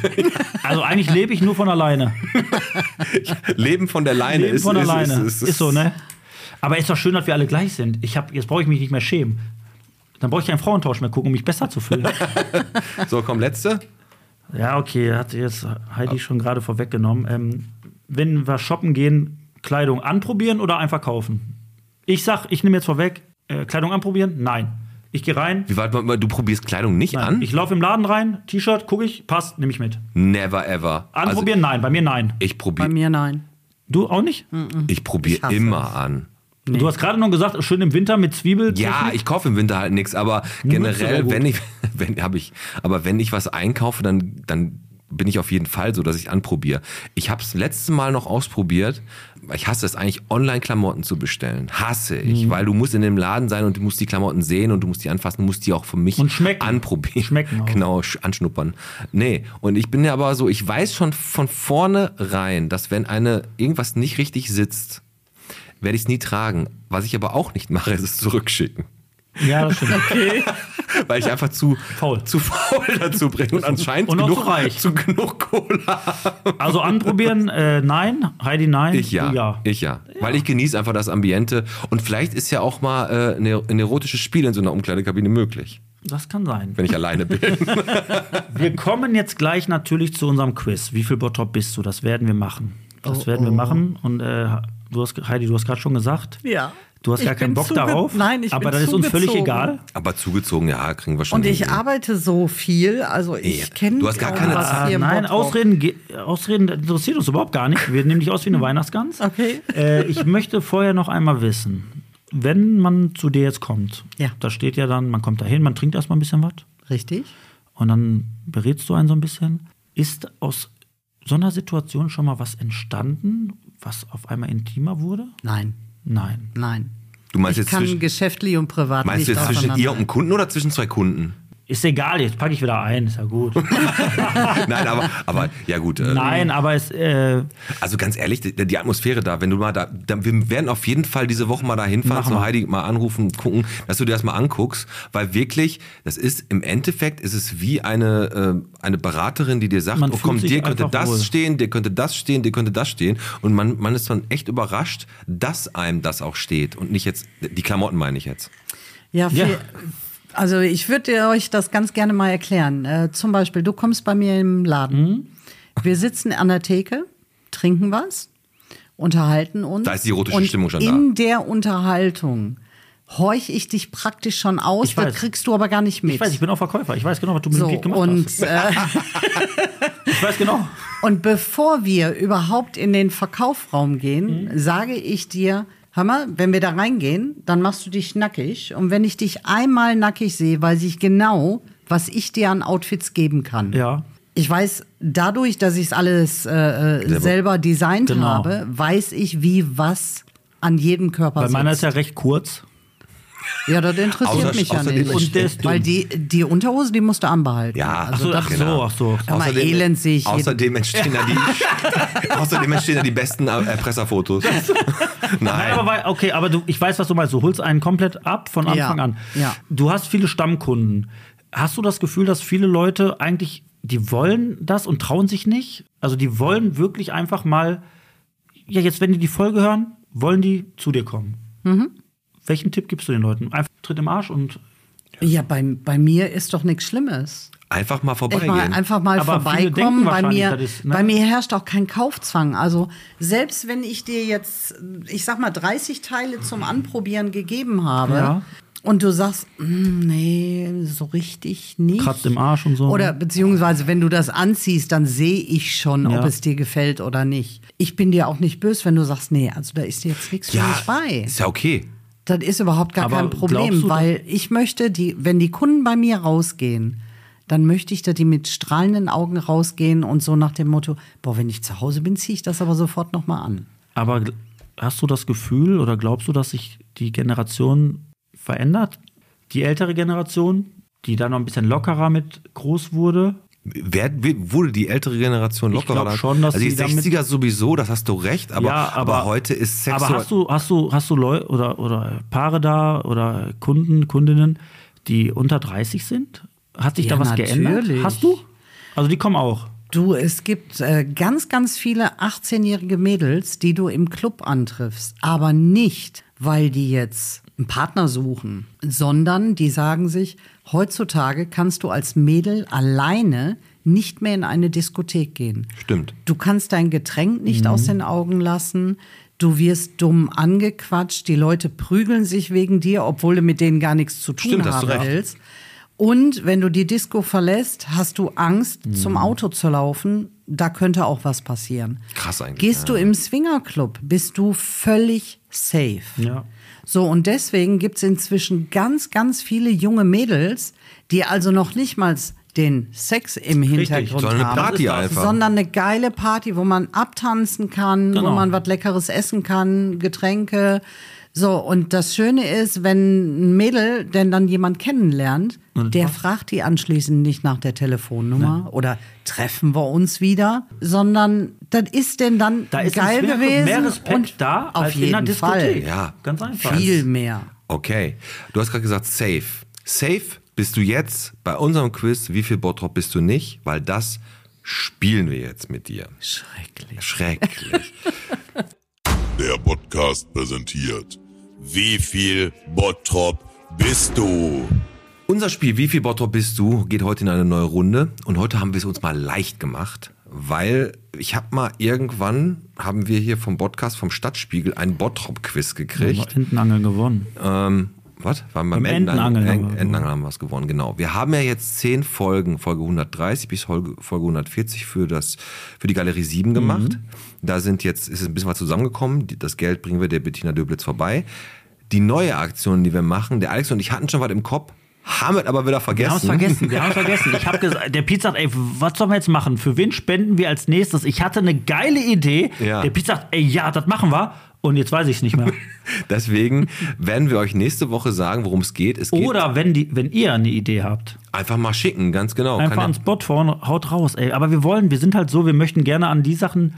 Speaker 3: Also eigentlich lebe ich nur von alleine.
Speaker 2: Leben von der Leine
Speaker 3: Leben
Speaker 2: ist,
Speaker 3: von
Speaker 2: ist,
Speaker 3: alleine.
Speaker 2: Ist,
Speaker 3: Ist,
Speaker 2: ist,
Speaker 3: so, ne? Aber ist doch schön, dass wir alle gleich sind. Ich hab, jetzt brauche ich mich nicht mehr schämen. Dann brauche ich keinen Frauentausch mehr gucken, um mich besser zu fühlen.
Speaker 2: So, komm, letzte.
Speaker 3: ja, okay, hat jetzt Heidi schon gerade vorweggenommen. Ähm, wenn wir shoppen gehen, Kleidung anprobieren oder einfach kaufen? Ich sag, ich nehme jetzt vorweg, äh, Kleidung anprobieren? Nein. Ich gehe rein,
Speaker 2: Wie weit du probierst Kleidung nicht
Speaker 3: nein.
Speaker 2: an?
Speaker 3: ich laufe im Laden rein, T-Shirt, gucke ich, passt, nehme ich mit.
Speaker 2: Never ever.
Speaker 3: Anprobieren? nein, bei mir nein.
Speaker 2: Also, ich
Speaker 5: Bei
Speaker 2: probiere
Speaker 5: mir nein.
Speaker 3: Du auch nicht?
Speaker 2: ich probier
Speaker 5: hasse
Speaker 2: immer an.
Speaker 3: Du hast gerade noch gesagt, schön im Winter mit Zwiebel.
Speaker 2: Ja,
Speaker 3: zwischen.
Speaker 2: ich kaufe im Winter halt nichts, aber generell,
Speaker 3: gut.
Speaker 2: wenn ich, wenn, habe ich, aber wenn ich was einkaufe, dann, dann bin ich auf jeden Fall so, dass ich anprobiere. Ich habe es letztes Mal noch ausprobiert, weil ich hasse es eigentlich, Online-Klamotten zu bestellen. Hasse
Speaker 3: Hm.
Speaker 2: ich, weil du musst in dem Laden sein und du musst die Klamotten sehen und du musst die anfassen, du musst die auch für mich
Speaker 3: Und schmecken.
Speaker 2: anprobieren.
Speaker 3: Schmecken auch.
Speaker 2: Genau, sch- anschnuppern. Nee, und ich bin ja aber so, ich weiß schon von vorne rein, dass wenn eine irgendwas nicht richtig sitzt, werde ich es nie tragen. Was ich aber auch nicht mache, ist es zurückschicken.
Speaker 3: ja, das stimmt. Okay.
Speaker 2: Weil ich einfach zu
Speaker 3: Faul.
Speaker 2: zu faul dazu bringe und anscheinend
Speaker 3: Und auch
Speaker 2: genug,
Speaker 3: zu reich.
Speaker 2: zu genug Kohle habe.
Speaker 3: Also anprobieren, äh, nein. Heidi, nein.
Speaker 2: Ich ja,
Speaker 3: Du, ja.
Speaker 2: ich ja. Weil ich genieße einfach das Ambiente. Und vielleicht ist ja auch mal äh, ne- ein erotisches Spiel in so einer Umkleidekabine möglich,
Speaker 3: Das kann sein.
Speaker 2: wenn ich alleine bin.
Speaker 3: Wir kommen jetzt gleich
Speaker 5: Oh,
Speaker 3: natürlich zu unserem Quiz. Wie viel Bottrop bist du? Das werden wir machen. Das werden wir machen. Und äh, du hast, Heidi, du hast gerade schon gesagt,
Speaker 5: Ja.
Speaker 3: du hast
Speaker 5: Ich
Speaker 3: gar keinen
Speaker 5: bin
Speaker 3: Bock
Speaker 5: zuge-
Speaker 3: darauf.
Speaker 5: Nein, ich
Speaker 3: aber
Speaker 5: bin
Speaker 3: das ist uns völlig
Speaker 5: zugezogen.
Speaker 3: egal.
Speaker 2: Aber zugezogen, ja, kriegen wir schon.
Speaker 3: Hm.
Speaker 5: Und ich
Speaker 2: hin.
Speaker 5: arbeite so viel, also
Speaker 2: Ja.
Speaker 5: ich kenne
Speaker 2: Du hast gar keine Zeit.
Speaker 3: Ah, nein, Ausreden, ge- Ausreden interessiert uns überhaupt gar nicht. Wir nehmen dich aus wie eine Weihnachtsgans.
Speaker 5: Hm. Okay.
Speaker 3: Äh, ich möchte vorher noch einmal wissen, wenn man zu dir jetzt kommt,
Speaker 5: Ja.
Speaker 3: da steht ja dann, man kommt da hin, man trinkt erstmal ein bisschen was
Speaker 5: Richtig?
Speaker 3: und dann berätst du einen so ein bisschen. Ist aus so einer Situation schon mal was entstanden, was auf einmal intimer wurde?
Speaker 5: Nein,
Speaker 3: Nein.
Speaker 5: nein.
Speaker 2: Du meinst
Speaker 5: ich
Speaker 2: jetzt
Speaker 5: kann
Speaker 2: zwischen-
Speaker 5: geschäftlich und privat
Speaker 2: Meinst
Speaker 5: nicht
Speaker 2: du jetzt zwischen
Speaker 5: auseinander-
Speaker 2: ihr und dem Kunden oder zwischen zwei Kunden?
Speaker 3: Ist egal, jetzt packe ich wieder ein, ist ja gut.
Speaker 2: Nein, aber, aber ja gut. äh,
Speaker 3: Nein, aber es, äh,
Speaker 2: Also ganz ehrlich, die, die Atmosphäre da, wenn du mal da, da, wir werden auf jeden Fall diese Woche mal da hinfahren,
Speaker 3: Machen
Speaker 2: zu
Speaker 3: wir.
Speaker 2: Heidi mal anrufen, gucken, dass du dir das mal anguckst, weil wirklich, das ist im Endeffekt, ist es wie eine, äh, eine Beraterin, die dir sagt,
Speaker 3: Man
Speaker 2: oh
Speaker 3: fühlt
Speaker 2: komm,
Speaker 3: sich
Speaker 2: dir könnte
Speaker 3: einfach
Speaker 2: das
Speaker 3: wohl.
Speaker 2: stehen, dir könnte das stehen, dir könnte das stehen und man, man ist dann echt überrascht, dass einem das auch steht und nicht jetzt, die Klamotten meine ich jetzt.
Speaker 5: Ja,
Speaker 3: Ja.
Speaker 5: viel- also ich würde euch das ganz gerne mal erklären. Äh, zum Beispiel, du kommst bei mir im Laden.
Speaker 3: Mhm.
Speaker 5: Wir sitzen an der Theke, trinken was, unterhalten uns.
Speaker 2: Da ist die erotische
Speaker 5: und
Speaker 2: Stimmung schon da.
Speaker 5: In der Unterhaltung horch ich dich praktisch schon aus,
Speaker 3: Ich
Speaker 5: das
Speaker 3: weiß.
Speaker 5: kriegst du aber gar nicht mit.
Speaker 3: ich weiß, ich bin auch Verkäufer. Ich weiß genau, was du mit
Speaker 5: so,
Speaker 3: dem Piet gemacht
Speaker 5: und,
Speaker 3: hast.
Speaker 5: äh,
Speaker 3: Ich weiß genau.
Speaker 5: und bevor wir überhaupt in den Verkaufsraum gehen,
Speaker 3: Mhm.
Speaker 5: sage ich dir, hör mal, wenn wir da reingehen, dann machst du dich nackig. Und wenn ich dich einmal nackig sehe, weiß ich genau, was ich dir an Outfits geben kann.
Speaker 3: Ja.
Speaker 5: Ich weiß, dadurch, dass ich es alles äh, äh, selber designt
Speaker 3: Genau.
Speaker 5: habe, weiß ich, wie was an jedem Körper
Speaker 3: Bei meiner ist
Speaker 5: sitzt.
Speaker 3: ja recht kurz.
Speaker 5: Ja, das interessiert
Speaker 2: Außer-
Speaker 5: mich ja
Speaker 2: außer die
Speaker 5: nicht.
Speaker 2: Lechte.
Speaker 3: Und der ist dünn.
Speaker 5: Weil die, die Unterhose, die musst du anbehalten.
Speaker 2: Ja,
Speaker 5: also
Speaker 3: so,
Speaker 5: das
Speaker 3: ach genau. so, ach so.
Speaker 5: Hör mal, Elend sehe ich jeden-
Speaker 2: außerdem, entstehen da die, außerdem entstehen da die besten äh, Pressefotos.
Speaker 3: Nein, aber weil, okay, aber du, ich weiß, was du meinst. Du holst einen komplett ab von
Speaker 5: Ja,
Speaker 3: Anfang an.
Speaker 5: ja.
Speaker 3: Du hast viele Stammkunden. Hast du das Gefühl, dass viele Leute eigentlich, die wollen das und trauen sich nicht? Also die wollen wirklich einfach mal, ja, jetzt, wenn die die Folge hören, wollen die zu dir kommen.
Speaker 5: Mhm.
Speaker 3: Welchen Tipp gibst du den Leuten? Einfach tritt im Arsch und
Speaker 5: Ja, bei, bei mir ist doch nichts Schlimmes.
Speaker 2: Einfach mal
Speaker 5: Ich meine,
Speaker 2: vorbeigehen.
Speaker 5: einfach mal
Speaker 3: Aber viele
Speaker 5: vorbeikommen.
Speaker 3: denken
Speaker 5: Bei
Speaker 3: wahrscheinlich,
Speaker 5: mir,
Speaker 3: das ist, ne?
Speaker 5: bei mir herrscht auch kein Kaufzwang. Also selbst wenn ich dir jetzt, ich sag mal, 30 Teile zum Anprobieren gegeben habe
Speaker 3: Ja.
Speaker 5: und du sagst, "Mm, nee, so richtig nicht.
Speaker 3: Kratzt im Arsch und so,
Speaker 5: Oder
Speaker 3: ne?
Speaker 5: beziehungsweise wenn du das anziehst, dann sehe ich schon,
Speaker 3: Ja.
Speaker 5: ob es dir gefällt oder nicht. Ich bin dir auch nicht böse, wenn du sagst, nee, also da ist jetzt nichts für mich bei.
Speaker 2: ist ja okay.
Speaker 5: Das ist überhaupt gar
Speaker 3: Aber
Speaker 5: kein
Speaker 3: glaubst
Speaker 5: Problem,
Speaker 3: du,
Speaker 5: weil ich möchte, die, wenn die Kunden bei mir rausgehen, dann möchte ich, dass die mit strahlenden Augen rausgehen und so nach dem Motto, boah, wenn ich zu Hause bin, ziehe ich das aber sofort nochmal an.
Speaker 3: Aber gl- hast du das Gefühl oder glaubst du, dass sich die Generation verändert? Die ältere Generation, die da noch ein bisschen lockerer mit groß wurde?
Speaker 2: Wer, wer- wurde die ältere Generation
Speaker 3: Ich
Speaker 2: lockerer?
Speaker 3: glaub
Speaker 2: da-
Speaker 3: schon, dass
Speaker 2: also die
Speaker 3: die damit-
Speaker 2: 60er sowieso, das hast du recht, aber,
Speaker 3: ja, aber,
Speaker 2: heute ist Sex
Speaker 3: Aber
Speaker 2: so-
Speaker 3: hast du, hast du, hast du Leute oder, oder Paare da oder Kunden, Kundinnen, die unter 30 sind? Hat sich
Speaker 5: Ja,
Speaker 3: da was geändert?
Speaker 5: natürlich.
Speaker 3: Hast du? Also die kommen auch.
Speaker 5: Du, es gibt äh, ganz, ganz viele 18-jährige Mädels, die du im Club antriffst, aber nicht, weil die jetzt einen Partner suchen, sondern die sagen sich, heutzutage kannst du als Mädel alleine nicht mehr in eine Diskothek gehen.
Speaker 2: Stimmt.
Speaker 5: Du kannst dein Getränk nicht
Speaker 2: Mhm.
Speaker 5: aus den Augen lassen. Du wirst dumm angequatscht. Die Leute prügeln sich wegen dir, obwohl du mit denen gar nichts zu tun
Speaker 2: Stimmt, hast du
Speaker 5: haben
Speaker 2: recht.
Speaker 5: willst. Und wenn du die Disco verlässt, hast du Angst,
Speaker 2: Mhm.
Speaker 5: zum Auto zu laufen. Da könnte auch was passieren.
Speaker 2: Krass eigentlich,
Speaker 5: Gehst du im Swingerclub, bist du völlig safe.
Speaker 3: Ja.
Speaker 5: So, und deswegen gibt es inzwischen ganz, ganz viele junge Mädels, die also noch nicht mal den Sex im Hintergrund
Speaker 2: sondern eine
Speaker 5: haben
Speaker 2: Party also-
Speaker 3: Das ist
Speaker 2: einfach.
Speaker 5: sondern eine geile Party, wo man abtanzen kann,
Speaker 3: Genau.
Speaker 5: wo man was Leckeres essen kann, Getränke. So, und das Schöne ist, wenn ein Mädel denn dann jemand kennenlernt, der fragt die anschließend nicht nach der Telefonnummer oder treffen wir uns wieder, sondern das ist denn dann
Speaker 3: Da ist
Speaker 5: geil
Speaker 3: im Swingerclub
Speaker 5: gewesen.
Speaker 3: mehr Respekt
Speaker 5: und
Speaker 3: da
Speaker 5: auf
Speaker 3: als
Speaker 5: jeden
Speaker 3: in einer Diskothek.
Speaker 5: Fall.
Speaker 2: Ja.
Speaker 3: Ganz einfach.
Speaker 5: Viel mehr.
Speaker 2: okay. Du hast gerade gesagt, safe. Safe bist du jetzt bei unserem Quiz, wie viel Bottrop bist du nicht? Weil das spielen wir jetzt mit dir.
Speaker 5: Schrecklich.
Speaker 2: Schrecklich.
Speaker 7: Der Podcast präsentiert. Wie viel Bottrop bist du?
Speaker 2: Unser Spiel Wie viel Bottrop bist du geht heute in eine neue Runde und heute haben wir es uns mal leicht gemacht, weil ich habe mal irgendwann, haben wir hier vom Podcast, vom Stadtspiegel, ein Bottrop-Quiz gekriegt.
Speaker 3: Entenangeln gewonnen.
Speaker 2: Ähm, was? Waren wir
Speaker 3: Beim Entenangeln haben wir
Speaker 2: Entenangeln,
Speaker 3: gewonnen.
Speaker 2: Entenangeln haben wir es gewonnen, genau. Wir haben ja jetzt zehn Folgen, Folge 130 bis Folge Folge 140 für, das, für die Galerie
Speaker 3: Mhm.
Speaker 2: 7 gemacht. Da sind jetzt, ist es ein bisschen was zusammengekommen. Die- Das Geld bringen wir der Bettina Döblitz vorbei. Die neue Aktion, die wir machen, der Alex und ich hatten schon was im Kopf, haben es aber wieder
Speaker 3: Wir haben es
Speaker 2: vergessen.
Speaker 3: vergessen, wir haben es vergessen. Ich habe gesagt, der Pete sagt, ey, was sollen wir jetzt machen? Für wen spenden wir als nächstes? Ich hatte eine geile Idee.
Speaker 2: Ja.
Speaker 3: Der Pete sagt, ey, ja, das machen wir. Und jetzt weiß ich es nicht mehr.
Speaker 2: Deswegen werden wir euch nächste Woche sagen, worum es geht. Es geht
Speaker 3: Oder wenn, die, wenn ihr eine Idee habt,
Speaker 2: einfach mal schicken, ganz genau.
Speaker 3: einfach
Speaker 2: Kann
Speaker 3: ans Bot vorne, haut raus, ey. Aber wir wollen, wir sind halt so, wir möchten gerne an die Sachen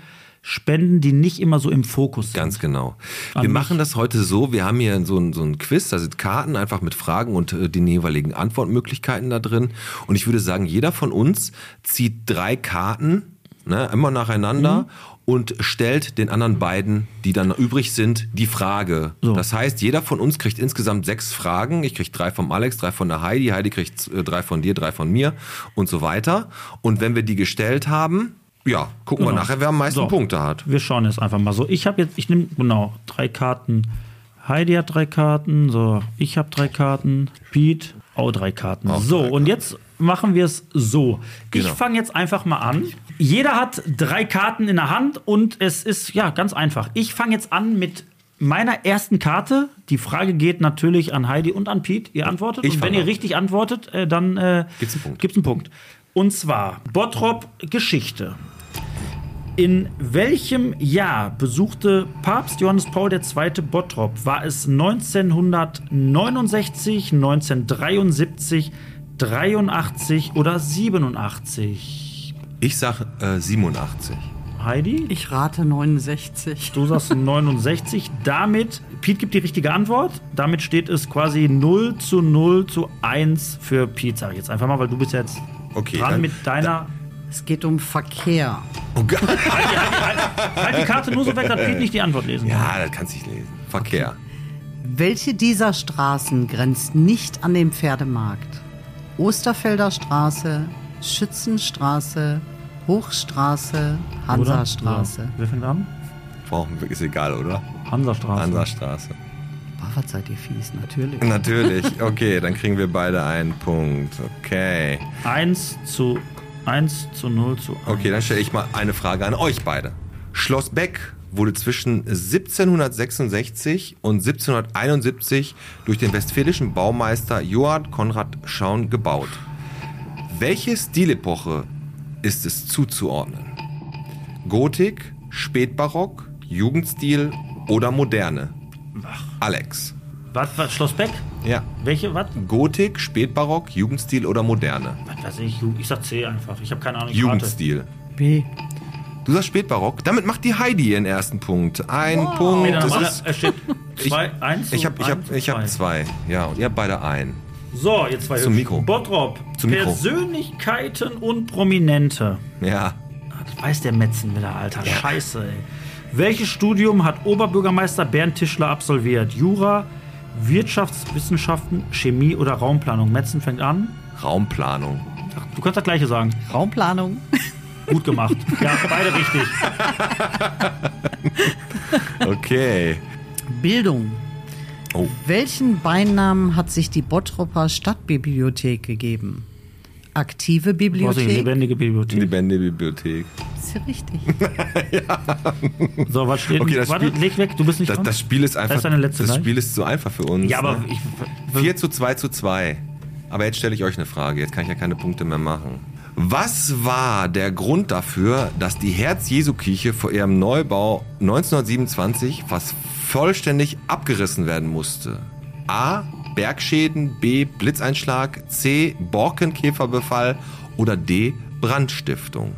Speaker 3: spenden, die nicht immer so im Fokus sind.
Speaker 2: Ganz genau. wir machen das heute so, wir haben hier so ein, so ein Quiz, da sind Karten einfach mit Fragen und äh, den jeweiligen Antwortmöglichkeiten da drin. Und ich würde sagen, jeder von uns zieht drei Karten, ne, immer nacheinander. Und stellt den anderen beiden, die dann übrig sind, die Frage. Das heißt, jeder von uns kriegt insgesamt sechs Fragen. Ich krieg drei vom Alex, drei von der Heidi. Heidi kriegt äh, drei von dir, drei von mir und so weiter. Und wenn wir die gestellt haben, ja, gucken wir nachher, wer am meisten
Speaker 3: So.
Speaker 2: Punkte hat.
Speaker 3: Wir schauen jetzt einfach mal so. Ich habe jetzt, ich nehme, genau, drei Karten. Heidi hat drei Karten, so, ich habe drei Karten, Pete auch drei Karten. so, und jetzt machen wir es so. Ich
Speaker 2: Genau.
Speaker 3: fange jetzt einfach mal an. Jeder hat drei Karten in der Hand und es ist, ja, ganz einfach. Ich fange jetzt an mit meiner ersten Karte. Die Frage geht natürlich an Heidi und an Pete. Ihr antwortet.
Speaker 2: Ich
Speaker 3: und wenn
Speaker 2: fang
Speaker 3: ihr
Speaker 2: an.
Speaker 3: richtig antwortet, äh, dann äh,
Speaker 2: Gibt's einen Punkt.
Speaker 3: Gibt's einen Punkt. Und zwar Bottrop Geschichte. In welchem Jahr besuchte Papst Johannes Paul II. Bottrop? War es 1969, 1973, 83 oder 87?
Speaker 2: Ich sag äh, 87.
Speaker 3: Heidi?
Speaker 5: Ich rate 69.
Speaker 3: Du sagst 69. Damit, Pete gibt die richtige Antwort. Damit steht es quasi 0 zu 0 zu 1 für Pete, sag ich jetzt einfach mal, weil du bist jetzt
Speaker 2: Okay,
Speaker 3: dran
Speaker 2: dann-
Speaker 3: mit deiner.
Speaker 5: Es geht um Verkehr.
Speaker 2: Oh
Speaker 3: halt die Karte nur so weg, dass Pete nicht die Antwort lesen kann.
Speaker 2: Ja, das kannst du nicht lesen. Verkehr.
Speaker 5: Welche dieser Straßen grenzt nicht an den Pferdemarkt? Osterfelder Straße, Schützenstraße, Hochstraße,
Speaker 3: Oder?
Speaker 5: Hansastraße.
Speaker 3: So, wer fängt an?
Speaker 2: Brauchen wir, ist egal, oder?
Speaker 3: Hansastraße.
Speaker 2: Hansastraße.
Speaker 5: Boah, was seid ihr fies, natürlich.
Speaker 2: Genau. Natürlich. Okay, dann kriegen wir beide einen Punkt. Okay.
Speaker 3: 1 zu 1 zu 0 zu 1.
Speaker 2: Okay, dann stelle ich mal eine Frage an euch beide. Schloss Beck wurde zwischen 1766 und 1771 durch den westfälischen Baumeister Johann Konrad Schaun gebaut. Welche Stilepoche ist es zuzuordnen? Gotik, Spätbarock, Jugendstil oder Moderne? Alex.
Speaker 3: Was, was, Schloss Beck?
Speaker 2: Ja.
Speaker 3: Welche, was?
Speaker 2: Gotik, Spätbarock, Jugendstil oder Moderne?
Speaker 3: Was weiß ich, Ju- ich sag C einfach. Ich habe keine Ahnung. ich
Speaker 2: Jugendstil.
Speaker 5: B.
Speaker 2: Du sagst Spätbarock. Damit macht die Heidi ihren ersten Punkt. Ein
Speaker 3: Warte. Ey,
Speaker 2: Punkt.
Speaker 3: dann
Speaker 2: Oh, Das
Speaker 3: haben
Speaker 2: ist,
Speaker 3: alle- es steht 2, 1
Speaker 2: ich habe ich hab, ich hab zwei. Ja, und ihr habt beide ein.
Speaker 3: So, jetzt zwei
Speaker 2: Zum
Speaker 3: hübsch.
Speaker 2: Mikro.
Speaker 3: Bottrop.
Speaker 2: Zum Mikro.
Speaker 3: Persönlichkeiten und Prominente. Ah,
Speaker 2: Ja.
Speaker 3: Das weiß der Metzen wieder, Alter. Scheiße, ey. Welches Studium hat Oberbürgermeister Bernd Tischler absolviert? Jura, Wirtschaftswissenschaften, Chemie oder Raumplanung? Metzen fängt an.
Speaker 2: Raumplanung.
Speaker 3: Du kannst das gleiche sagen.
Speaker 5: Raumplanung.
Speaker 3: Gut gemacht. ja, beide richtig.
Speaker 2: Okay.
Speaker 5: Bildung.
Speaker 2: Oh.
Speaker 5: Welchen Beinamen hat sich die Bottroper Stadtbibliothek gegeben? Aktive
Speaker 3: Was ist
Speaker 5: Bibliothek.
Speaker 3: lebendige Bibliothek.
Speaker 2: Bände Bibliothek.
Speaker 5: Ist ja richtig.
Speaker 3: So, was steht
Speaker 2: Okay, das
Speaker 3: Warte,
Speaker 2: Spiel-
Speaker 3: leg weg, du bist nicht
Speaker 2: Das,
Speaker 3: dran.
Speaker 2: das Spiel ist einfach.
Speaker 3: Das ist deine letzte
Speaker 2: das
Speaker 3: gleich.
Speaker 2: Spiel ist so einfach für uns.
Speaker 3: ja, aber
Speaker 2: ne?
Speaker 3: ich, Hm.
Speaker 2: 4 zu 2 zu 2. Aber jetzt stelle ich euch eine Frage. Jetzt kann ich ja keine Punkte mehr machen. Was war der Grund dafür, dass die Herz-Jesu-Kirche vor ihrem Neubau 1927 fast vollständig abgerissen werden musste? A. Bergschäden, B. Blitzeinschlag, C. Borkenkäferbefall oder D. Brandstiftung?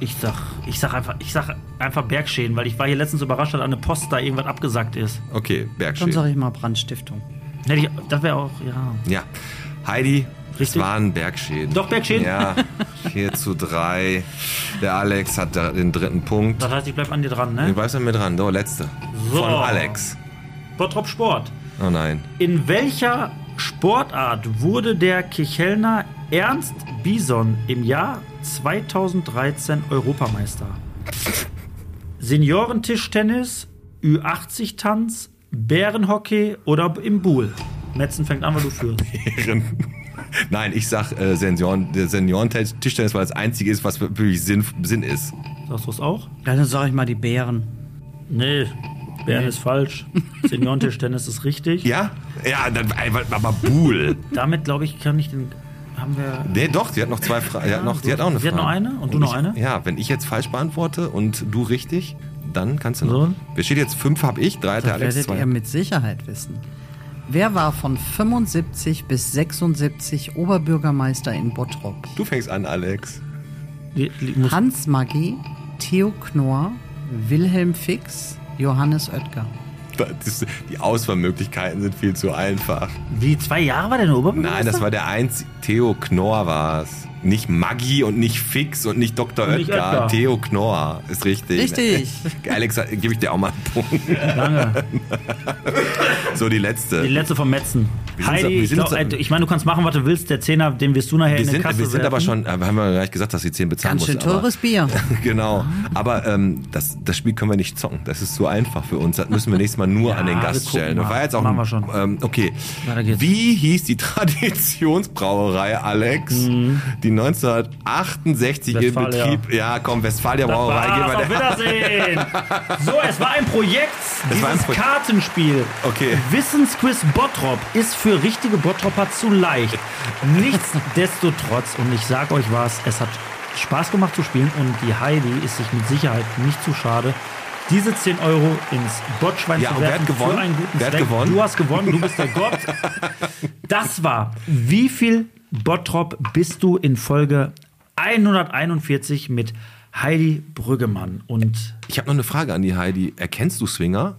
Speaker 3: ich sag, ich sag einfach, ich sag einfach Bergschäden, weil ich war hier letztens überrascht, dass an der Post da irgendwas abgesagt ist.
Speaker 2: Okay,
Speaker 5: Dann
Speaker 2: Bergschäden.
Speaker 5: sage ich mal Brandstiftung.
Speaker 3: Hätte ich, das wäre auch, ja.
Speaker 2: Ja. Heidi, es
Speaker 3: Richtig?
Speaker 2: waren Bergschäden.
Speaker 3: Doch, Bergschäden?
Speaker 2: Ja, 4 zu 3. Der Alex hat da den dritten Punkt.
Speaker 3: Das heißt, ich bleib an dir dran, ne?
Speaker 2: Ich weiß nicht mehr dran. So, letzte.
Speaker 3: So.
Speaker 2: Von Alex.
Speaker 3: Bottrop Sport.
Speaker 2: Oh nein.
Speaker 3: In welcher Sportart wurde der Kichelner Ernst Bison im Jahr 2013 Europameister. Seniorentischtennis, Ü80-Tanz, Bärenhockey oder im Buhl. Metzen fängt an, weil du führst.
Speaker 2: Nein, ich sag äh, Senioren, der Senioren-Tischtennis, weil das einzige ist, was wirklich Sinn, Sinn ist.
Speaker 3: Sagst du es auch?
Speaker 5: Ja, dann sage ich mal die Bären.
Speaker 3: Nee, Bären ist falsch. Seniorentischtennis ist richtig.
Speaker 2: Ja? Ja, dann aber, aber Buhl.
Speaker 3: Damit, glaube ich, kann ich den. Haben wir.
Speaker 2: nee, doch, die hat noch zwei Fragen. Die, hat noch- die hat auch eine
Speaker 3: Sie hat noch
Speaker 2: Frage.
Speaker 3: eine und du noch
Speaker 2: ich,
Speaker 3: eine?
Speaker 2: Ja, wenn ich jetzt falsch beantworte und du richtig, dann kannst du noch.
Speaker 3: So.
Speaker 2: Wer steht jetzt? Fünf habe ich, drei hat der Alex,
Speaker 5: Werdet ihr
Speaker 2: zwei.
Speaker 5: mit Sicherheit wissen. Wer war von 75 bis 76 Oberbürgermeister in Bottrop?
Speaker 2: Du fängst an, Alex.
Speaker 3: Die, die muss,
Speaker 5: Hans Maggi, Theo Knorr, Wilhelm Fix, Johannes Oetker.
Speaker 2: Das ist- Die Auswahlmöglichkeiten sind viel zu einfach.
Speaker 3: wie zwei Jahre war der denn Oberbürgermeister?
Speaker 2: Nein, das war der einzige. Theo Knorr war es. Nicht Maggi und nicht Fix und nicht Dr.
Speaker 3: Und nicht
Speaker 2: Oetker.
Speaker 3: Oetker.
Speaker 2: Theo Knorr ist richtig.
Speaker 5: Richtig.
Speaker 2: Alex, gebe ich dir auch mal einen Punkt.
Speaker 3: Lange.
Speaker 2: So, die letzte.
Speaker 3: Die letzte vom Metzen.
Speaker 2: Wir sind so-
Speaker 3: Heidi,
Speaker 2: wir
Speaker 3: ich,
Speaker 2: sind
Speaker 3: glaub,
Speaker 2: so-
Speaker 3: äh, ich meine, du kannst machen, was du willst. Der Zehner, den wirst du nachher
Speaker 2: wir
Speaker 3: in der
Speaker 2: sind,
Speaker 3: Kasse
Speaker 2: wir sind aber
Speaker 3: werfen.
Speaker 2: schon, aber haben wir gleich gesagt, dass die 10 bezahlen
Speaker 5: Ganz
Speaker 2: muss.
Speaker 5: schön teures Bier.
Speaker 2: aber, Genau. Aber ähm, das, das Spiel können wir nicht zocken. Das ist zu einfach für uns. Das müssen wir nächstes Mal nur
Speaker 3: Ja,
Speaker 2: an den
Speaker 3: wir
Speaker 2: Gast
Speaker 3: gucken
Speaker 2: stellen.
Speaker 3: mal.
Speaker 2: Das war jetzt auch
Speaker 3: Machen
Speaker 2: ein-
Speaker 3: wir schon.
Speaker 2: Ähm, okay.
Speaker 3: Weiter geht's.
Speaker 2: Wie hieß die Traditionsbrauerei, Alex, die 1968 in
Speaker 3: Mhm. Westfalia.
Speaker 2: Betrieb... Ja, komm, Westfalia
Speaker 3: Das
Speaker 2: Brauerei. gehen wir
Speaker 3: war's, auf
Speaker 2: der-
Speaker 3: Wiedersehen. so, es war ein Projekt, dieses
Speaker 2: war ein Pro-
Speaker 3: Kartenspiel.
Speaker 2: Okay.
Speaker 3: Wissensquiz Bottrop ist für richtige Bottropper zu leicht. Nichtsdestotrotz, und ich sag euch was, es hat Spaß gemacht zu spielen und die Heidi ist sich mit Sicherheit nicht zu schade, diese 10 Euro ins Bottschwein
Speaker 2: Ja,
Speaker 3: zu
Speaker 2: und wer hat
Speaker 3: werfen
Speaker 2: gewonnen?
Speaker 3: für einen guten
Speaker 2: Wer hat
Speaker 3: Zweck.
Speaker 2: gewonnen?
Speaker 3: Du hast gewonnen, du bist der Gott. Das war, wie viel Bottrop bist du in Folge 141 mit Heidi Brüggemann? Und
Speaker 2: Ich habe noch eine Frage an die Heidi. Erkennst du Swinger?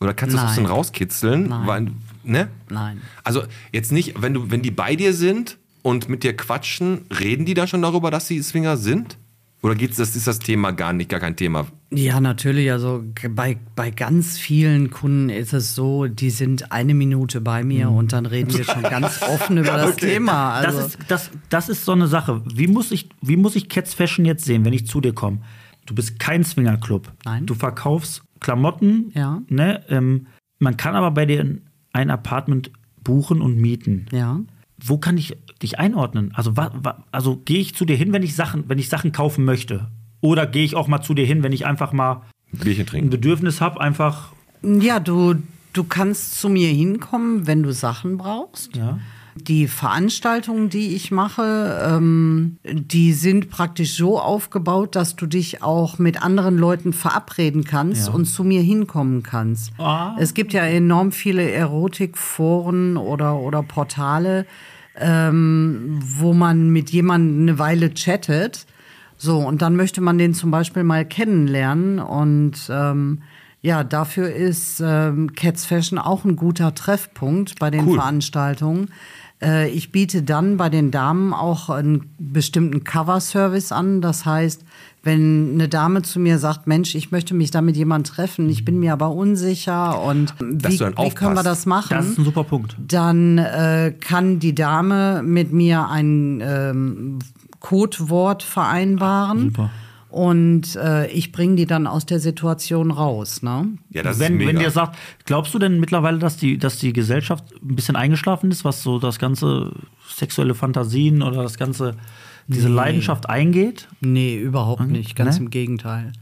Speaker 2: Oder kannst du das ein bisschen
Speaker 5: Nein.
Speaker 2: rauskitzeln?
Speaker 5: Nein.
Speaker 2: Weil, ne?
Speaker 5: Nein.
Speaker 2: Also jetzt nicht, wenn, du, wenn die bei dir sind und mit dir quatschen, reden die da schon darüber, dass sie Swinger sind? Oder geht's, das ist das Thema gar nicht, gar kein Thema?
Speaker 5: Ja, natürlich. Also g- bei, bei ganz vielen Kunden ist es so, die sind eine Minute bei mir und dann reden wir schon ganz offen über Mhm. das Thema. Also,
Speaker 3: das, ist, das, das ist so eine Sache. Wie muss, ich, wie muss ich Cats Fashion jetzt sehen, wenn ich zu dir komme? Du bist kein Swingerclub.
Speaker 5: Nein.
Speaker 3: Du verkaufst Klamotten.
Speaker 5: Ja.
Speaker 3: Ne? Ähm, man kann aber bei dir ein- ein Apartment buchen und mieten.
Speaker 5: ja.
Speaker 3: Wo kann ich dich einordnen? Also, wa, wa, also gehe ich zu dir hin, wenn ich Sachen, wenn ich Sachen kaufen möchte? Oder gehe ich auch mal zu dir hin, wenn ich einfach mal
Speaker 2: Bierchen
Speaker 3: ein
Speaker 2: trinken.
Speaker 3: Bedürfnis habe, einfach
Speaker 5: Ja, du, du kannst zu mir hinkommen, wenn du Sachen brauchst.
Speaker 3: Ja.
Speaker 5: Die Veranstaltungen, die ich mache, ähm, die sind praktisch so aufgebaut, dass du dich auch mit anderen Leuten verabreden kannst
Speaker 3: Ja. Ah.
Speaker 5: und zu mir hinkommen kannst. Es gibt ja enorm viele Erotikforen oder, oder Portale, ähm, wo man mit jemandem eine Weile chattet. So, und dann möchte man den zum Beispiel mal kennenlernen. Und ähm, ja, dafür ist ähm, Cats Fashion auch ein guter Treffpunkt bei den Veranstaltungen. Äh, ich biete dann bei den Damen auch einen bestimmten Cover-Service an. Das heißt, wenn eine Dame zu mir sagt, Mensch, ich möchte mich da mit jemandem treffen, ich bin mir aber unsicher und
Speaker 2: du
Speaker 5: wie,
Speaker 2: dann
Speaker 5: wie können wir
Speaker 2: aufpasst.
Speaker 5: das machen?
Speaker 3: Das ist ein super Punkt.
Speaker 5: dann äh, kann die Dame mit mir ein ähm, Codewort vereinbaren.
Speaker 3: Super.
Speaker 5: Und äh, ich bringe die dann aus der Situation raus. Ne?
Speaker 2: Ja, das
Speaker 3: wenn,
Speaker 2: ist mega.
Speaker 3: wenn ihr sagt, glaubst du denn mittlerweile, dass die, dass die Gesellschaft ein bisschen eingeschlafen ist, was so das ganze sexuelle Fantasien oder das ganze, diese Leidenschaft eingeht?
Speaker 5: Nee,
Speaker 2: Mhm.
Speaker 5: überhaupt nicht. Ganz
Speaker 3: Ne?
Speaker 5: im Gegenteil.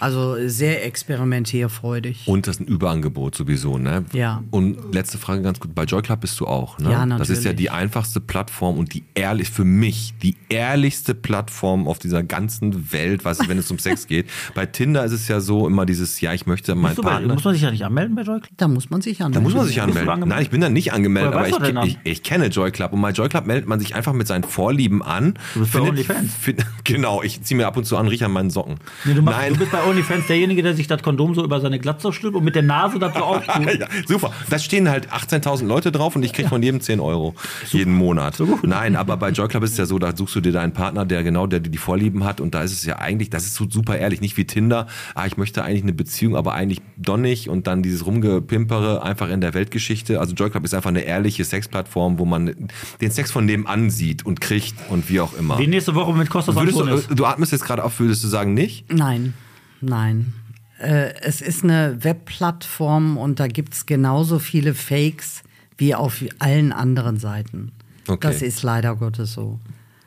Speaker 5: Also sehr experimentierfreudig.
Speaker 2: und das ist ein Überangebot sowieso, ne?
Speaker 5: Ja.
Speaker 2: Und letzte Frage ganz gut. Bei Joy Club bist du auch, ne?
Speaker 5: Ja,
Speaker 2: Das ist ja
Speaker 5: natürlich.
Speaker 2: die einfachste Plattform und die ehrlich, für mich, die ehrlichste Plattform auf dieser ganzen Welt, was, wenn es um Sex geht. Bei Tinder ist es ja so immer dieses, ja, ich möchte meinen
Speaker 3: Musst du bei,
Speaker 2: Partner.
Speaker 3: muss man sich ja nicht anmelden bei Joy Club?
Speaker 5: Da muss man sich
Speaker 2: Da
Speaker 5: anmelden.
Speaker 2: muss man sich
Speaker 3: du
Speaker 2: anmelden.
Speaker 3: angemeldet?
Speaker 2: Nein, ich bin da nicht angemeldet,
Speaker 3: Woher
Speaker 2: aber
Speaker 3: weißt
Speaker 2: ich,
Speaker 3: du denn dann?
Speaker 2: ich, ich kenne Joy Club. Und bei Joy Club meldet man sich einfach mit seinen Vorlieben an.
Speaker 3: Du bist bei OnlyFans.
Speaker 2: Find, genau, ich ziehe mir ab und zu an, rieche an meinen Socken.
Speaker 3: Nee, du, machst,
Speaker 2: Nein.
Speaker 3: du bist bei OnlyFans derjenige, der sich das Kondom so über seine Glatze stülpt und mit der Nase dazu auftut.
Speaker 2: ja, super. Da stehen halt 18.000 Leute drauf und ich kriege von jedem 10 Euro jeden Monat. Nein, aber bei Joy Club ist es ja so, da suchst du dir deinen Partner, der genau der dir die Vorlieben hat und da ist es ja eigentlich, das ist so super ehrlich, nicht wie Tinder, ah, ich möchte eigentlich eine Beziehung, aber eigentlich doch nicht und dann dieses Rumgepimpere einfach in der Weltgeschichte. Also Joy Club ist einfach eine ehrliche Sexplattform, wo man den Sex von nebenan sieht und kriegt und wie auch immer. Ja.
Speaker 3: Wie nächste Woche mit Kostas Antonis.
Speaker 2: Würdest du, du atmest jetzt gerade auf, würdest du sagen, nicht?
Speaker 5: Nein, nein. Äh, es ist eine Webplattform und da gibt es genauso viele Fakes wie auf allen anderen Seiten.
Speaker 2: Okay.
Speaker 5: Das ist leider Gottes so.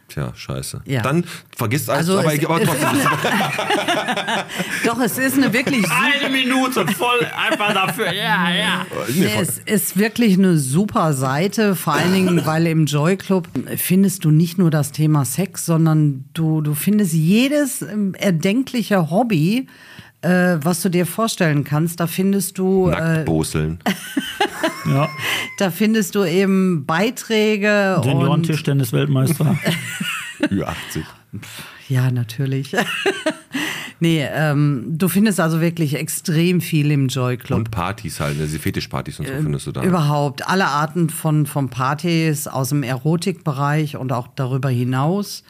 Speaker 2: Tja, scheiße.
Speaker 5: Ja.
Speaker 2: Dann vergiss alles,
Speaker 5: Also
Speaker 2: aber,
Speaker 5: es-
Speaker 2: aber trotzdem.
Speaker 5: Doch, es ist eine wirklich
Speaker 3: Eine Minute voll einfach dafür. Ja, ja.
Speaker 5: Nee, es ist wirklich eine super Seite, vor allen Dingen, weil im Joy Club findest du nicht nur das Thema Sex, sondern du, du findest jedes ähm, erdenkliche Hobby, äh, was du dir vorstellen kannst. Da findest du äh,
Speaker 2: Nacktboseln.
Speaker 3: ja.
Speaker 5: Da findest du eben Beiträge und
Speaker 3: Seniorentischtennis-Weltmeister.
Speaker 2: Über 80.
Speaker 5: ja, natürlich. nee, ähm, du findest also wirklich extrem viel im Joy Club.
Speaker 2: Und Partys halt, ne? diese Fetischpartys und so
Speaker 5: Ähm,
Speaker 2: findest du da.
Speaker 5: Überhaupt alle Arten von, von Partys aus dem Erotikbereich und auch darüber hinaus.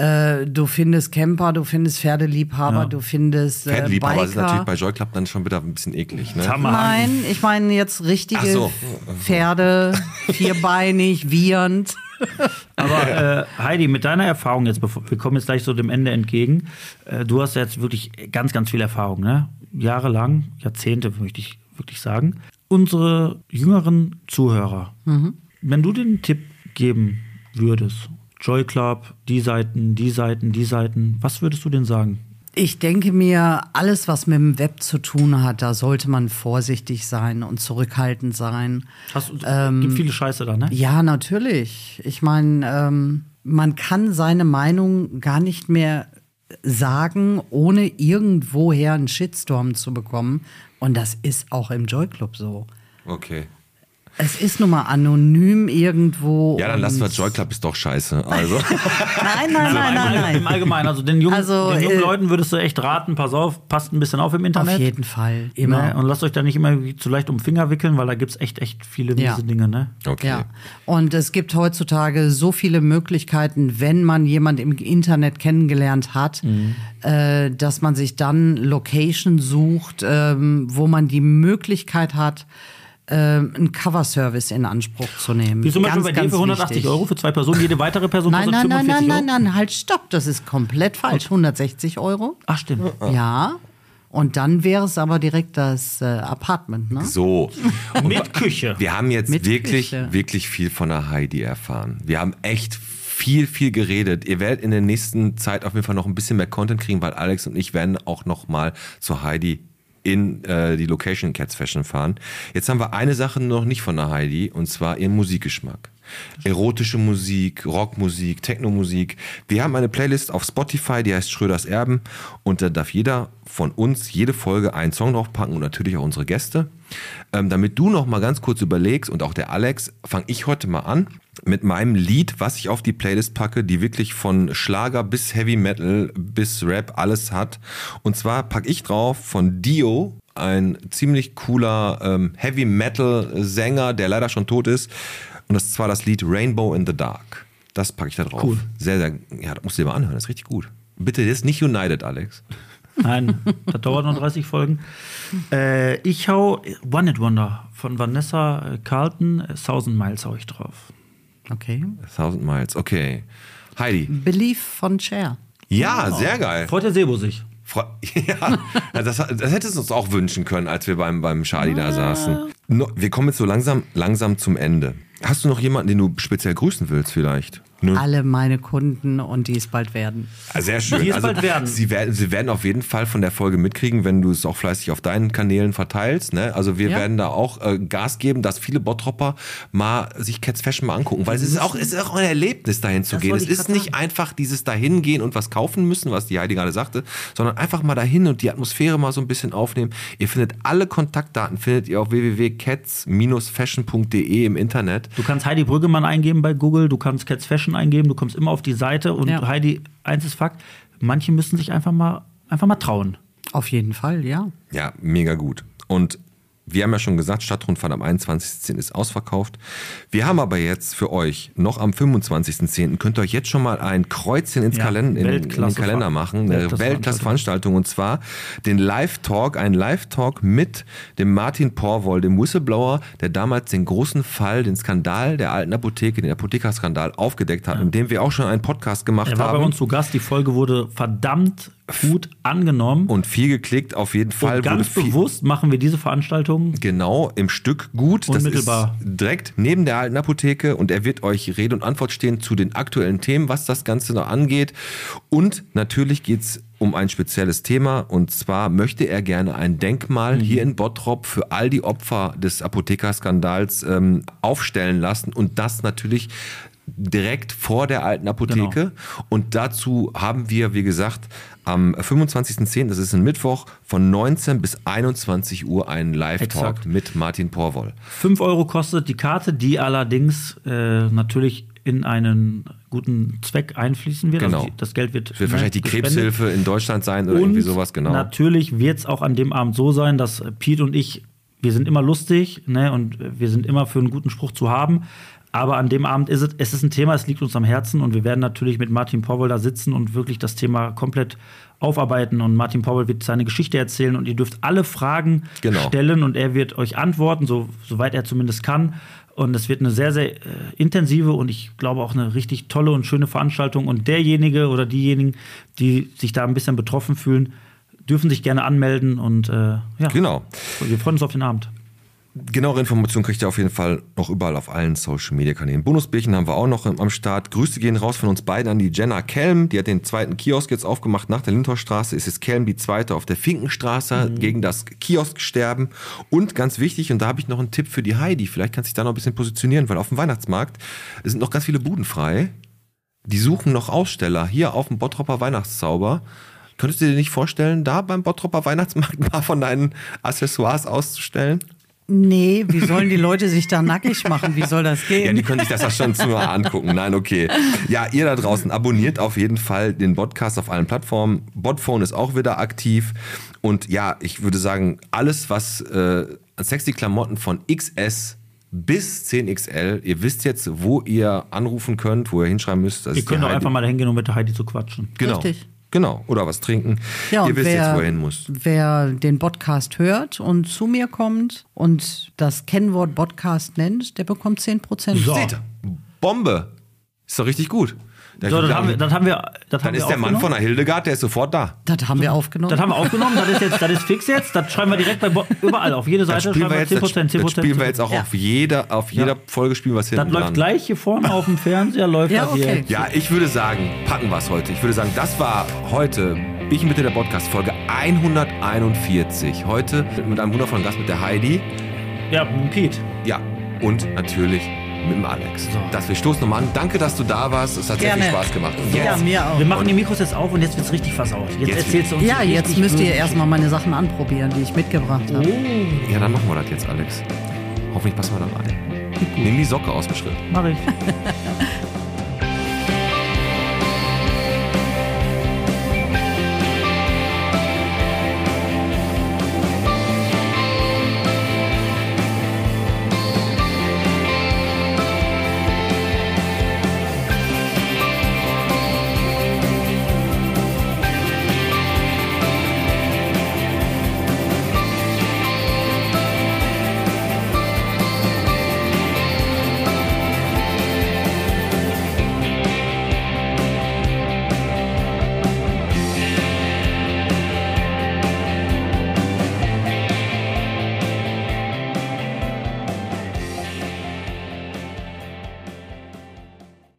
Speaker 5: Äh, du findest Camper, du findest Pferdeliebhaber, du findest äh,
Speaker 2: Pferdeliebhaber ist
Speaker 5: Biker.
Speaker 2: natürlich bei Joy Club dann schon wieder ein bisschen eklig. Ne?
Speaker 3: Hammer.
Speaker 5: Nein, ich meine jetzt
Speaker 2: Ach
Speaker 5: richtige
Speaker 2: so.
Speaker 5: Pferde, vierbeinig, wiehernd.
Speaker 3: Aber äh, Heidi, mit deiner Erfahrung jetzt, bevor, wir kommen jetzt gleich so dem Ende entgegen. Äh, du hast ja jetzt wirklich ganz, ganz viel Erfahrung, ne? Jahrelang, Jahrzehnte, möchte ich wirklich sagen. Unsere jüngeren Zuhörer,
Speaker 5: Mhm.
Speaker 3: wenn du den Tipp geben würdest, Joy Club, die Seiten, die Seiten, die Seiten, was würdest du denn sagen?
Speaker 5: Ich denke mir, alles, was mit dem Web zu tun hat, da sollte man vorsichtig sein und zurückhaltend sein.
Speaker 3: Hast,
Speaker 5: Ähm,
Speaker 3: gibt viele Scheiße da, ne?
Speaker 5: Ja, natürlich. Ich meine, ähm, man kann seine Meinung gar nicht mehr sagen, ohne irgendwoher einen Shitstorm zu bekommen. Und das ist auch im Joy Club so.
Speaker 2: Okay.
Speaker 5: Es ist nun mal anonym irgendwo.
Speaker 2: Ja, dann
Speaker 5: und-
Speaker 2: lassen wir Joy Club ist doch scheiße. Also.
Speaker 5: Nein, nein, nein, nein, nein.
Speaker 3: Im Allgemeinen, also den jungen,
Speaker 5: Also,
Speaker 3: den jungen
Speaker 5: äh,
Speaker 3: Leuten würdest du echt raten, pass auf, passt ein bisschen auf im
Speaker 5: Auf
Speaker 3: Internet.
Speaker 5: jeden Fall. Immer.
Speaker 3: Ne? Und lasst euch da nicht immer irgendwie zu leicht um den Finger wickeln, weil da gibt es echt, echt viele miese
Speaker 5: Ja.
Speaker 3: Dinge, ne?
Speaker 2: Okay.
Speaker 5: Ja, und es gibt heutzutage so viele Möglichkeiten, wenn man jemand im Internet kennengelernt hat,
Speaker 3: Mhm.
Speaker 5: äh, dass man sich dann Location sucht, ähm, wo man die Möglichkeit hat, ähm, einen Cover-Service in Anspruch zu nehmen.
Speaker 3: Wie zum Beispiel bei dir für 180
Speaker 5: wichtig.
Speaker 3: Euro für zwei Personen, jede weitere Person
Speaker 5: Nein, nein,
Speaker 3: kostet
Speaker 5: nein,
Speaker 3: 45
Speaker 5: nein, nein,
Speaker 3: Euro.
Speaker 5: nein, halt, stopp, das ist komplett falsch. 160 Euro?
Speaker 3: Ach, stimmt.
Speaker 5: Ja. Und dann wäre es aber direkt das äh, Apartment, ne?
Speaker 2: So.
Speaker 3: Mit Küche.
Speaker 2: Wir haben jetzt
Speaker 5: Mit
Speaker 2: wirklich,
Speaker 5: Küche.
Speaker 2: wirklich viel von der Heidi erfahren. Wir haben echt viel, viel geredet. Ihr werdet in der nächsten Zeit auf jeden Fall noch ein bisschen mehr Content kriegen, weil Alex und ich werden auch noch mal zu Heidi in äh, die Location Cats Fashion fahren. Jetzt haben wir eine Sache noch nicht von der Heidi und zwar ihren Musikgeschmack. Erotische Musik, Rockmusik, Technomusik. Wir haben eine Playlist auf Spotify, die heißt Schröders Erben und da darf jeder von uns jede Folge einen Song draufpacken und natürlich auch unsere Gäste. Ähm, damit du noch mal ganz kurz überlegst und auch der Alex, fange ich heute mal an mit meinem Lied, was ich auf die Playlist packe, die wirklich von Schlager bis Heavy Metal bis Rap alles hat. Und zwar packe ich drauf von Dio, ein ziemlich cooler ähm, Heavy Metal Sänger, der leider schon tot ist. Und das ist zwar das Lied Rainbow in the Dark. Das packe ich da drauf.
Speaker 3: Cool.
Speaker 2: Sehr, sehr, ja, das musst du dir mal anhören, das ist richtig gut. Bitte, das ist nicht United, Alex.
Speaker 3: Nein, das dauert noch 30 Folgen. Äh, ich hau One It Wonder von Vanessa äh, Carlton, äh, 1000 Miles hau ich drauf.
Speaker 5: Okay.
Speaker 2: 1000 Miles, okay. Heidi.
Speaker 5: Belief von Cher.
Speaker 2: Ja, sehr geil.
Speaker 3: Freut der Sebo sich?
Speaker 2: Fre- Ja, also das, das hättest du uns auch wünschen können, als wir beim, beim Charlie da saßen. No, wir kommen jetzt so langsam, langsam zum Ende. Hast du noch jemanden, den du speziell grüßen willst vielleicht? Nö.
Speaker 5: Alle meine Kunden und die es bald werden.
Speaker 2: Ah, Sehr schön.
Speaker 3: Die es bald werden.
Speaker 2: Sie werden. Sie werden auf jeden Fall von der Folge mitkriegen, wenn du es auch fleißig auf deinen Kanälen verteilst. Ne? Also wir
Speaker 5: Ja.
Speaker 2: werden da auch äh, Gas geben, dass viele Bottropper mal sich Cats Fashion mal angucken. Weil es ist auch, es ist auch ein Erlebnis, dahin zu gehen. Es
Speaker 3: wollte ich
Speaker 2: ist
Speaker 3: grad
Speaker 2: nicht einfach dieses dahingehen und was kaufen müssen, was die Heidi gerade sagte, sondern einfach mal dahin und die Atmosphäre mal so ein bisschen aufnehmen. Ihr findet alle Kontaktdaten, findet ihr auf www.cats-fashion.de im Internet.
Speaker 3: Du kannst Heidi Brüggemann eingeben bei Google, du kannst Cats Fashion eingeben, du kommst immer auf die Seite und
Speaker 5: Ja.
Speaker 3: Heidi, eins ist Fakt, manche müssen sich einfach mal, einfach mal trauen.
Speaker 5: Auf jeden Fall, ja.
Speaker 2: Ja, mega gut. Und Wir haben ja schon gesagt, Stadtrundfahrt am 21.10. ist ausverkauft. Wir haben aber jetzt für euch noch am 25.10. könnt ihr euch jetzt schon mal ein Kreuzchen ins
Speaker 3: Ja,
Speaker 2: Kalend in, in den
Speaker 3: Weltklasse-
Speaker 2: Kalender machen. Eine
Speaker 3: Weltklasse-
Speaker 2: Weltklasse-Veranstaltung und zwar den Live-Talk, ein Live-Talk mit dem Martin Porwoll, dem Whistleblower, der damals den großen Fall, den Skandal der alten Apotheke, den Apothekerskandal aufgedeckt hat, in dem wir auch schon einen Podcast gemacht
Speaker 3: Er war
Speaker 2: haben.
Speaker 3: bei uns zu Gast. Die Folge wurde verdammt gut angenommen.
Speaker 2: und viel geklickt, auf jeden Fall.
Speaker 3: Und ganz
Speaker 2: wurde viel,
Speaker 3: bewusst machen wir diese Veranstaltung.
Speaker 2: Genau, im Stück gut.
Speaker 3: Unmittelbar.
Speaker 2: Das ist direkt neben der alten Apotheke und er wird euch Rede und Antwort stehen zu den aktuellen Themen, was das Ganze noch angeht. Und natürlich geht's um ein spezielles Thema und zwar möchte er gerne ein Denkmal hier in Bottrop für all die Opfer des Apothekerskandals ähm, aufstellen lassen und das natürlich direkt vor der alten Apotheke. Und dazu haben wir, wie gesagt, am 25.10., das ist ein Mittwoch, von 19 bis 21 Uhr einen Live-Talk
Speaker 3: Exakt.
Speaker 2: mit Martin Porwoll.
Speaker 3: 5 Euro kostet die Karte, die allerdings äh, natürlich in einen guten Zweck einfließen wird.
Speaker 2: Genau.
Speaker 3: Also die, das Geld wird. ne,
Speaker 2: Wird wahrscheinlich die
Speaker 3: gespendet.
Speaker 2: Krebshilfe in Deutschland sein oder irgendwie sowas, genau.
Speaker 3: Natürlich wird es auch an dem Abend so sein, dass äh, Pete und ich, wir sind immer lustig ne, und äh, wir sind immer für einen guten Spruch zu haben. Aber an dem Abend ist es, es ist ein Thema, es liegt uns am Herzen und wir werden natürlich mit Martin Powell da sitzen und wirklich das Thema komplett aufarbeiten und Martin Powell wird seine Geschichte erzählen und ihr dürft alle Fragen
Speaker 2: Genau.
Speaker 3: stellen und er wird euch antworten, so, soweit er zumindest kann. Und es wird eine sehr, sehr äh, intensive und ich glaube auch eine richtig tolle und schöne Veranstaltung. Und derjenige oder diejenigen, die sich da ein bisschen betroffen fühlen, dürfen sich gerne anmelden und äh, ja,
Speaker 2: Genau.
Speaker 3: wir freuen uns auf den Abend.
Speaker 2: Genauere Informationen kriegt ihr auf jeden Fall noch überall auf allen Social Media Kanälen. Bonusbierchen haben wir auch noch am Start. Grüße gehen raus von uns beiden an die Jenna Kelm. Die hat den zweiten Kiosk jetzt aufgemacht nach der Lindhorststraße. Ist jetzt Kelm die zweite auf der Finkenstraße gegen das Kiosksterben. Und ganz wichtig, und da habe ich noch einen Tipp für die Heidi. Vielleicht kannst du dich da noch ein bisschen positionieren, weil auf dem Weihnachtsmarkt sind noch ganz viele Buden frei. Die suchen noch Aussteller hier auf dem Bottropper Weihnachtszauber. Könntest du dir nicht vorstellen, da beim Bottropper Weihnachtsmarkt ein paar von deinen Accessoires auszustellen?
Speaker 5: Nee, wie sollen die Leute sich da nackig machen? Wie soll das
Speaker 2: Ja,
Speaker 5: gehen?
Speaker 2: die können sich das ja schon zu mal angucken. Nein, okay. Ja, ihr da draußen, abonniert auf jeden Fall den Podcast auf allen Plattformen. Botphone ist auch wieder aktiv. Und ja, ich würde sagen, alles, was äh, sexy Klamotten von XS bis 10XL, ihr wisst jetzt, wo ihr anrufen könnt, wo ihr hinschreiben müsst. Das
Speaker 3: Ihr
Speaker 2: ist die
Speaker 3: könnt auch
Speaker 2: Heidi.
Speaker 3: einfach mal hingehen, um mit der Heidi zu quatschen.
Speaker 2: Genau.
Speaker 5: Richtig.
Speaker 2: Genau. Oder was trinken.
Speaker 5: Ja,
Speaker 2: ihr
Speaker 5: und
Speaker 2: wisst
Speaker 5: wer,
Speaker 2: jetzt, wo ihr hin muss.
Speaker 5: Wer den Podcast hört und zu mir kommt und das Kennwort Podcast nennt, der bekommt 10%.
Speaker 3: So,
Speaker 2: Seht ihr? Bombe. Ist doch richtig gut. Dann,
Speaker 3: so das haben wir. Das haben wir das
Speaker 2: dann
Speaker 3: haben wir
Speaker 2: ist der Mann
Speaker 3: aufgenommen.
Speaker 2: von der Hildegard, der ist sofort da.
Speaker 5: Das haben wir aufgenommen.
Speaker 3: Das haben wir aufgenommen, das ist, jetzt, das ist fix jetzt, das schreiben wir direkt bei Bo überall, auf jede
Speaker 2: Das
Speaker 3: Seite
Speaker 2: spielen
Speaker 3: schreiben
Speaker 2: wir
Speaker 3: wir
Speaker 2: jetzt, das,
Speaker 3: 10%, 10%.
Speaker 2: das spielen wir jetzt auch
Speaker 5: Ja.
Speaker 2: auf jeder, auf jeder Folge spielen wir es
Speaker 3: Das
Speaker 2: hinten
Speaker 3: läuft
Speaker 2: dran.
Speaker 3: gleich hier vorne auf dem Fernseher, läuft
Speaker 5: Ja,
Speaker 3: das hier.
Speaker 5: okay.
Speaker 2: Ja, ich würde sagen, packen wir es heute. Ich würde sagen, das war heute Ich mit dir, der Podcast Folge 141. Heute mit einem wundervollen Gast mit der Heidi.
Speaker 3: Ja, Pete.
Speaker 2: Ja, und natürlich mit dem Alex. Das wir stoßen nochmal an. Danke, dass du da warst. Es hat sehr
Speaker 5: Gerne.
Speaker 2: viel Spaß gemacht. Und
Speaker 5: Ja,
Speaker 2: jetzt-
Speaker 5: mir auch.
Speaker 3: Wir machen die Mikros jetzt auf und jetzt wird's richtig versaut. Jetzt,
Speaker 2: Jetzt
Speaker 3: erzählst du uns
Speaker 5: Ja,
Speaker 3: die
Speaker 5: jetzt
Speaker 3: richtig
Speaker 5: müsst ihr
Speaker 3: bösen
Speaker 5: erstmal meine Sachen anprobieren, die ich mitgebracht habe.
Speaker 2: ja, dann machen wir das jetzt, Alex. Hoffentlich passen wir da rein. Nimm die Socke aus dem Schritt.
Speaker 3: Geschichten. Mach ich.